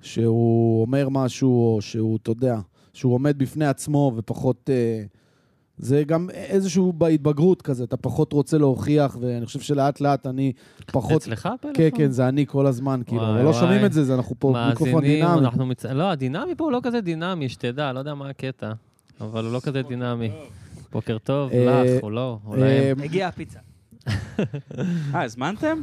Speaker 3: שהוא אומר משהו, או שהוא, אתה יודע, שהוא עומד בפני עצמו ופחות... אה, זה גם איזשהו בהתבגרות כזה, אתה פחות רוצה להוכיח, ואני חושב שלאט לאט אני פחות...
Speaker 1: אצלך הפלאפון?
Speaker 3: כן, כן, זה אני כל הזמן, כאילו,
Speaker 1: וואי,
Speaker 3: אבל לא
Speaker 1: וואי.
Speaker 3: שומעים את זה, זה אנחנו פה מיקרופון
Speaker 1: מאזינים,
Speaker 3: דינמי.
Speaker 1: אנחנו מצ... לא, הדינמי פה הוא לא כזה דינמי, שתדע, לא יודע מה הקטע. אבל הוא לא כזה דינמי. בוקר טוב,
Speaker 3: אה,
Speaker 1: לך, הוא לא,
Speaker 3: אה,
Speaker 1: אולי
Speaker 2: הגיעה הפיצה.
Speaker 4: אה, הזמנתם?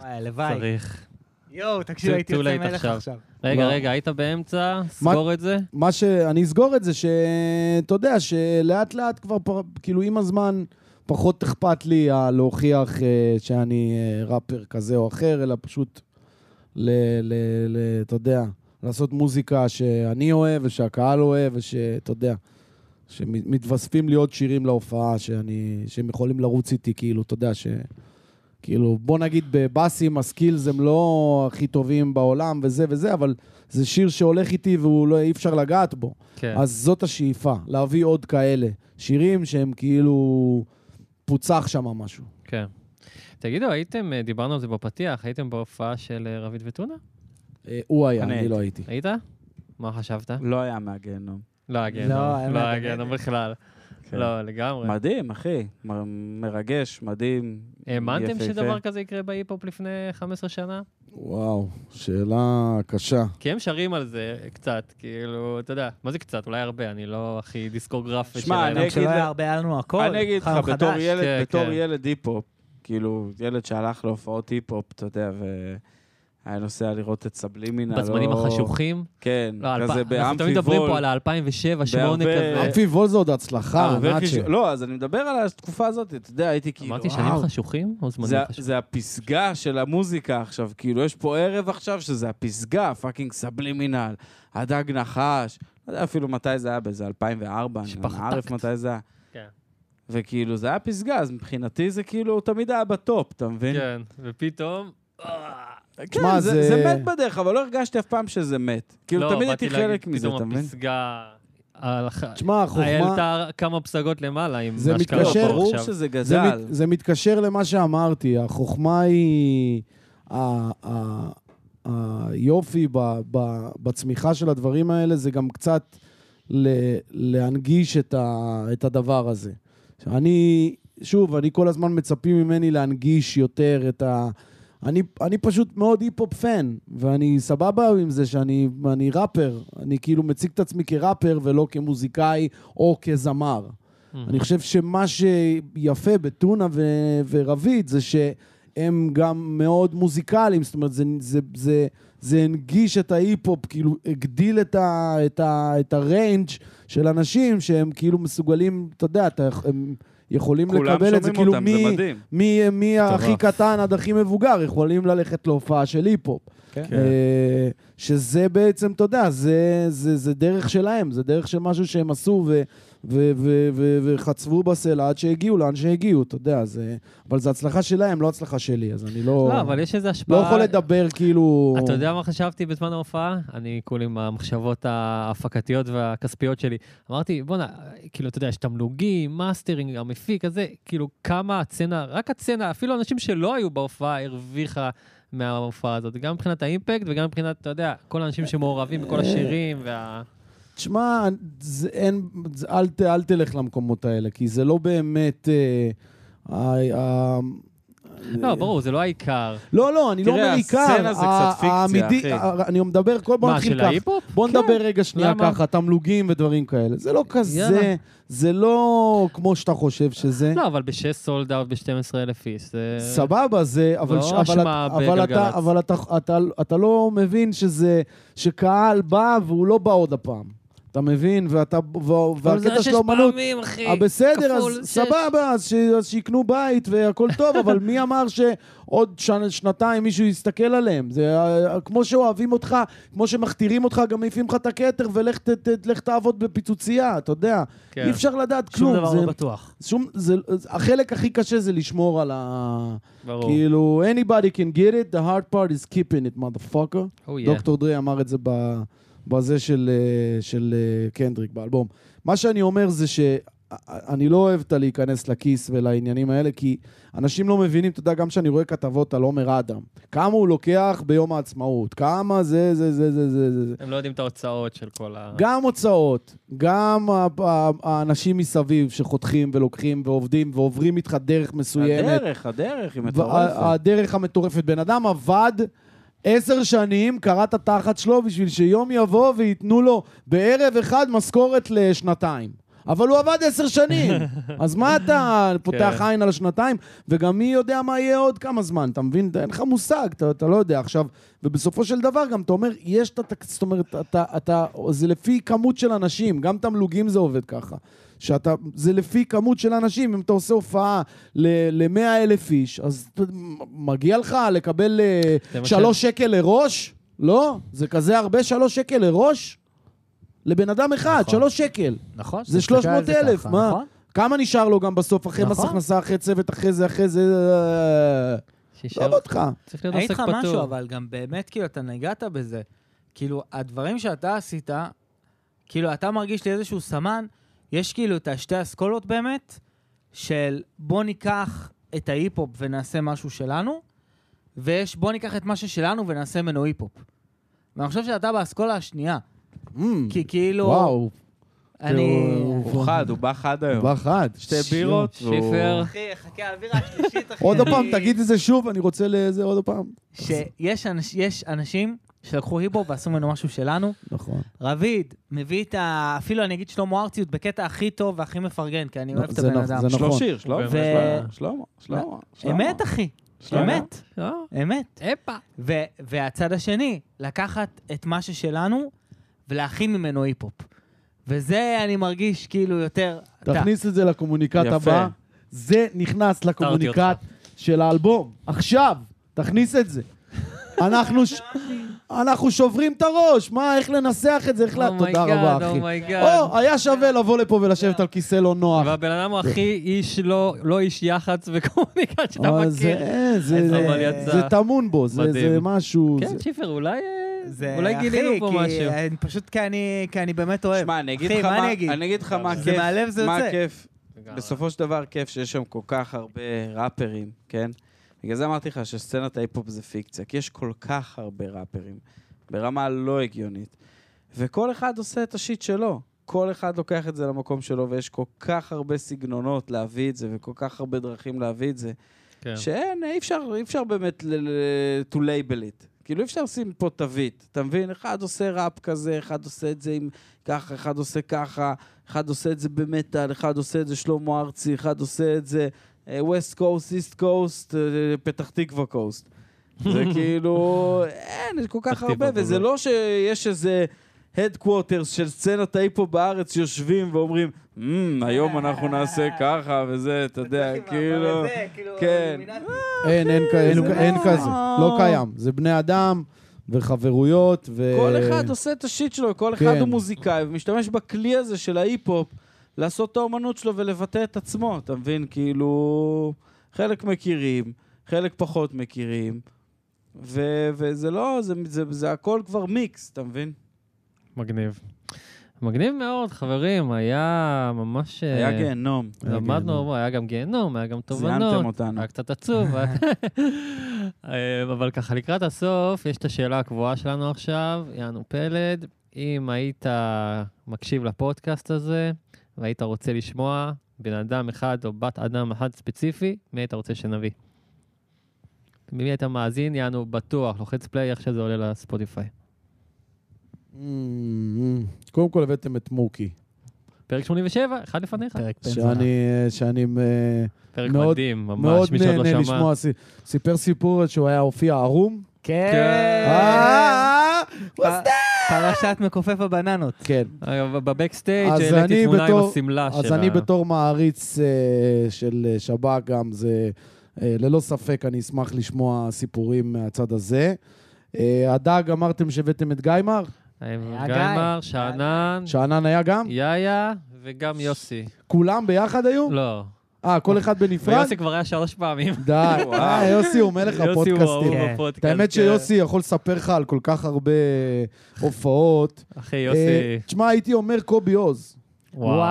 Speaker 2: וואי, הלוואי.
Speaker 1: צריך.
Speaker 2: יואו, תקשיב,
Speaker 1: צאו-
Speaker 2: הייתי
Speaker 1: צאו
Speaker 2: יוצא
Speaker 1: להיט
Speaker 2: מלך
Speaker 1: עכשיו.
Speaker 2: עכשיו.
Speaker 1: רגע,
Speaker 3: מה?
Speaker 1: רגע, היית באמצע? סגור את זה?
Speaker 3: מה שאני אסגור את זה, שאתה יודע, שלאט לאט כבר, פר- כאילו, עם הזמן, פחות אכפת לי ה- להוכיח אה, שאני אה, ראפר כזה או אחר, אלא פשוט, ל... ל- ל- אתה יודע, לעשות מוזיקה שאני אוהב ושהקהל אוהב, ושאתה יודע, שמתווספים לי עוד שירים להופעה, שאני, שהם יכולים לרוץ איתי, כאילו, אתה יודע, ש... כאילו, בוא נגיד בבאסים הסקילס הם לא הכי טובים בעולם וזה וזה, אבל זה שיר שהולך איתי והוא לא, אי אפשר לגעת בו.
Speaker 1: כן.
Speaker 3: אז זאת השאיפה, להביא עוד כאלה. שירים שהם כאילו... פוצח שם משהו.
Speaker 1: כן. תגידו, הייתם, אה, דיברנו על זה בפתיח, הייתם בהופעה של אה, רביד וטונה?
Speaker 3: אה, הוא היה,
Speaker 4: אני
Speaker 3: אני לא הייתי.
Speaker 1: היית? מה חשבת?
Speaker 4: לא היה מהגיהנום.
Speaker 1: לא הגנום,
Speaker 2: לא, האמת,
Speaker 1: לא
Speaker 2: האמת.
Speaker 1: הגנום בכלל.
Speaker 4: כן.
Speaker 1: לא, לגמרי.
Speaker 4: מדהים, אחי. מ- מרגש, מדהים.
Speaker 1: האמנתם
Speaker 4: יפהפה.
Speaker 1: שדבר כזה יקרה בהיפ-הופ לפני 15 שנה?
Speaker 3: וואו, שאלה קשה.
Speaker 1: כי הם שרים על זה קצת, כאילו, אתה יודע, מה זה קצת? אולי הרבה, אני לא הכי דיסקוגרפי
Speaker 4: שמע,
Speaker 1: שלהם.
Speaker 4: אני
Speaker 2: גם שלא
Speaker 4: אגיד
Speaker 2: היה
Speaker 4: לה-
Speaker 2: הרבה, היה לנו הכל.
Speaker 4: אני אגיד לך,
Speaker 2: התחלנו
Speaker 4: בתור
Speaker 2: חדש.
Speaker 1: כן,
Speaker 4: ילד, בתור
Speaker 1: כן.
Speaker 4: ילד היפ-הופ, כאילו, ילד שהלך להופעות היפ-הופ, אתה יודע, והיה נוסע לראות את סבלימינה.
Speaker 1: בזמנים
Speaker 4: לא-
Speaker 1: החשוכים.
Speaker 4: כן,
Speaker 1: לא, אלפ-
Speaker 4: כזה באמפיבול.
Speaker 1: אנחנו תמיד מדברים פה על ה-2007-2008
Speaker 4: בהרבה-
Speaker 1: כזה.
Speaker 3: אמפי וול זה עוד הצלחה,
Speaker 4: הרבה
Speaker 3: נאצ'ה.
Speaker 4: חיש- לא, אז אני מדבר על התקופה הזאת, אתה יודע, הייתי כאילו,
Speaker 1: אמרתי
Speaker 4: וואו,
Speaker 1: שנים חשוכים או זמנים
Speaker 4: זה-
Speaker 1: חשוכים?
Speaker 4: זה הפסגה של המוזיקה עכשיו, כאילו, יש פה ערב עכשיו שזה הפסגה, פאקינג סבלימינל, הדג נחש, לא יודע אפילו מתי זה היה, באיזה 2004, אני
Speaker 1: משפחת
Speaker 4: מערף
Speaker 1: טקט.
Speaker 4: מתי זה היה.
Speaker 1: כן.
Speaker 4: וכאילו, זה היה פסגה, אז מבחינתי זה כאילו, הוא תמיד היה בטופ, אתה מבין?
Speaker 1: כן, ופתאום...
Speaker 4: כן,
Speaker 3: תשמע,
Speaker 4: זה
Speaker 3: זה-
Speaker 4: זה מת בדרך, אבל לא הרגשתי אף פעם שזה מת. כאילו,
Speaker 1: לא,
Speaker 4: תמיד
Speaker 1: באתי
Speaker 4: הייתי
Speaker 1: להגיד,
Speaker 4: חלק מזה, אתה
Speaker 1: פתאום
Speaker 4: מבין?
Speaker 1: הפסגה... הלכה-
Speaker 3: תשמע, החוכמה...
Speaker 1: העלתה כמה פסגות למעלה עם
Speaker 3: זה
Speaker 1: מה שקרה פה
Speaker 3: מתקשר-
Speaker 1: עכשיו.
Speaker 4: לא, ברור שזה
Speaker 3: זה,
Speaker 4: גדל.
Speaker 3: מת, זה מתקשר למה שאמרתי, החוכמה היא ה- ה- היופי ב, ב, בצמיחה של הדברים האלה, זה גם קצת ל, להנגיש את, ה, את הדבר הזה. אני, שוב, אני כל הזמן מצפים ממני להנגיש יותר את ה... אני, אני פשוט מאוד היפ-הופ פן, ואני סבבה עם זה שאני אני ראפר. אני כאילו מציג את עצמי כראפר ולא כמוזיקאי או כזמר.
Speaker 4: Mm-hmm.
Speaker 3: אני חושב שמה שיפה בטונה ו- ורביד זה שהם גם מאוד מוזיקליים, זאת אומרת, זה, זה, זה, זה הנגיש את ההיפ-הופ, כאילו הגדיל את, ה, את, ה, את הריינג' של אנשים שהם כאילו מסוגלים, אתה יודע, אתה, הם יכולים
Speaker 4: כולם
Speaker 3: לקבל את זה,
Speaker 4: שומעים
Speaker 3: כאילו
Speaker 4: אותם,
Speaker 3: מי...
Speaker 4: זה מדהים.
Speaker 3: מי, מי
Speaker 1: מטורף.
Speaker 3: הכי קטן עד הכי מבוגר יכולים ללכת להופעה של היפ-הופ.
Speaker 4: כן.
Speaker 3: אה, שזה בעצם, אתה יודע, זה, זה, זה דרך שלהם, זה דרך של משהו שהם עשו, ו, ו- ו- ו- וחצבו בסלע עד שהגיעו לאן שהגיעו, אתה יודע, זה... אבל זו הצלחה שלהם, לא הצלחה שלי, אז אני לא...
Speaker 1: לא, אבל יש איזו
Speaker 3: לא
Speaker 1: השפעה...
Speaker 3: יכול לדבר כאילו...
Speaker 1: אתה יודע מה חשבתי בזמן ההופעה? אני כולי עם המחשבות ההפקתיות והכספיות שלי. אמרתי, בואנה, כאילו, אתה יודע, יש תמלוגים, מאסטרינג, המפיק הזה, כאילו, כמה הצצנה, רק הצצנה, אפילו אנשים שלא היו בהופעה הרוויחה מההופעה הזאת, גם מבחינת האימפקט וגם מבחינת, אתה יודע, כל האנשים שמעורבים בכל השירים וה...
Speaker 3: תשמע, זה, אין, זה, אל, ת, אל תלך למקומות האלה, כי זה לא באמת... אה, ה- ה-
Speaker 1: לא, ברור, זה לא העיקר.
Speaker 3: לא, לא, אני לא
Speaker 4: תראה,
Speaker 3: אומר עיקר.
Speaker 4: הסצנה זה
Speaker 3: ה-
Speaker 4: קצת פיקציה,
Speaker 3: האמיתי-
Speaker 4: אחי.
Speaker 3: ה- אני מדבר, כל בוא
Speaker 1: מה,
Speaker 3: נתחיל
Speaker 1: של
Speaker 3: ככה.
Speaker 1: ההיפ-הופ? כן.
Speaker 3: בוא נדבר רגע שנייה
Speaker 1: למה?
Speaker 3: ככה, תמלוגים ודברים כאלה. זה לא
Speaker 1: יאללה.
Speaker 3: כזה, זה לא כמו שאתה חושב שזה.
Speaker 1: לא, אבל בשש סולד אאוט ב-12 אלף איש, זה...
Speaker 3: סבבה, זה, אבל,
Speaker 1: לא
Speaker 3: ש- אבל,
Speaker 1: אשמה
Speaker 3: אתה- אבל,
Speaker 1: בגלגלצ.
Speaker 3: אתה, אבל אתה, אתה, אתה לא מבין שזה, שקהל בא והוא לא בא עוד הפעם. אתה מבין? ואתה, וה- והקטע של האומנות...
Speaker 1: אחי.
Speaker 3: אה, בסדר, אז
Speaker 1: כפול שש.
Speaker 3: סבבה, אז, ש... אז שיקנו בית והכל טוב, אבל מי אמר שעוד שנ... שנתיים מישהו יסתכל עליהם? זה אה, כמו שאוהבים אותך, כמו שמכתירים אותך, גם מעיפים לך את הכתר ולך ת... ת... לך תעבוד בפיצוצייה, אתה יודע.
Speaker 1: כן.
Speaker 3: אי אפשר לדעת
Speaker 2: שום
Speaker 3: כלום.
Speaker 2: דבר
Speaker 3: זה...
Speaker 2: לא בטוח.
Speaker 3: שום, זה, החלק הכי קשה זה לשמור על ה...
Speaker 1: ברור.
Speaker 3: כאילו, anybody can get it, the hard part is keeping it,
Speaker 1: Oh,
Speaker 3: motherfucker.
Speaker 1: yeah.
Speaker 3: דוקטור דרי אמר את זה ב- בזה של, אה, של אה, קנדריק באלבום. מה שאני אומר זה שאני לא אוהב את הלהיכנס לכיס ולעניינים האלה, כי אנשים לא מבינים, אתה יודע, גם כשאני רואה כתבות על עומר אדם, כמה הוא לוקח ביום העצמאות, כמה זה, זה, זה, זה, זה, זה. זה.
Speaker 1: הם לא יודעים את ההוצאות של כל ה...
Speaker 3: גם הוצאות, גם ה- ה- האנשים מסביב שחותכים ולוקחים ועובדים ועוברים איתך דרך מסוימת.
Speaker 4: הדרך, הדרך, היא
Speaker 3: וה-
Speaker 4: מטורפת.
Speaker 3: הדרך המטורפת. בן אדם עבד עשר שנים, קרע את התחת שלו בשביל שיום יבוא וייתנו לו בערב אחד משכורת לשנתיים. אבל הוא עבד עשר שנים, אז מה אתה פותח
Speaker 1: כן.
Speaker 3: עין על השנתיים? וגם מי יודע מה יהיה עוד כמה זמן, אתה מבין? אין לך מושג, אתה, אתה לא יודע. עכשיו, ובסופו של דבר גם אתה אומר, יש את התק... זאת אומרת, אתה, אתה, זה לפי כמות של אנשים, גם תמלוגים זה עובד ככה. שאתה, זה לפי כמות של אנשים, אם אתה עושה הופעה ל-100 אלף איש, אז אתה- מגיע לך לקבל אה,
Speaker 1: זה מה ש-
Speaker 3: שלוש שקל לראש? לא? זה כזה הרבה שלוש שקל לראש? לבן אדם אחד,
Speaker 2: נכון.
Speaker 3: שלוש שקל.
Speaker 2: נכון?
Speaker 3: זה
Speaker 2: תסתכל על
Speaker 3: 300,000,
Speaker 2: ככה,
Speaker 3: מה?
Speaker 2: נכון?
Speaker 3: כמה נשאר לו גם בסוף, אחרי מס
Speaker 2: נכון.
Speaker 3: הכנסה, אחרי צוות, אחרי זה, אחרי זה... אה,
Speaker 1: שישה-
Speaker 3: עזוב אותך.
Speaker 1: צריך להיות
Speaker 2: אני
Speaker 1: עוסק
Speaker 2: איתך
Speaker 1: פטור.
Speaker 2: משהו, אבל גם באמת, כאילו, אתה נגעת בזה. כאילו, הדברים שאתה עשית, כאילו, אתה מרגיש לי איזשהו סמן, יש כאילו את השתי אסכולות באמת, של בוא ניקח את ההיפ-הופ ונעשה משהו שלנו, ויש בוא ניקח את מה ששלנו ונעשה ממנו היפ-הופ. ואני חושב שאתה באסכולה השנייה,
Speaker 3: Mm,
Speaker 2: כי כאילו...
Speaker 3: וואו, כאילו,
Speaker 2: אני...
Speaker 4: הוא חד, הוא בא חד היום.
Speaker 3: בא חד.
Speaker 4: שתי בירות. והוא-
Speaker 1: שיפר.
Speaker 2: אחי, חכה, האווירה השלישית, אחי.
Speaker 3: עוד
Speaker 2: אני-
Speaker 3: פעם, תגיד את זה שוב, אני רוצה לזה עוד פעם.
Speaker 2: שיש אנש- יש אנשים שלקחו היפ-הופ ועשו ממנו משהו שלנו,
Speaker 3: נכון.
Speaker 2: רביד מביא את ה... אפילו אני אגיד שלמה ארציות בקטע הכי טוב והכי מפרגן, כי אני
Speaker 3: לא,
Speaker 2: אוהב את
Speaker 3: זה
Speaker 2: הבן
Speaker 3: נכון,
Speaker 2: אדם.
Speaker 3: זה נכון.
Speaker 4: שלום שיר, שלום.
Speaker 1: ו-
Speaker 4: שלום, שלמה, שלמה. שלמה.
Speaker 2: אמת, אחי.
Speaker 4: שלמה.
Speaker 2: אמת,
Speaker 1: לא,
Speaker 2: אמת.
Speaker 1: אפה.
Speaker 2: ו- והצד השני, לקחת את מה ששלנו ולהכין ממנו היפ-הופ. וזה אני מרגיש כאילו יותר... אתה.
Speaker 3: תכניס את זה לקומוניקט
Speaker 4: יפה.
Speaker 3: הבא. זה נכנס לקומוניקט של האלבום. עכשיו, תכניס את זה. אנחנו ש- אנחנו שוברים את הראש, מה, איך לנסח את זה, איך ל...
Speaker 1: Oh
Speaker 3: תודה רבה, אחי.
Speaker 1: אומייגאד.
Speaker 3: או, היה שווה לבוא לפה ולשבת על כיסא לא נוח.
Speaker 1: והבן אדם הוא הכי איש לא, לא איש יח"צ וקומוניקט שאתה
Speaker 3: אבל זה-
Speaker 1: מכיר.
Speaker 3: אה, זה-
Speaker 1: אבל
Speaker 3: זה-
Speaker 1: יצא.
Speaker 3: זה טמון בו, זה
Speaker 1: מדהים.
Speaker 3: זה משהו... זה-
Speaker 1: כן, שיפר, אולי, אה,
Speaker 2: זה
Speaker 1: אולי
Speaker 2: אחי,
Speaker 1: גילינו פה
Speaker 2: כי
Speaker 1: משהו.
Speaker 2: אני- פשוט כי אני, כי אני באמת אוהב.
Speaker 4: שמע, אני אגיד
Speaker 2: אחי,
Speaker 4: לך
Speaker 2: מה
Speaker 4: מה-
Speaker 2: אני אגיד?
Speaker 4: אני אגיד לך מה
Speaker 2: זה
Speaker 4: כיף.
Speaker 2: מהלב זה
Speaker 4: מה
Speaker 2: יוצא.
Speaker 4: כיף.
Speaker 1: כן.
Speaker 4: בסופו של דבר כיף שיש שם כל כך הרבה ראפרים, כן? בגלל זה אמרתי לך שסצנת ההיפ-הופ זה פיקציה, כי יש כל כך הרבה ראפרים, ברמה לא הגיונית. וכל אחד עושה את השיט שלו. כל אחד לוקח את זה למקום שלו, ויש כל כך הרבה סגנונות להביא את זה, וכל כך הרבה דרכים להביא את זה,
Speaker 1: כן.
Speaker 4: שאין, אי אפשר, אי אפשר באמת ל- ל- to label it. כאילו, אי אפשר לשים פה תווית, אתה מבין? אחד עושה ראפ כזה, אחד עושה את זה עם ככה, אחד עושה ככה, אחד עושה את זה במטאל, אחד עושה את זה שלמה ארצי, אחד עושה את זה אה, ווסט קוסט, איסט קוסט, אה, פתח תקווה קוסט. זה כאילו, אין, יש כל כך
Speaker 1: פתח תקווה,
Speaker 4: הרבה, וזה
Speaker 1: באמת.
Speaker 4: לא שיש איזה headquarters של סצנת ההיפו בארץ שיושבים ואומרים, "Mm, היום אנחנו נעשה ככה, וזה, אתה יודע, כאילו... כן.
Speaker 3: אין, אין, כ- אין,
Speaker 4: זה
Speaker 3: אין
Speaker 4: לא-
Speaker 3: כזה, לא קיים. זה בני אדם וחברויות ו...
Speaker 4: כל אחד עושה את השיט שלו, כל אחד
Speaker 3: אה, כן.
Speaker 4: הוא מוזיקאי, ומשתמש בכלי הזה של ההיפ-הופ לעשות את האומנות שלו ולבטא את עצמו, אתה מבין? כאילו, חלק מכירים, חלק פחות מכירים, ו- וזה לא, זה, זה, זה הכל כבר מיקס, אתה מבין?
Speaker 1: מגניב. מגניב מאוד, חברים, היה ממש... אה,
Speaker 4: היה גיהנום.
Speaker 1: למדנו, הרבה, היה גם גיהנום, היה גם
Speaker 4: זיינתם
Speaker 1: תובנות,
Speaker 4: אותנו.
Speaker 1: היה קצת עצוב. היה- אה, אבל ככה, לקראת הסוף, יש את השאלה הקבועה שלנו עכשיו, יענו פלד, אם היית מקשיב לפודקאסט הזה והיית רוצה לשמוע בן אדם אחד או בת אדם אחד ספציפי, מי היית רוצה שנביא? מי היית מאזין, יענו בטוח, לוחץ פליי, איך שזה עולה לספוטיפיי.
Speaker 3: קודם כל הבאתם את מוקי,
Speaker 1: פרק 87, אחד לפניך.
Speaker 2: פרק בן זונה.
Speaker 3: שאני, שאני אה,
Speaker 1: פרק
Speaker 3: אוקיי. מאוד-
Speaker 1: מדהים, ממש,
Speaker 3: מאוד
Speaker 1: מי שעוד לא
Speaker 3: נהנה
Speaker 1: שמע.
Speaker 3: לשמוע. סי- סיפר סיפור שהוא היה הופיע ערום.
Speaker 2: כן.
Speaker 3: אה, what's that?
Speaker 2: פרשת מכופף הבננות.
Speaker 3: כן.
Speaker 1: אה, בבקסטייג'
Speaker 3: אז
Speaker 1: העליתי
Speaker 3: אני
Speaker 1: תמונה עם
Speaker 3: בתור-
Speaker 1: השמלה של
Speaker 3: אה, אז אני בתור מעריץ אה, של אה, שב"כ גם, זה אה, ללא ספק, אני אשמח לשמוע סיפורים מהצד הזה. אה, הדג, אמרתם שהבאתם את גיימר?
Speaker 1: עם
Speaker 2: היה
Speaker 1: גיימר,
Speaker 2: גיא.
Speaker 1: אה, שאנן,
Speaker 3: שאנן היה גם?
Speaker 1: יאיה וגם יוסי.
Speaker 3: כולם ביחד היו?
Speaker 1: לא.
Speaker 3: אה, כל אחד בנפרד?
Speaker 1: ויוסי כבר היה שלוש פעמים.
Speaker 3: די. אה, יוסי הוא מלך
Speaker 1: יוסי הוא אהוב
Speaker 3: הפודקאסטים. את
Speaker 1: בפודקאסט.
Speaker 3: האמת
Speaker 1: כן.
Speaker 3: שיוסי יכול לספר לך על כל כך הרבה הופעות.
Speaker 1: אחי,
Speaker 3: אה,
Speaker 1: יוסי.
Speaker 3: תשמע, הייתי אומר קובי עוז.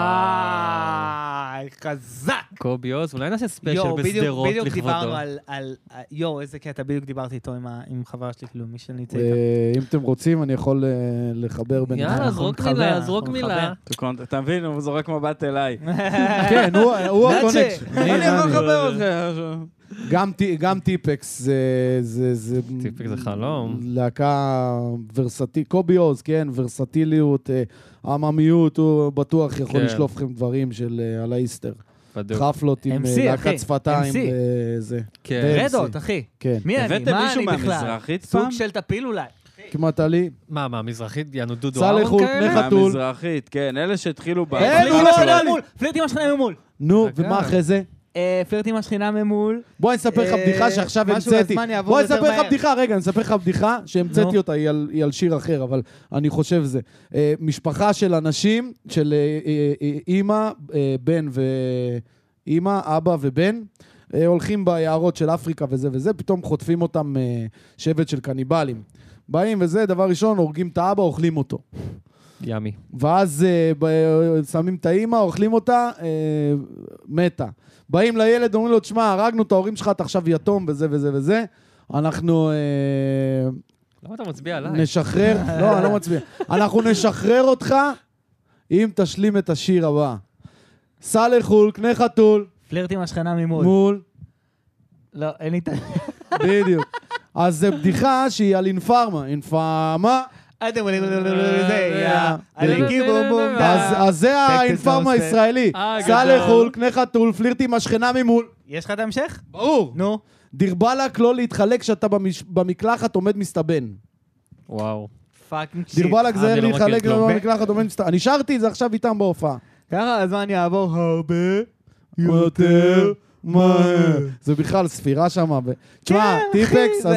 Speaker 1: וואו.
Speaker 2: חזק.
Speaker 1: קובי עוז, אולי נעשה ספיישל
Speaker 2: יואו, בדיוק,
Speaker 1: בשדרות
Speaker 2: בדיוק דיברנו
Speaker 1: לכבודו.
Speaker 2: על, על... יואו, איזה קטע, בדיוק דיברתי איתו עם, ה, עם חברה שלי, כאילו, מי שאני יצא איתה.
Speaker 3: אה, אם אתם רוצים, אני יכול אה, לחבר בין...
Speaker 1: יאללה,
Speaker 2: אנחנו
Speaker 1: זרוק
Speaker 2: נחבר,
Speaker 1: מילה,
Speaker 2: אנחנו
Speaker 1: זרוק
Speaker 2: נחבר.
Speaker 1: מילה.
Speaker 4: אתה מבין? הוא זורק מבט אליי.
Speaker 3: כן, הוא- הוא
Speaker 2: נאצ'ה.
Speaker 3: הקונקשן.
Speaker 4: אני יכול
Speaker 1: אני-
Speaker 4: לחבר אותך.
Speaker 3: גם טי- גם טיפקס זה... זה- זה-
Speaker 1: טיפקס זה חלום.
Speaker 3: להקה ורסטי, קובי עוז, כן, ורסטיליות, אה, עממיות, הוא בטוח יכול
Speaker 1: כן.
Speaker 3: לשלוף לכם דברים של אה, על האיסטר.
Speaker 1: בדיוק.
Speaker 3: חפלות עם
Speaker 2: MC,
Speaker 3: אה,
Speaker 2: אחי,
Speaker 3: להקת שפתיים
Speaker 2: MC.
Speaker 3: וזה.
Speaker 1: כן.
Speaker 3: ו-
Speaker 2: רדות, אחי.
Speaker 3: כן.
Speaker 2: מי אני?
Speaker 4: הבאתם
Speaker 2: מה
Speaker 4: מישהו
Speaker 2: אני בכלל?
Speaker 4: מהמזרחית פעם?
Speaker 2: סוג של תפיל אולי.
Speaker 3: כמעט עלי.
Speaker 1: מה, מה, מזרחית, יענו דודו
Speaker 3: סע
Speaker 1: אהרון
Speaker 3: לחו"ל,
Speaker 1: כאלה?
Speaker 3: פני חתול.
Speaker 4: המזרחית, כן, אלה שהתחילו ב...
Speaker 3: אין,
Speaker 2: פלירט
Speaker 3: הוא
Speaker 2: עם
Speaker 3: לא
Speaker 2: השכנה
Speaker 3: עלה לי.
Speaker 2: ממול, פלירט עם השכנה ממול.
Speaker 3: נו,
Speaker 1: אגב.
Speaker 3: ומה אחרי זה?
Speaker 2: אה, פלירט עם השכנה ממול.
Speaker 3: בוא, אני אספר לך
Speaker 2: אה,
Speaker 3: בדיחה שעכשיו
Speaker 2: משהו
Speaker 3: המצאתי.
Speaker 2: בזמן יעבור
Speaker 3: בוא, אני
Speaker 2: יותר
Speaker 3: אספר לך
Speaker 2: מהר.
Speaker 3: בדיחה, רגע, אני אספר לך בדיחה שהמצאתי
Speaker 2: נו.
Speaker 3: אותה, היא על- היא על שיר אחר, אבל אני חושב זה. אה, משפחה של אנשים, של אה, אה, אה, אימא, אה, בן ו... אימא, אבא ובן. אה, הולכים ביערות של אפריקה וזה וזה, פתאום חוטפים אותם אה, שבט של קניבלים. באים וזה, דבר ראשון, הורגים את האבא, אוכלים אותו.
Speaker 1: ימי.
Speaker 3: ואז אה, ב- שמים את האימא, אוכלים אותה, אה, מתה. באים לילד, אומרים לו, תשמע, הרגנו את ההורים שלך, אתה עכשיו יתום, וזה וזה וזה. אנחנו אה,
Speaker 1: למה אתה מצביע עליי?
Speaker 3: נשחרר, לא, אני לא מצביע. אנחנו נשחרר אותך אם תשלים את השיר הבא. סע לחו"ל, קנה חתול,
Speaker 2: פלירט עם השכנה ממול.
Speaker 3: מול,
Speaker 2: לא, אין לי את ה...
Speaker 3: בדיוק. אז זו בדיחה שהיא על אינפארמה. אינפארמה,
Speaker 2: אתם עולים לזה, יא.
Speaker 3: בדיוק.
Speaker 2: אני גיבום בום
Speaker 3: אז
Speaker 2: דם.
Speaker 3: אז זה
Speaker 2: טקס
Speaker 3: האינפארמה
Speaker 2: נושא.
Speaker 3: הישראלי.
Speaker 1: אה,
Speaker 3: סע
Speaker 1: גדול.
Speaker 3: לחו"ל, קנה חתול, פלירט עם השכנה ממול.
Speaker 2: יש לך את ההמשך?
Speaker 3: ברור.
Speaker 2: נו.
Speaker 3: דיר באלק לא להתחלק כשאתה במש... במקלחת עומד מסתבן.
Speaker 1: וואו.
Speaker 2: פאקינג שיט.
Speaker 3: דיר באלק זה
Speaker 1: אה,
Speaker 3: איך
Speaker 1: אני לא מכיר
Speaker 3: להתחלק
Speaker 1: כלום.
Speaker 3: במקלחת עומד מסתבן. אני שרתי את זה עכשיו איתם בהופעה.
Speaker 2: ככה הזמן יעבור הרבה
Speaker 3: יותר מהר. זה בכלל ספירה שמה. ב- תשמע,
Speaker 2: כן, אחי,
Speaker 3: טיפקס,
Speaker 2: זה-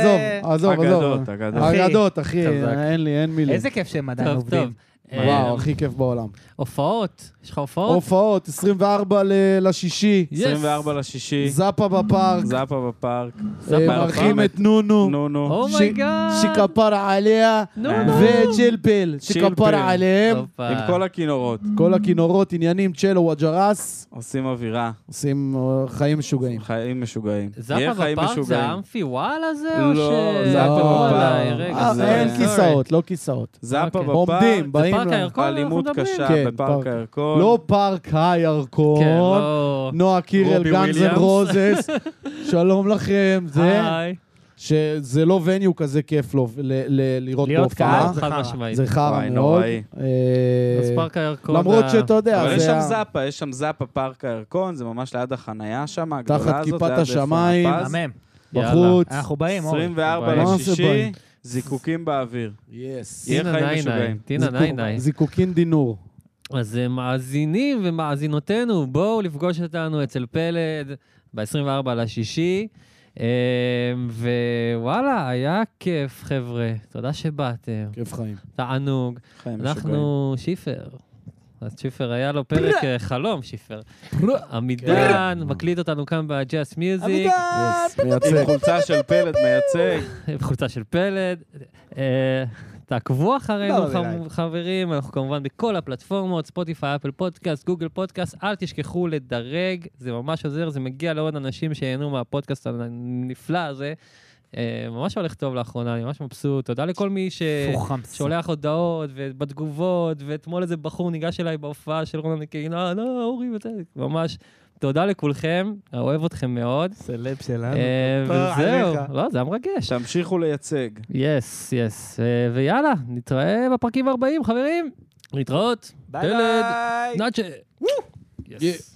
Speaker 3: עזוב, עזוב, עזוב.
Speaker 4: אגדות, אגדות.
Speaker 2: אחי.
Speaker 3: אגדות, אחי,
Speaker 1: חזק.
Speaker 3: אין לי, אין מילים.
Speaker 2: איזה אה, כיף שהם עדיין
Speaker 1: טוב,
Speaker 2: עובדים.
Speaker 1: טוב. אה,
Speaker 3: וואו, הכי כיף בעולם.
Speaker 1: הופעות? יש לך
Speaker 2: אוקיי.
Speaker 1: הופעות?
Speaker 3: הופעות, 24 ל- לשישי,
Speaker 1: יס.
Speaker 4: 24 לשישי,
Speaker 3: זאפה בפארק,
Speaker 4: זאפה בפארק.
Speaker 3: אה,
Speaker 1: בפארק.
Speaker 3: מארחים את נונו,
Speaker 4: נו,
Speaker 2: Oh
Speaker 4: נו.
Speaker 3: ש-
Speaker 1: אומייגאד.
Speaker 3: שכפר עליה,
Speaker 1: Oh נו, נו.
Speaker 3: וג'לפל,
Speaker 4: צ'ילפל.
Speaker 3: שכפר עליהם.
Speaker 1: הופה.
Speaker 4: עם כל הכינורות,
Speaker 3: כל הכינורות, עניינים, צ'לו וג'רס,
Speaker 4: עושים אווירה.
Speaker 3: עושים אה, חיים משוגעים.
Speaker 4: חיים משוגעים. יהיה
Speaker 1: זאפה
Speaker 4: חיים
Speaker 1: בפארק זה
Speaker 4: משוגעים.
Speaker 1: האמפי וואל הזה?
Speaker 4: לא,
Speaker 1: או ש-
Speaker 4: זאפה
Speaker 1: לא,
Speaker 4: בפארק.
Speaker 1: עליי, רגע,
Speaker 3: אה,
Speaker 1: זה-
Speaker 3: אין
Speaker 1: sorry.
Speaker 3: כיסאות, לא כיסאות.
Speaker 4: זאפה
Speaker 1: אוקיי.
Speaker 4: בפארק.
Speaker 3: עומדים, באים
Speaker 1: פארק
Speaker 3: לה-
Speaker 1: הירקון אנחנו
Speaker 4: אלימות
Speaker 1: מדברים.
Speaker 4: קשה
Speaker 3: כן,
Speaker 4: בפארק
Speaker 3: פארק.
Speaker 4: הירקון.
Speaker 3: לא פארק הירקון,
Speaker 1: נכון. כן, לא.
Speaker 3: נועה קירל,
Speaker 1: רובי
Speaker 3: גאנז
Speaker 1: וויליאמס.
Speaker 3: אנד רוזס, שלום לכם, זה,
Speaker 1: היי.
Speaker 3: שזה לא וניו כזה כיף לו ל- ל- לראות
Speaker 2: להיות
Speaker 3: בהופעה,
Speaker 2: קהל. זה
Speaker 1: אה, חד
Speaker 2: חרא.
Speaker 1: משמעית.
Speaker 3: אה? זה חרא
Speaker 4: וואי,
Speaker 3: מאוד.
Speaker 4: נוראי.
Speaker 3: אה,
Speaker 1: אז פארק הירקון.
Speaker 3: למרות
Speaker 1: ה-
Speaker 3: שאתה יודע,
Speaker 4: אבל יש
Speaker 3: זה
Speaker 4: שם
Speaker 3: ה-
Speaker 4: זאפה, יש שם זאפה פארק הירקון, זה ממש ליד החנייה שם, הגדולה הזאת.
Speaker 3: תחת כיפת
Speaker 4: ליד איפה
Speaker 3: השמיים.
Speaker 4: המפז.
Speaker 2: מהמם.
Speaker 1: יאללה. אה,
Speaker 3: בחוץ.
Speaker 2: אנחנו באים, אורי.
Speaker 4: 24
Speaker 1: מה
Speaker 3: זה
Speaker 4: לשישי,
Speaker 3: באים?
Speaker 4: זיקוקים באוויר.
Speaker 3: יס.
Speaker 4: יהיה
Speaker 1: טינה
Speaker 4: חיים
Speaker 1: נייני,
Speaker 4: משוגעים.
Speaker 1: טינה
Speaker 3: זיקוק-
Speaker 1: נייני.
Speaker 3: זיקוקין דינור.
Speaker 1: אז אה, מאזינים ומאזינותינו, בואו לפגוש אותנו אצל פלד ב-24 לשישי. אה, ווואלה, היה כיף, חבר'ה. תודה שבאתם.
Speaker 3: כיף חיים.
Speaker 1: תענוג.
Speaker 4: חיים משוגעים.
Speaker 1: אנחנו שיפר. אז שיפר, היה לו פרק אה, חלום, שיפר. עמידן, מקליט אותנו כאן בג'אס מיוזיק,
Speaker 4: עם
Speaker 1: אה,
Speaker 3: מייצג.
Speaker 4: חולצה של פלט מייצג.
Speaker 1: עם חולצה של פלד. אה, תעקבו
Speaker 4: לא,
Speaker 1: אחרינו,
Speaker 4: זה
Speaker 1: חב- חברים, אנחנו כמובן בכל הפלטפורמות, ספוטיפיי, אפל פודקאסט, גוגל פודקאסט, אל תשכחו לדרג, זה ממש עוזר, זה מגיע לעוד אנשים שיהנו מהפודקאסט הנפלא הזה. אה, ממש הולך טוב לאחרונה, אני ממש מבסוט. תודה לכל מי ש... שולח הודעות, ובתגובות, ואתמול איזה בחור ניגש אליי בהופעה של רונן קינה, לא, אורי, וזה, ממש. תודה לכולכם, אוהב אתכם מאוד.
Speaker 2: סלב שלנו.
Speaker 1: אה,
Speaker 2: כפרה
Speaker 1: וזהו,
Speaker 2: עליך.
Speaker 1: לא, זה היה מרגש.
Speaker 4: תמשיכו לייצג.
Speaker 1: יס, יס. אה, ויאללה, נתראה בפרקים הבאים, חברים. להתראות.
Speaker 2: ביי
Speaker 1: תלד.
Speaker 2: ביי.
Speaker 1: נאצ'ה.
Speaker 3: יא.
Speaker 1: יס.